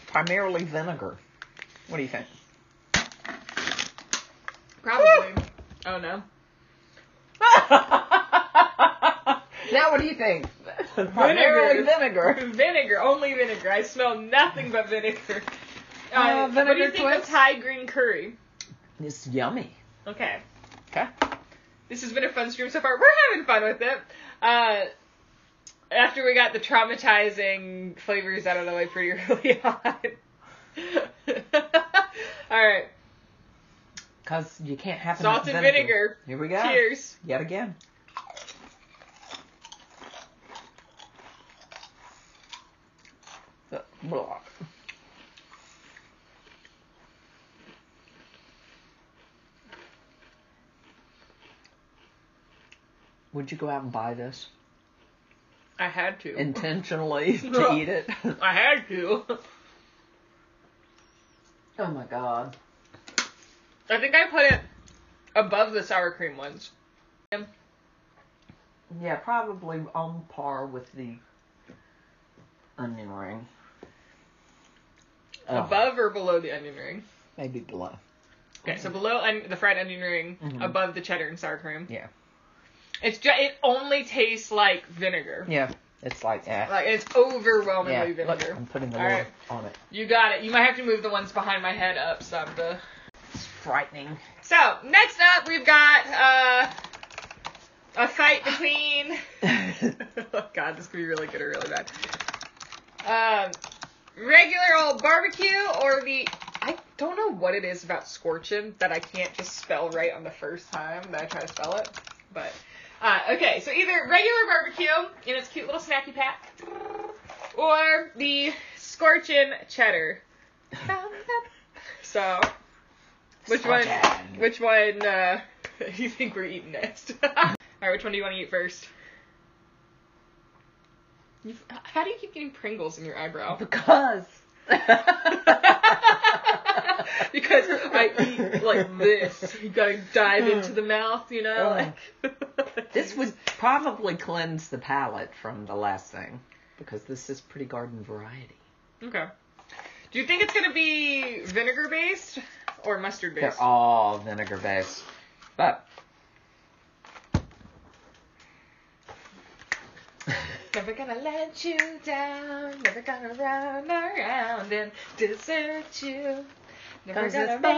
primarily vinegar. What do you think?
Probably. Oh no.
now what do you think? Primarily vinegar.
Vinegar, only vinegar. I smell nothing but vinegar. Uh,
Uh,
what do you
vinegar
think of
twist?
Thai green curry?
It's yummy.
Okay.
Okay.
This has been a fun stream so far. We're having fun with it. Uh, after we got the traumatizing flavors out of the way pretty early on. All right.
Cause you can't have
Salt
enough
and vinegar.
Here we go.
Cheers.
Yet again. Uh, blah. Would you go out and buy this
I had to.
intentionally to eat it?
I had to.
oh my god.
I think I put it above the sour cream ones.
Yeah, probably on par with the onion ring. Oh,
Above or below the onion ring?
Maybe below.
Okay,
Mm-hmm.
so below on- the fried onion ring,
Mhm.
above the cheddar and sour cream.
Yeah.
It's just it only tastes like vinegar.
Yeah, it's like eh.
Like it's overwhelmingly
yeah.
vinegar.
Look, I'm putting the
All
lid
right.
on it.
You got it. You might have to move the ones behind my head up some. To...
It's frightening.
So next up, we've got uh, a fight between. oh God, this could be really good or really bad. Um, regular old barbecue or the I don't know what it is about scorching that I can't just spell right on the first time that I try to spell it, but uh, okay. So either regular barbecue in its cute little snacky pack, or the scorching cheddar. So, which one?
Scorchin'.
Which one uh, do you think we're eating next? All right, which one do you want to eat first? You, how do you keep getting Pringles in your eyebrow?
because.
because I eat like this. You gotta dive into the mouth, you know. Like
this would probably cleanse the palate from the last thing because this is pretty garden variety.
okay. Do you think it's gonna be vinegar based or mustard based?
They're all vinegar based, but
Never gonna let you down. Never gonna run around and desert you. Never
'Cause
gonna
it's
make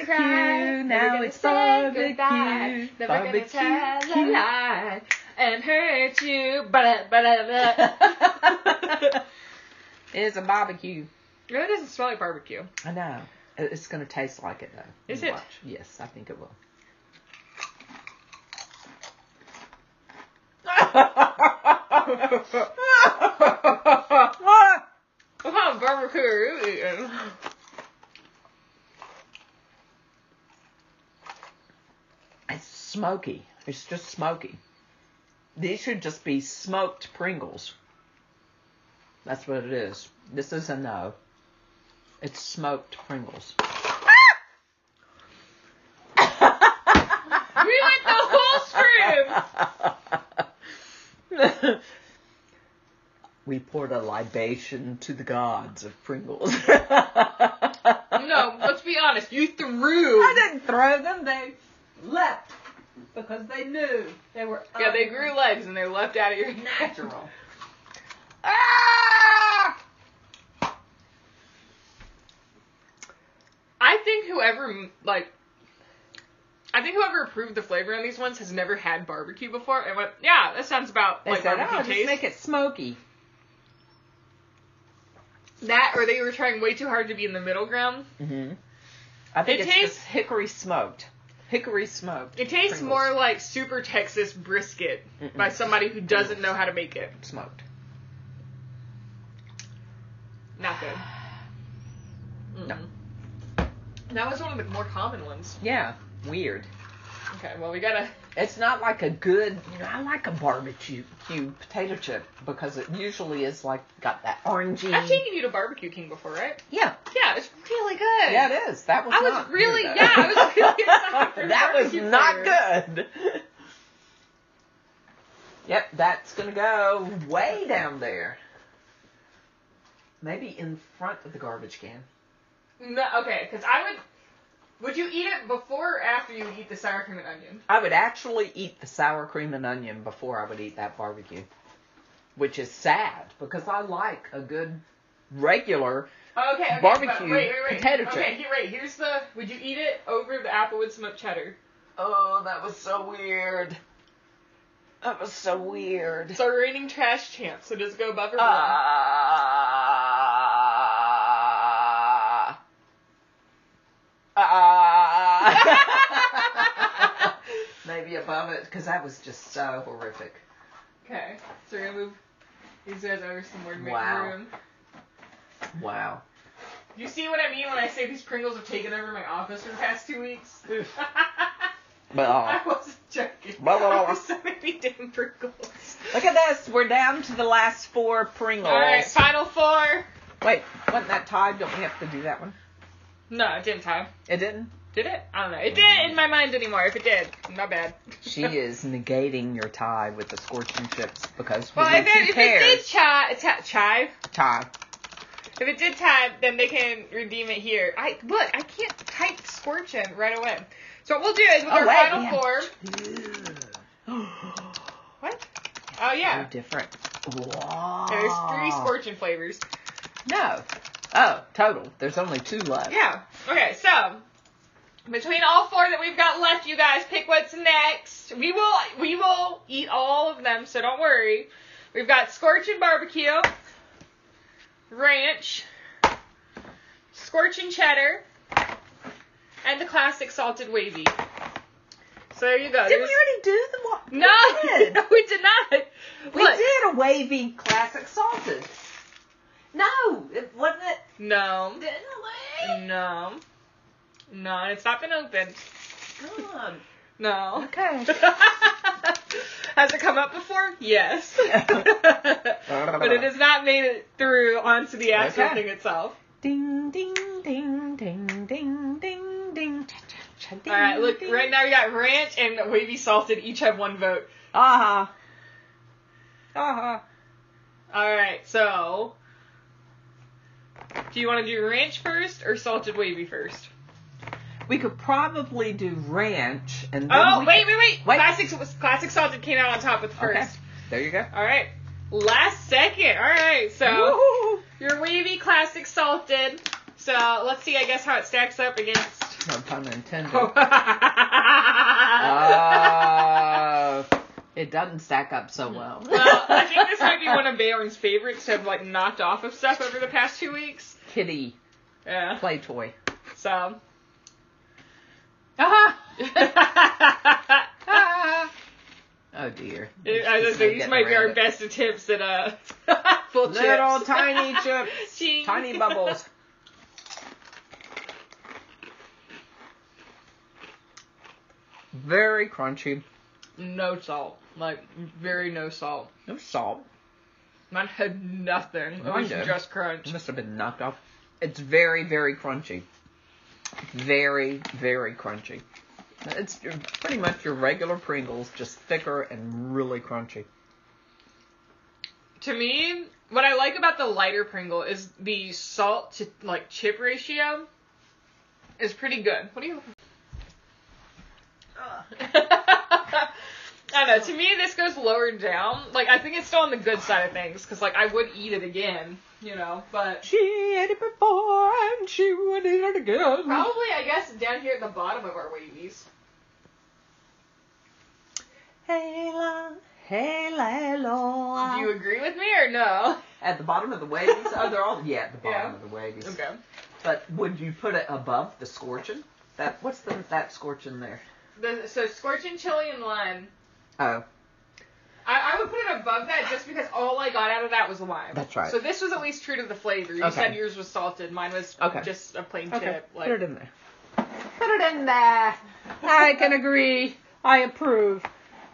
you cry.
barbecue,
Never
now
gonna
it's
say goodbye.
barbecue,
Never gonna tell a
barbecue.
lie and hurt you. Blah, blah, blah.
It's a barbecue.
really doesn't smell like barbecue.
I know. It- It's going to taste like it though.
Is
You
it?
Watch. Yes, I think it will.
Oh, barbecue. really.
it's smoky. It's just smoky. These should just be smoked Pringles. That's what it is. This is a no. It's smoked Pringles.
We went the whole stream.
we poured a libation to the gods of Pringles.
No,
no,
let's be honest. You threw.
I didn't throw them. They left because they knew they were.
Yeah, they grew legs and they're left out of your
Um, natural.
Ah! I think whoever like, I think whoever approved the flavor on these ones has never had barbecue before, and went, yeah, that sounds about
They
like
said, "Oh,
barbecue
just
taste.
make it smoky."
That or they were trying way too hard to be in the middle ground.
Mm-hmm. I think
It
it's
tastes-
just hickory smoked. Hickory smoked.
It tastes
Pringles.
more like super Texas brisket
Mm-mm.
by somebody who doesn't know how to make it.
smoked.
Not good.
No.
Mm-mm. Mm-hmm. That was one of the more common ones.
Yeah, weird.
Okay, well we gotta.
It's not like a good. You know, I like a barbecue you potato chip because it usually is like got that orangey.
I've taken you to Barbecue King before, right?
yeah,
Mm-hmm. Yeah, it's really good.
yeah, it is. That was.
I was
not good,
really-
though.
yeah, I was really excited for
that was
barbecue
not
flavor.
good. yep, that's gonna go way down there. Maybe in front of the garbage can.
No, okay, because I would. Would you eat it before or after you eat the sour cream and onion?
I would actually eat the sour cream and onion before I would eat that barbecue, which is sad because I like a good regular.
Oh, Okay, okay
Barbecue
but wait, wait, wait.
potato chip.
Okay, here, wait. Here's the. Would you eat it over the applewood smoked cheddar?
Oh, that was so weird. That was so weird.
It's our reigning trash champ, so does it go above or below?
Ah. Ah. Maybe above it, because that was just so horrific.
okay, so we're gonna move these guys over some more to make
Wow.
room.
Wow.
You see what I mean when I say these Pringles have taken over my office for the past two weeks?
Oof.
I
But uh,
wasn't joking.
Blah, blah, blah,
I was so many damn Pringles.
look at this. We're down to the last four Pringles.
All right, final four.
Wait, wasn't that tied? Don't we have to do that one?
No, it didn't time.
It didn't.
Did it? I don't know. It didn't in my mind anymore. If it did, my bad.
Mm-hmm. She is negating your tie with the scorching chips because
Well,
we
if it, if it did chi- ti- chive,
tie.
if it did time, then they can redeem it here. I look, I can't type scorch in right away. So what we'll do is with
Oh,
our
wait,
final
yeah.
four.
They're
What? Oh yeah,
different. Wow.
there's three scorching flavors.
No. Oh, total. There's only two left.
Yeah. Okay, so between all four that we've got left, you guys pick what's next. We will we will eat all of them, so don't worry. We've got scorching barbecue, ranch, scorching cheddar, and the classic salted wavy. So there you go.
Did we
There's-
already do the wa-
no,
We did.
no, we did not.
We
Look.
did a wavy classic salted. No, it wasn't it.
No,
Didn't we?
no, no. It's not been opened.
Come
No.
on. Okay.
Has it come up before? Yes. but it has not made it through onto the actual
Okay.
thing itself.
Ding ding ding ding ding ding ding. Cha, cha, cha, ding,
All right, look,
ding.
right now we got ranch and wavy salted each have one vote.
Uh huh. Uh huh.
All right, so do you want to do ranch first or salted wavy first?
We could probably do ranch and. Then
Oh,
we
wait,
could-
wait, wait,
Wait.
Classic classic salted came out on top with the
Okay.
first.
There you go.
All right. Last second. All right. So your wavy classic salted. So let's see, I guess, how it stacks up against.
No pun intended.
Oh.
Uh, it doesn't stack up so well.
well, I think this might be one of Baron's favorites to have like knocked off of stuff over the past two weeks.
kitty
Yeah.
play toy.
So. Uh-huh.
Oh dear.
It- Uh, I was
Just
gonna say, these
getting
might be
around
our
it.
best attempts at uh, full chips.
Little tiny chips.
Ching.
Tiny bubbles. Very crunchy.
No salt, like very no salt.
No salt.
Mine had nothing. It
Mine
was
did.
just crunch.
It must have been knocked off. It's very, very crunchy. Very, very crunchy. It's pretty much your regular Pringles, just thicker and really crunchy.
To me, what I like about the lighter Pringle is the salt to like chip ratio is pretty good. What do you? Ugh. I don't know. To me, this goes lower down. Like I think it's still on the good side of things because like I would eat it again, you know. But
She ate it before and she would eat it again.
probably I guess down here at the bottom of our wavies.
Hey la, hey la, ah. la.
Do you agree with me or no?
At the bottom of the wavies? Oh, they're all yeah, at the bottom
Yeah.
of the wavies.
Okay.
But would you put it above the scorching? That what's the that scorching there?
The, so scorching chili and lime.
Oh,
I, I would put it above that just because all I got out of that was lime.
That's right.
So this was at least true to the flavor. You
Okay.
said yours was salted. Mine was
Okay.
just a plain
okay.
chip. Like,
Put it in there. Put it in there. I can agree. I approve.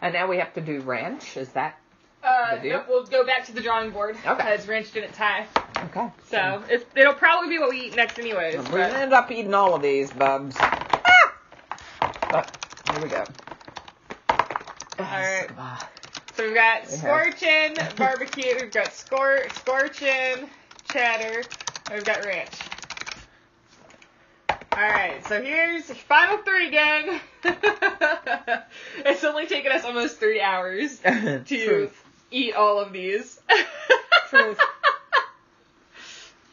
And now we have to do ranch. Is that
uh,
The deal?
no, we'll go back to the drawing board
Okay.
because ranch didn't tie.
okay?
So it's, it'll probably be what we eat next anyways.
We're gonna
But
end up eating all of these, bubs. Ah! But here we go. Ah. All
right. so we've got
We have-
scorching barbecue. We've got scor- scorching cheddar. And we've got ranch. All right, so here's final three, gang. it's only taken us almost three hours. to
Truth.
eat all of these.
Truth.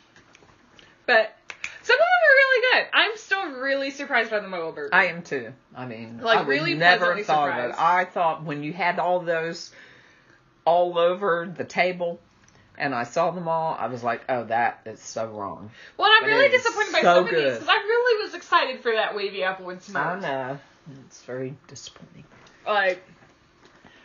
but some of them are really good. I'm still really surprised by the Mobile Burger.
I am too. I mean,
Like,
I would
really
never
pleasantly
thought of
surprised.
it. I thought when you had all those all over the table, and I saw them all, I was like, oh, that is so wrong.
well, and
but
I'm really
it is
disappointed by
so
some of these
good.
because I really was excited for that wavy apple and smoke.
I know. It's very disappointing.
Like,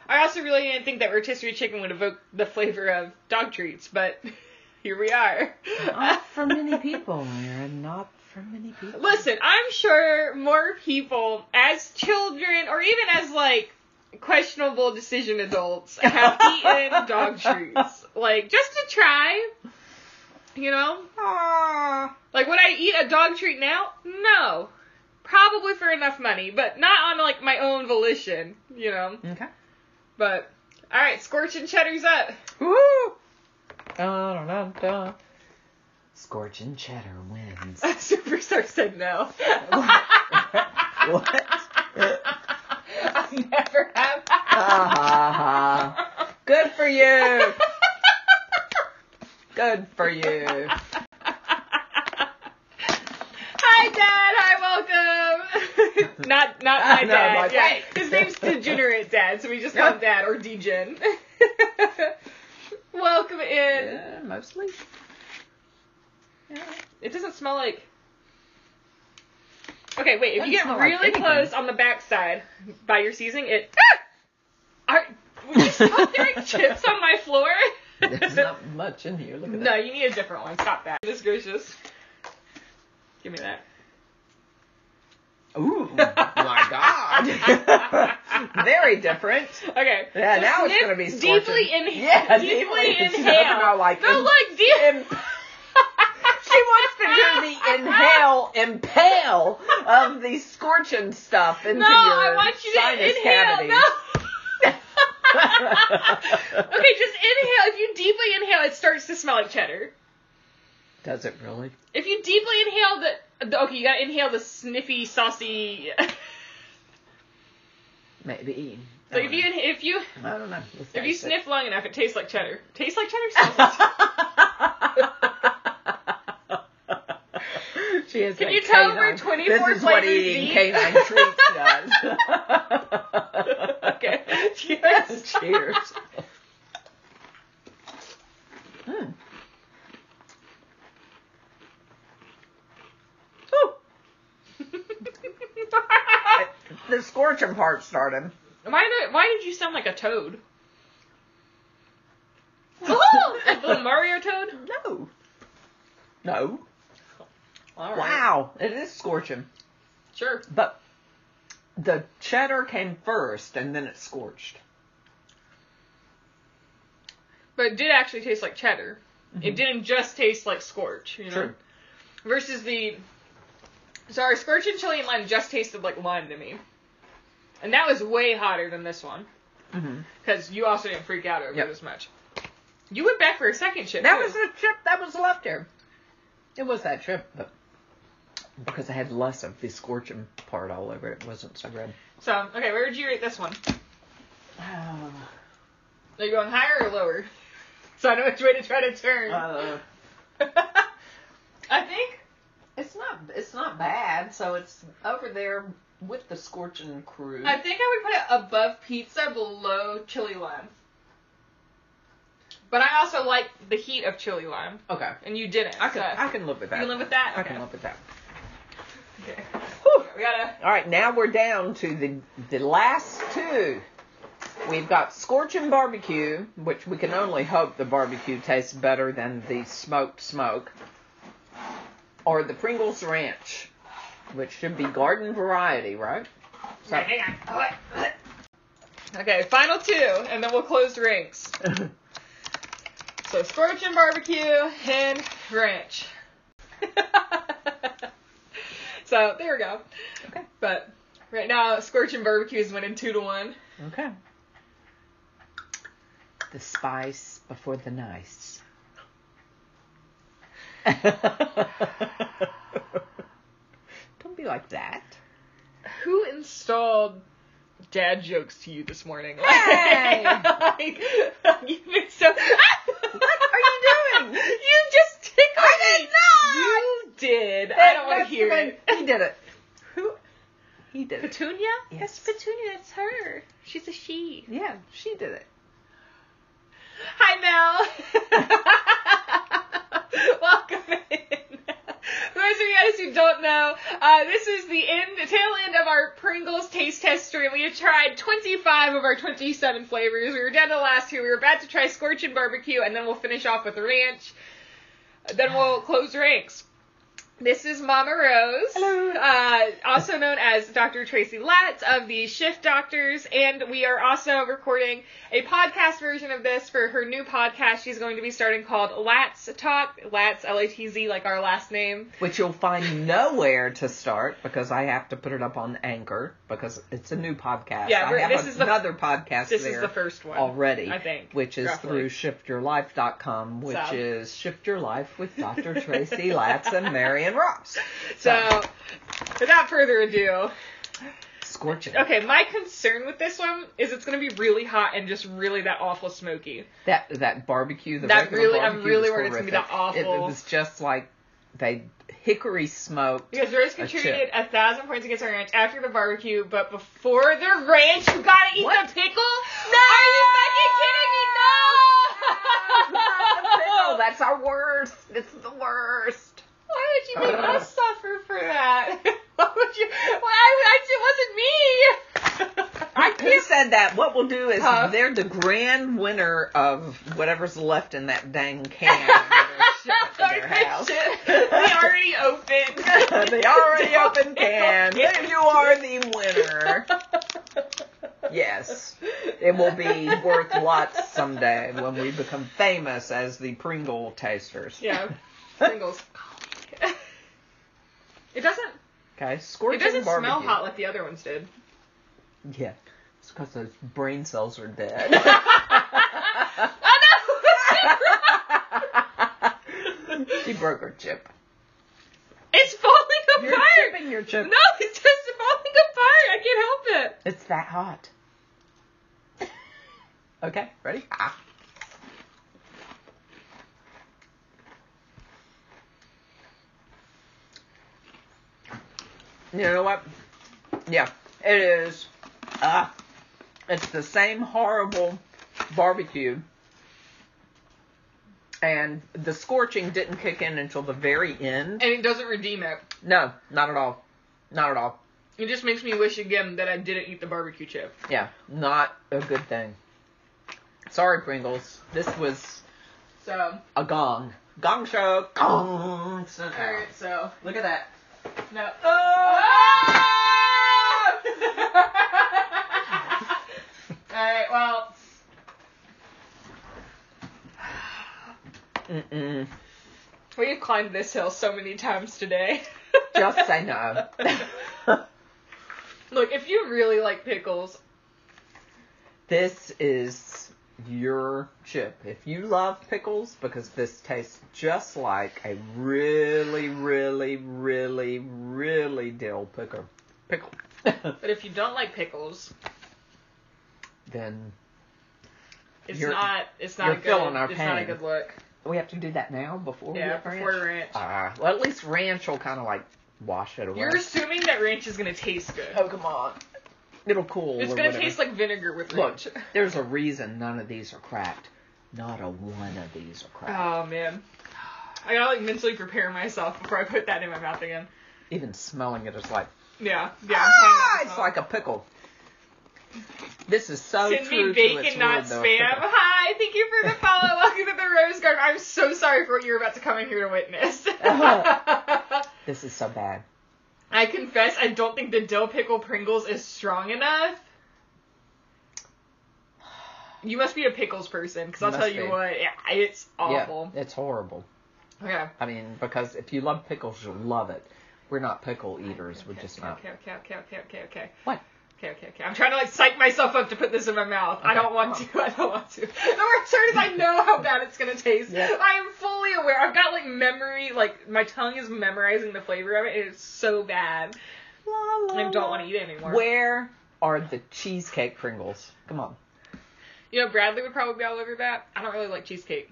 I also really didn't think that rotisserie chicken would evoke the flavor of dog treats, but here we are.
Not Uh, for many people, Aaron. Not for many people.
Listen, I'm sure more people, as children or even as like questionable decision adults, have eaten dog treats. Like just to try, you know.
Ah.
Like would I eat a dog treat now? No, probably for enough money, but not on like my own volition, you know.
Okay.
But all right, scorching cheddar's up.
Woo! Dun, dun, dun. Scorching cheddar wins.
Superstar said no.
What?
I never have.
Ah, ha, ha. Good for you. Good for you.
Hi, Dad. Hi, welcome. not not my
No,
dad.
my
yeah.
dad.
His name's Degenerate Dad, so we just call him Dad or Degen. welcome in.
Yeah, mostly.
It doesn't smell like. Okay, wait. If
Doesn't
you get
smell like
really
anything.
close on the backside by your seasoning, it. Ah! Are, will you stop throwing chips on my floor?
There's not much in here. Look at
No,
that.
you need a different one. Stop that. Goodness gracious. Give me that.
Ooh, my God. Very different.
Okay.
Yeah,
so
now it's
sniff
gonna be
deeply
scorching.
inhale.
Yeah,
deeply
deeply. She's
inhale.
gonna go like
no,
in-
look, deep.
in- She wants to do the inhale, impale of the scorching stuff into
No,
your
I want you to
sinus
inhale.
cavity.
No. okay, just inhale. If you deeply inhale, it starts to smell like cheddar.
Does it really?
If you deeply inhale the, the okay, you gotta inhale the sniffy, saucy.
Maybe.
But if you if you
I don't know. Let's
if you
taste it.
sniff long enough, it tastes like cheddar. Tastes like cheddar. Smells like cheddar.
she has
Can
that
you tell we're
canine-
24
This is what
flavors
eating
deep?
canine treats does.
Okay.
Cheers. Cheers. Mm. Whew. The scorching part started.
why did why did you sound like a toad? Like the
no.
Mario toad?
No.
All right.
Wow. It is scorching.
Sure.
But the cheddar came first and then it scorched.
But it did actually taste like cheddar.
Mm-hmm.
It didn't just taste like scorch, you know.
True.
Versus the sorry, scorch and chili and lime just tasted like lime to me. And that was way hotter than this one.
Mm-hmm.
Because you also didn't freak out over
Yep.
it as much. You went back for a second chip.
That
too.
was the chip that was left here. It was that chip, but because I had less of the scorching part all over it, it wasn't so red.
so okay, where would you rate this one?
Oh,
Are you going higher or lower? So I know which way to try to turn.
uh,
I think
it's not it's not bad, so it's over there with the scorching crew.
I think I would put it above pizza, below chili lime. But I also like the heat of chili lime,
okay,
and you didn't.
I can
so.
I can live with
You
that.
can live with that?
I
Okay.
can live with that.
Okay.
Whew.
We gotta.
All right, now we're down to the the last two. We've got scorching barbecue, which we can only hope the barbecue tastes better than the smoked smoke, or the Pringles Ranch, which should be garden variety, right? So-
Right, hang on. Okay, final two, and then we'll close ranks. So scorch and barbecue and ranch. so there we go.
Okay.
But right now, scorch and barbecue is winning two to one.
Okay. The spice before the nice. Don't be like that.
Who installed dad jokes to you this morning?
Hey!
like, you've been so. what
are you doing?
You just tickled
I
me.
did not!
You did. I don't want to
That's
hear
the
it.
man- He did it. Who? He did it.
Petunia?
Yes.
That's Petunia. That's her. She's a she.
Yeah, she did it.
Hi, Mel. Welcome in. For those of you guys who don't know, uh, this is the end, the tail end of our Pringles taste test stream. We have tried 25 of our 27 flavors. We were down to the last two. We were about to try Scorch and Barbecue, and then we'll finish off with Ranch. Then we'll close ranks. This is Mama Rose,
Hello.
Uh, also known as Dr. Tracy Latz of the Shift Doctors, and we are also recording a podcast version of this for her new podcast she's going to be starting called Latz Talk, Latz, L-A-T-Z, like our last name.
Which you'll find nowhere to start because I have to put it up on Anchor because it's a new podcast.
Yeah,
I
we're-
have
this is the-
another podcast
This
there
is the first one.
already,
I think,
which is
roughly.
through shiftyourlife.com, which
So.
is Shift Your Life with Dr. Tracy Latz and Marion Ross.
So, without further ado,
Scorching.
okay, my concern with this one is it's going to be really hot and just really that awful smoky.
That that barbecue, the
That
regular
really- I'm
barbecue
really
was
worried it's gonna be
horrific.
that awful-
It, it was just like they hickory smoked.
Because Rose
chip.
contributed a thousand points against our ranch after the barbecue, but before the ranch, you gotta eat
What?
the pickle? No! Are you fucking kidding me? No!
No, Oh, that's our worst. It's the worst.
Why would you make us suffer for that? Why would you? Why? I, it wasn't me!
I Who said that? What we'll do is
Huh?
they're the grand winner of whatever's left in that dang can. that they're shipping to their house.
They already opened.
they already
Don't
open can.
get
There you are, the winner. Yes, it will be worth lots someday when we become famous as the Pringle tasters.
Yeah, Pringles. It doesn't.
Okay, scorching
It doesn't
barbecue.
smell hot like the other ones did.
Yeah, it's because those brain cells are dead.
Oh no!
she broke her chip.
it's falling
You're
apart.
chipping your chip.
No, it's just falling apart. I can't help it.
It's that hot. Okay, ready? You know what? Yeah, it is. Uh, it's the same horrible barbecue. And the scorching didn't kick in until the very end.
And it doesn't redeem it.
No, not at all. Not at all.
It just makes me wish again that I didn't eat the barbecue chip.
Yeah, not a good thing. Sorry, Pringles. This was
So,
a gong. Gong show. Gong.
alright, so,
Look at that.
no. Oh! alright, well,
Mm-mm.
we have climbed this hill so many times today.
Just say no.
Look, if you really like pickles,
this is your chip. If you love pickles, because this tastes just like a really, really, really, really dill picker. Pickle.
but if you don't like pickles,
then
it's
You're-
not it's not
you're
a good
feeling our
it's not a
pain.
good look.
we have to do that now before we
yeah,
have ranch.
before ranch.
Ah, well, at least ranch will kind of like wash it away.
You're assuming that ranch is gonna taste good.
Oh, come on. It'll cool.
It's
or
gonna
whatever.
taste like vinegar with
Look,
ranch.
there's a reason none of these are cracked. Not a one of these are cracked.
Oh man. I gotta like mentally prepare myself before I put that in my mouth again.
Even smelling it is like,
Yeah, yeah. I'm trying not
ah,
to
it's
smell.
like a pickle. This is so
Send
true
me
to its
bacon, not
word, though, a
spam.
pickle.
Hi, thank you for the follow. Welcome to the Rose Garden. I'm so sorry for what you're about to come in here to witness.
This is so bad.
I confess, I don't think the dill pickle Pringles is strong enough. You must be a pickles person, because I'll
Must
tell you
be.
what, yeah, it's awful.
Yeah, it's horrible.
Okay.
I mean, because if you love pickles, you'll love it. We're not pickle eaters. We're
Okay,
just
okay,
not.
Okay, okay, okay, okay, okay, okay.
What?
Okay, okay, okay. I'm trying to like psych myself up to put this in my mouth. I
Okay.
don't want to. I don't want to. The worst part is I know how bad it's gonna taste.
Yeah.
I am fully aware. I've got like memory, like my tongue is memorizing the flavor of it. and It's so bad. I don't want to eat it anymore.
Where are the cheesecake Pringles? Come on.
You know, Bradley would probably be all over that. I don't really like cheesecake.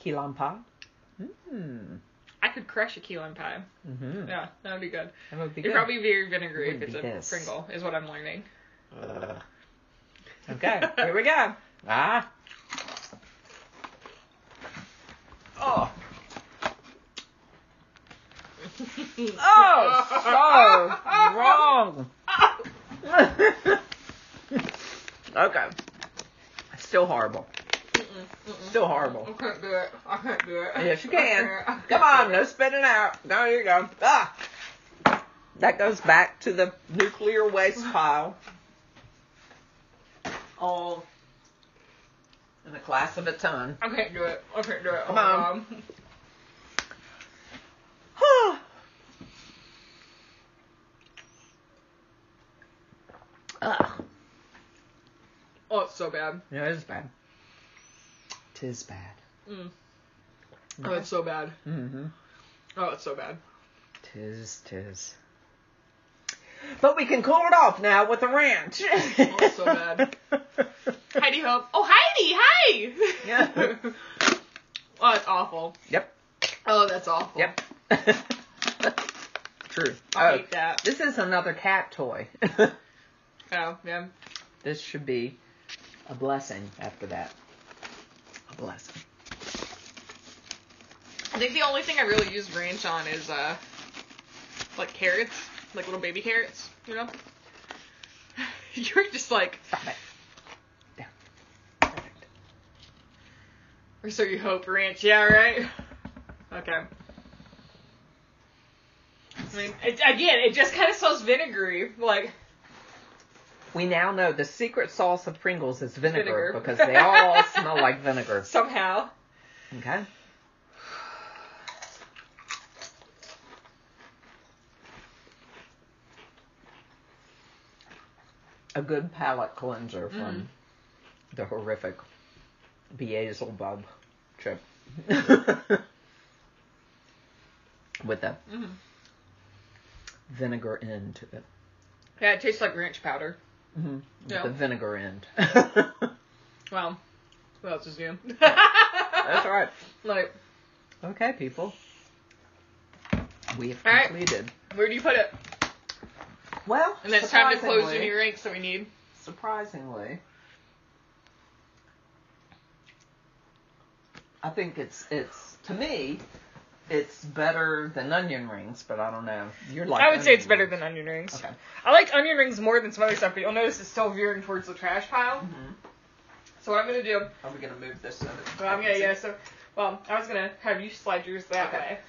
Key lime pie? Mmm.
I could crush a key lime pie.
Mm-hmm.
Yeah, that would be good.
That would be
It'd
good.
probably be very vinegary if
Wouldn't
it's a
be this.
Pringle, is what I'm learning.
Ugh. Okay, here we go. Ah. Oh. Oh, so wrong. okay. Still horrible. Still
I
horrible.
can't do it. I can't do it.
Yes, you
I can't.
can.
I can't
Come
do
on,
it.
no spitting out. No, you go. Ah. That goes back to the nuclear waste pile. All in a class of its own.
I can't do it. I can't do it.
Come
Oh,
on.
God.
Ugh.
Oh, it's so bad.
Yeah, it is bad. Tis bad.
Mm. Oh, it's so bad.
Mm-hmm.
Oh, it's so bad.
Tis, tis. But we can cool it off now with the ranch. Oh,
it's so bad. Heidi Hope. Oh, Heidi! Hi!
Yeah.
oh, it's awful.
Yep.
Oh, that's awful.
Yep. True.
I
Oh,
hate that.
this is another cat toy.
Oh, yeah.
this should be a blessing after that. A blessing.
I think the only thing I really use ranch on is uh like carrots, like little baby carrots, you know? You're just like
Stop it. There. Perfect.
or so you hope ranch, yeah, right? Okay. I mean, it, again, it just kind of smells vinegary. Like,
We now know the secret sauce of Pringles is vinegar,
Vinegar.
because they all smell like vinegar.
somehow.
Okay. A good palate cleanser from
Mhm.
the horrific Beelzebub trip. With a
Mhm.
vinegar end to it.
Yeah, it tastes like ranch powder.
Mm-hmm. With
Yeah.
a vinegar end.
Well, what else is new?
That's right.
Like,
Okay, people. We have
All right.
completed.
where do you put it?
Well,
And it's time to close
surprisingly-
Jimmy Ranks that we need.
surprisingly, I think it's it's to me, it's better than onion rings, but I don't know. You're like
I would say
onion
it's better
rings.
than onion rings.
Okay.
I like onion rings more than some other stuff, but you'll notice it's still veering towards the trash pile.
Mhm.
So what I'm gonna do,
Are we gonna move this?
well, I'm gonna yeah, so well, I was gonna have you slide yours that
Okay.
way,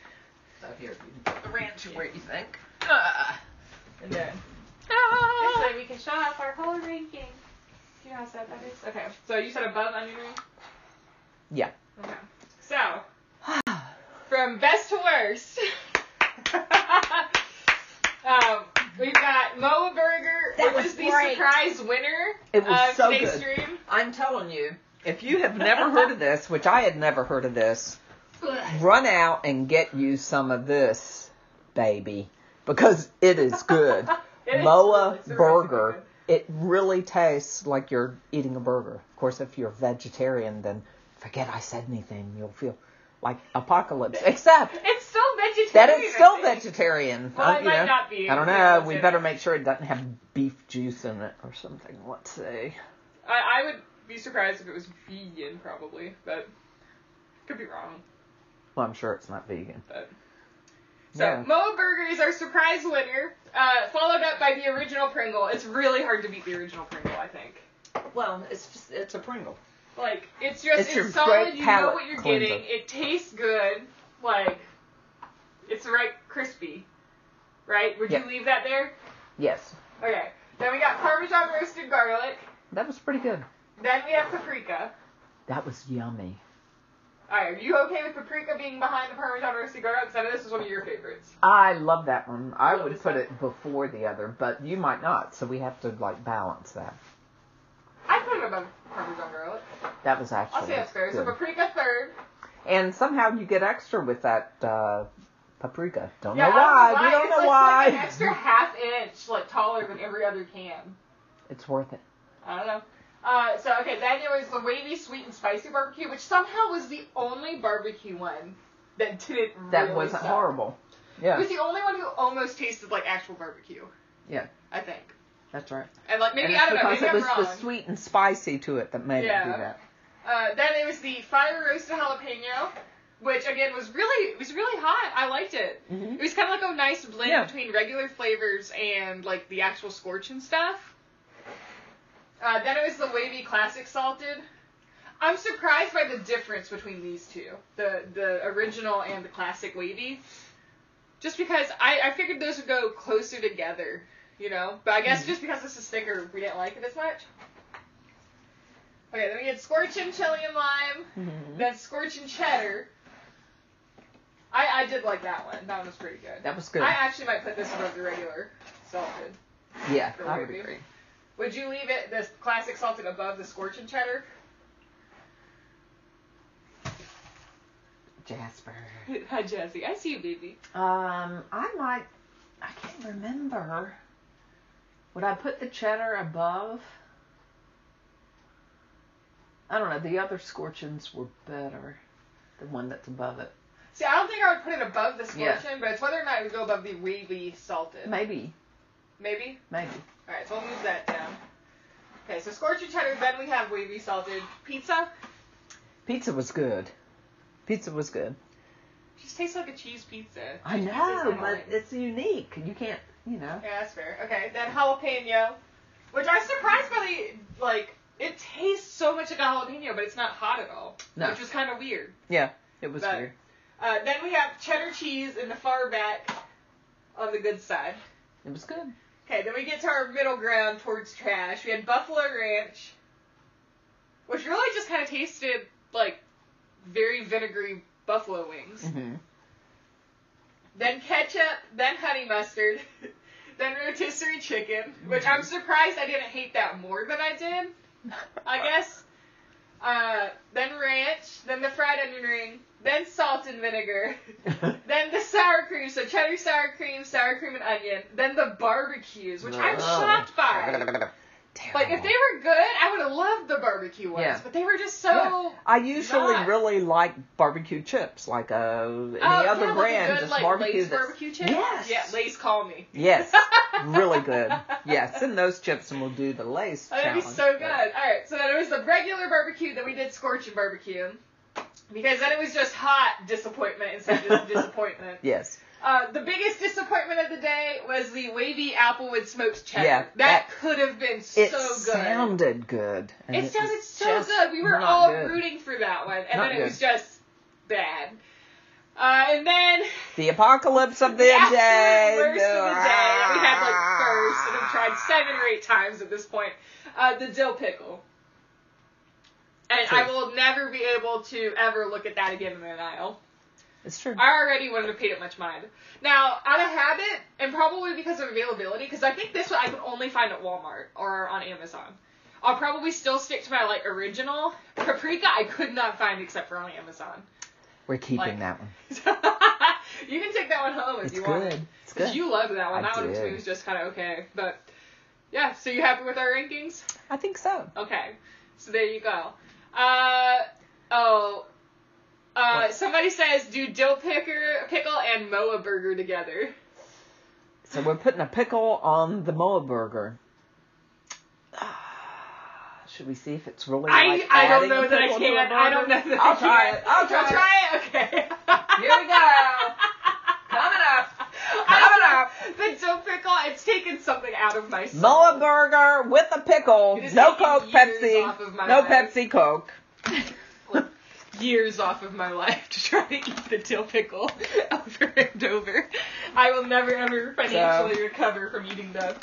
Up here, you can ranch where you think. Ah.
and then this way we can show off our whole ranking. Do you know how sad that is? Okay. So you said above onion ring.
Yeah.
Okay. So from best to worst, um, we've got Moa Burger,
That
which
was
is the
great.
surprise winner
It was
of
so
today's
good.
stream.
I'm telling you, if you have never heard of this, which I had never heard of this, run out and get you some of this, baby, because it is good.
It is-
Moa
it's a
burger.
recipe.
It really tastes like you're eating a burger. Of course, if you're vegetarian, then forget I said anything. You'll feel like apocalypse, except
It's still vegetarian.
that it's
I
still
think.
vegetarian.
Well,
Uh,
it
you
might
know,
not be.
I don't
Yeah,
know.
it's
We
in
better
it.
make sure it doesn't have beef juice in it or something. Let's see.
I, I would be surprised if it was vegan, probably, but could be wrong.
Well, I'm sure it's not vegan.
But so
Yeah.
Moa Burger is our surprise winner, uh, followed up by the original Pringle. It's really hard to beat the original Pringle, I think.
Well, it's just, it's a Pringle.
Like it's just
It's
it's,
your
solid.
great
You know
palate
what you're
cleanser.
getting. It tastes good. Like it's the right crispy, right? Would
Yeah.
you leave that there?
Yes,
Okay. Then we got Parmesan roasted garlic.
that was pretty good.
Then we have paprika.
That was yummy.
All right, are you okay with paprika being behind the Parmesan roasted garlic? 'Cause I know this is one of your favorites.
I love that one. I
Love
would
this
put
one.
it before the other, but you might not, so we have to like balance that.
I put it above Parmesan garlic.
That was actually
I'll say that's fair. So
good.
paprika third.
And somehow you get extra with that uh, paprika. Don't know
I don't
why. We don't
It's
know
like-
why.
It's like an extra half inch, like taller than every other can.
It's worth it.
I don't know. Uh, so okay, then there was the wavy sweet and spicy barbecue, which somehow was the only barbecue one that didn't.
That
really
wasn't
suck.
horrible.
It
Yeah,
was the only one who almost tasted like actual barbecue.
Yeah.
I think.
that's right.
And like maybe
and it's
I don't know.
because
Maybe
it
I'm
was
wrong.
the sweet and spicy to it that made it do
Yeah.
that.
Uh, then it was the fire roasted jalapeno, which again was really it was really hot. I liked it. It was kind of like a nice blend
Yeah.
between regular flavors and like the actual scorch and stuff. Uh, then it was the wavy classic salted. I'm surprised by the difference between these two, the the original and the classic wavy, just because I I figured those would go closer together, you know. But I guess just because this is thicker, we didn't like it as much. Okay, then we had scorching chili and lime,
Mhm.
then scorching cheddar. I I did like that one. That one was pretty good.
That was good.
I actually might put this above the regular salted.
yeah,
Or
I would
maybe.
agree.
Would you leave it the classic salted above the scorching cheddar?
Jasper.
Hi Jesse, I see you, baby.
Um, I might. I can't remember. Would I put the cheddar above? I don't know. The other scorchins were better. The one that's above it.
See, I don't think I would put it above the
Yeah.
scorching, but it's whether or not it would go above the wavy salted.
Maybe.
Maybe.
Maybe.
All right, so we'll move that down. Okay, so scorching cheddar. Then we have wavy salted pizza.
Pizza was good. Pizza was good.
Just tastes like a cheese pizza.
I
Cheese pizza's
know,
kinda
but
like-
it's unique. You can't, you know.
Yeah, that's fair. Okay, then jalapeno, which I'm surprised by the like. It tastes so much like a jalapeno, but it's not hot at all,
No.
which was kind of weird.
Yeah, it was
But-
weird.
Uh, then we have cheddar cheese in the far back on the good side.
It was good.
Okay, then we get to our middle ground towards trash. We had buffalo ranch, which really just kind of tasted like very vinegary buffalo wings.
Mm-hmm.
then ketchup, then honey mustard, then rotisserie chicken,
Mm-hmm.
which I'm surprised I didn't hate that more than I did, I guess. Uh, then ranch, then the fried onion ring, then salt and vinegar, then the sour cream, so cheddar sour cream, sour cream and onion, then the barbecues, which I'm shocked by.
terrible.
Like if they were good, I would have loved the barbecue ones,
Yeah.
but they were just so.
Yeah. I usually
not.
really like barbecue chips, like uh, any
Oh, yeah,
other
like a
brand,
good,
just
like,
barbecue.
Lay's
that's-
barbecue chips.
Yes.
Yeah, Lay's call me.
Yes, really good. Yes, send those chips and we'll do the lace.
Oh, that'd be
challenge.
so good. All right, so then it was the regular barbecue that we did, scorching barbecue, because then it was just hot disappointment instead of just disappointment.
Yes,
Uh, the biggest disappointment of the day was the wavy applewood smoked cheddar.
Yeah,
that,
that-
could have been so
it
good.
sounded good. and
it sounded
was
so
just
good. We were
not
all
good.
rooting for that one, and
Not
then it
good.
was just bad. Uh, and then
The apocalypse of the,
absolute
day.
worst of the day that we had like first, and I've tried seven or eight times at this point. Uh, the dill pickle. And I
True.
will never be able to ever look at that again in an aisle.
It's true.
I already wouldn't have paid it much mind. Now, out of habit, and probably because of availability, because I think this one I can only find at Walmart or on Amazon. I'll probably still stick to my like original paprika. I could not find except for on Amazon.
We're keeping
like-
that one.
you can take that one home if
It's
you
good.
want.
It's
Because
good.
you loved that one.
I
that one
did.
too was just kind of okay. But yeah, so you happy with our rankings?
I think so.
Okay. So there you go. Uh oh. Uh,
What?
somebody says do dill picker, pickle and moa burger together.
So we're putting a pickle on the Moa burger. Should we see if it's really?
I
like
I don't
adding a
know that I
pickle to a
can. I don't know
burger?
that I
I'll
can.
try it. I'll try,
You'll
it.
Okay.
Here we go. Coming up. Coming up.
The dill pickle. It's taken something out of my soul.
Moa burger with a pickle.
It is
No
taking
Coke,
years
Pepsi.
off of my
no
life.
Pepsi, Coke.
years off of my life to try to eat the dill pickle over and over. I will never ever financially recover from eating the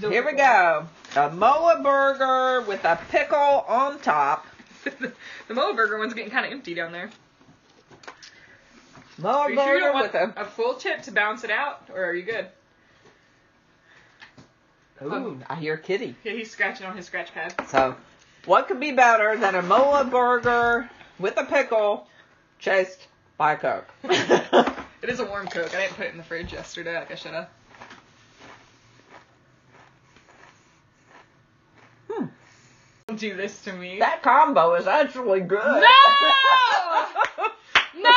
dill
Here we
pickle.
go. A Moa burger with a pickle on top.
the, the Moa burger one's getting kind of empty down there.
Moa
Are you sure you
burger
don't want
with a.
a full chip to balance it out, or are you good?
Ooh, I hear kitty.
Yeah, he's scratching on his scratch pad.
So, what could be better than a Moa burger with a pickle chased by a Coke?
It is a warm Coke. I didn't put it in the fridge yesterday like I should have.
Hmm.
Don't do this to me.
that combo is actually good.
No! No!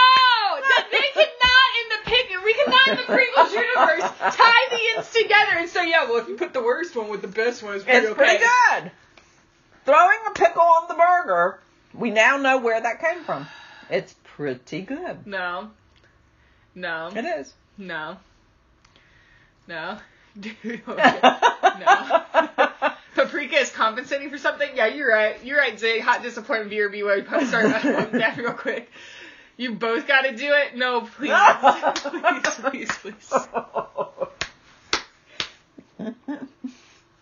That they cannot in the pick we cannot in the Pringles universe tie the ends together and say, yeah, well if you put the worst one with the best one, it's pretty
It's
okay.
pretty good. Throwing a pickle on the burger, we now know where that came from. It's pretty good.
No. No.
It is.
No. No. Dude.
No.
Paprika is compensating for something? Yeah, you're right. You're right, Zig. Hot disappointment VRB where we start that real quick. You both gotta do it? No, please. please, please, please.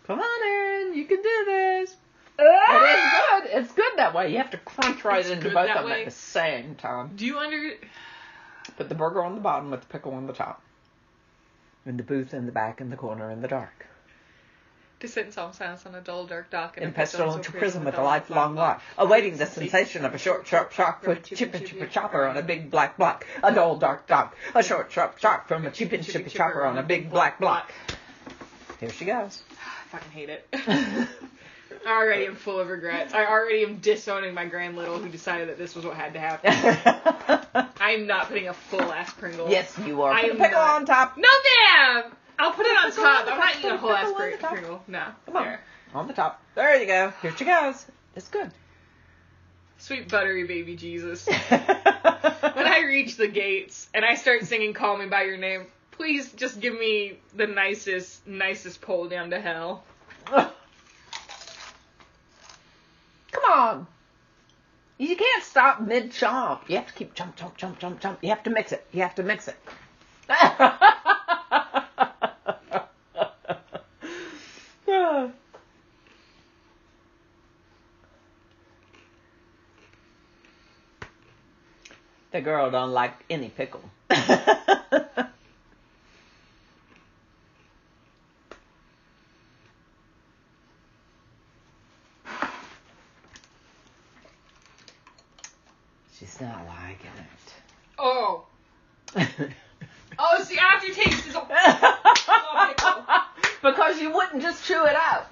Come on, Aaron, you can do this. It is good. It's good that way. You have to crunch right
It's
into
good
both
that
of them
way.
at the same time.
Do you under
Put the burger on the bottom with the pickle on the top. And the booth in the back in the corner in the dark.
to sit in solemn silence on a dull, dark dock
In
a pestilential
pestilential prison with a lifelong life, awaiting the sensation of a short, sharp shock from a chip and chipper chopper on a big black block. A dull, dark dock, a short, sharp shock from a chip and chipper chopper on a big black block. Here she goes.
I fucking hate it. I already am full of regrets. I already am disowning my grand little who decided that this was what had to happen.
yes,
I'm not putting a full ass Pringle.
you are.
I
Put the
am
pickle
not.
on top.
No, damn! I'll put it on
Pickle
top.
on the
I'm not
top,
eating a whole ass
pickle on the
Pring-
top.
Pringle. No.
Come on.
There.
On the top. There you go. Here she goes. It's good.
Sweet buttery baby Jesus. when
I
I reach the gates and I start singing Call Me By Your Name, please just give me the nicest, nicest pole down to hell.
Come on. You can't stop mid chomp. You have to keep chomp, chomp, chomp, chomp, chomp. You have to mix it. You have to mix it. the girl don't like any pickle. She's not liking
Oh.
it.
Oh, it's the aftertaste is a.
because you wouldn't just chew it up.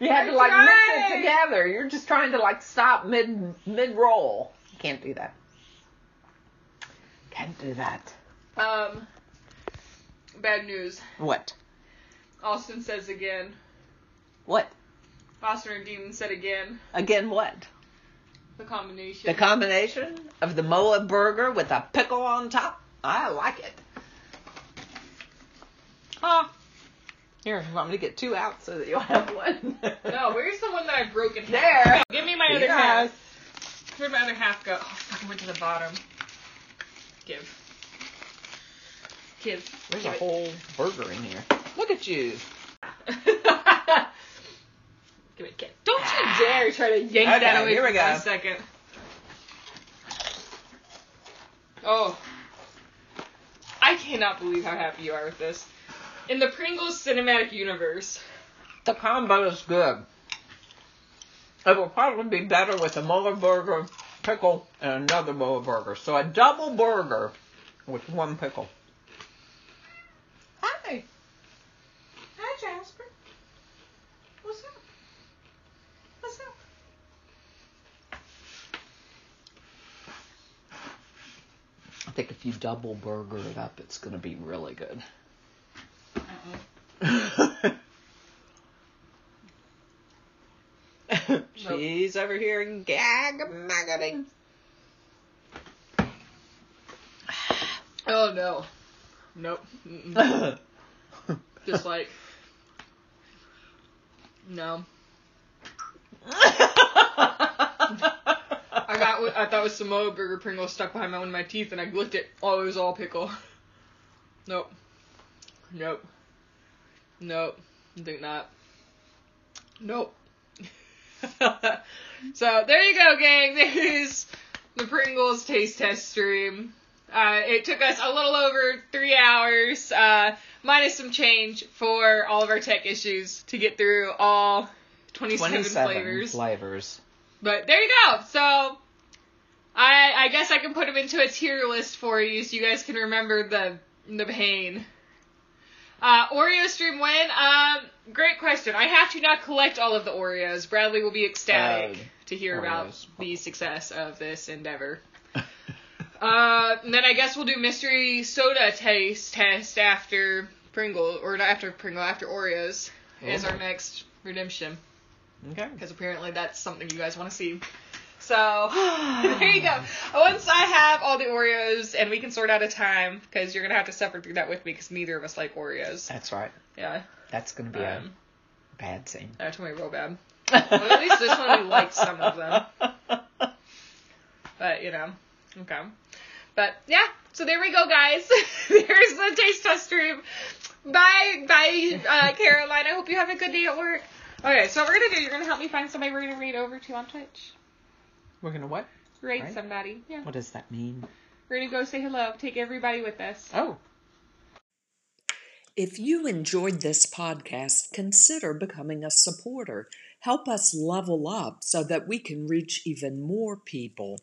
You had to
I'm
like mix it
trying.
together. You're just trying to like stop mid mid roll. You can't do that. Can't do that.
Um, bad news.
What?
Austin says again.
What?
Austin and Demon said again.
Again what?
The combination.
The combination of the Moa burger with a pickle on top? I like it. Ah. Here, you want me to get two out so that you'll have one?
no, where's the one that I broke in half?
There.
Give me my other half. Where'd my other half go? Oh, fuck, it went to the bottom. Give. Give.
There's a
Give it.
whole burger in here. Look at you.
Give it, kid. Don't you dare try to yank
Okay,
that away
here we
from
go.
us a second. Oh. I cannot believe how happy you are with this. In the Pringles cinematic universe.
The combo is good. It will probably be better with a Muller burger, pickle, and another Muller burger. So a double burger with one pickle. Hi.
Hi, Jasper. What's up? What's up?
I think if you double burger it up, it's going to be really good. Uh-uh. She's over here gag maggoting.
Oh, no. Nope. Mm-mm. Just like. No. I got what I thought was Samoa burger Pringles stuck behind my one of my teeth, and I looked at oh, it was all pickle. Nope. Nope. Nope. I think not. Nope. so there you go, gang. There's the Pringles taste test stream. Uh, it took us a little over three hours, uh, minus some change for all of our tech issues to get through all 27,
27
flavors.
flavors.
But there you go. So I I guess I can put them into a tier list for you, so you guys can remember the the pain. Uh, Oreo stream win. Um, great question. I have to not collect all of the Oreos. Bradley will be ecstatic
Oh,
to hear about
Oreos.
the success of this endeavor. Uh, and then I guess we'll do mystery soda taste test after Pringle, or not after Pringle, after Oreos is our
Okay.
next redemption
Okay.
because apparently that's something you guys want to see. So there you go. Once I have all the Oreos and we can sort out a time, because you're gonna have to suffer through that with me, because neither of us like Oreos.
That's right.
Yeah,
That's going to be
um,
a bad scene.
that's gonna be real bad. Well, at least this one we liked some of them. But you know, okay. But yeah, so there we go, guys. There's the taste test stream. Bye, bye, uh, Caroline. I hope you have a good day at work. Okay, so what we're gonna do, you're gonna help me find somebody we're gonna read over to on Twitch.
We're going to what?
Rate
Right.
somebody. Yeah.
What does that mean?
We're gonna go say hello. Take everybody with us.
Oh.
If you enjoyed this podcast, consider becoming a supporter. Help us level up so that we can reach even more people.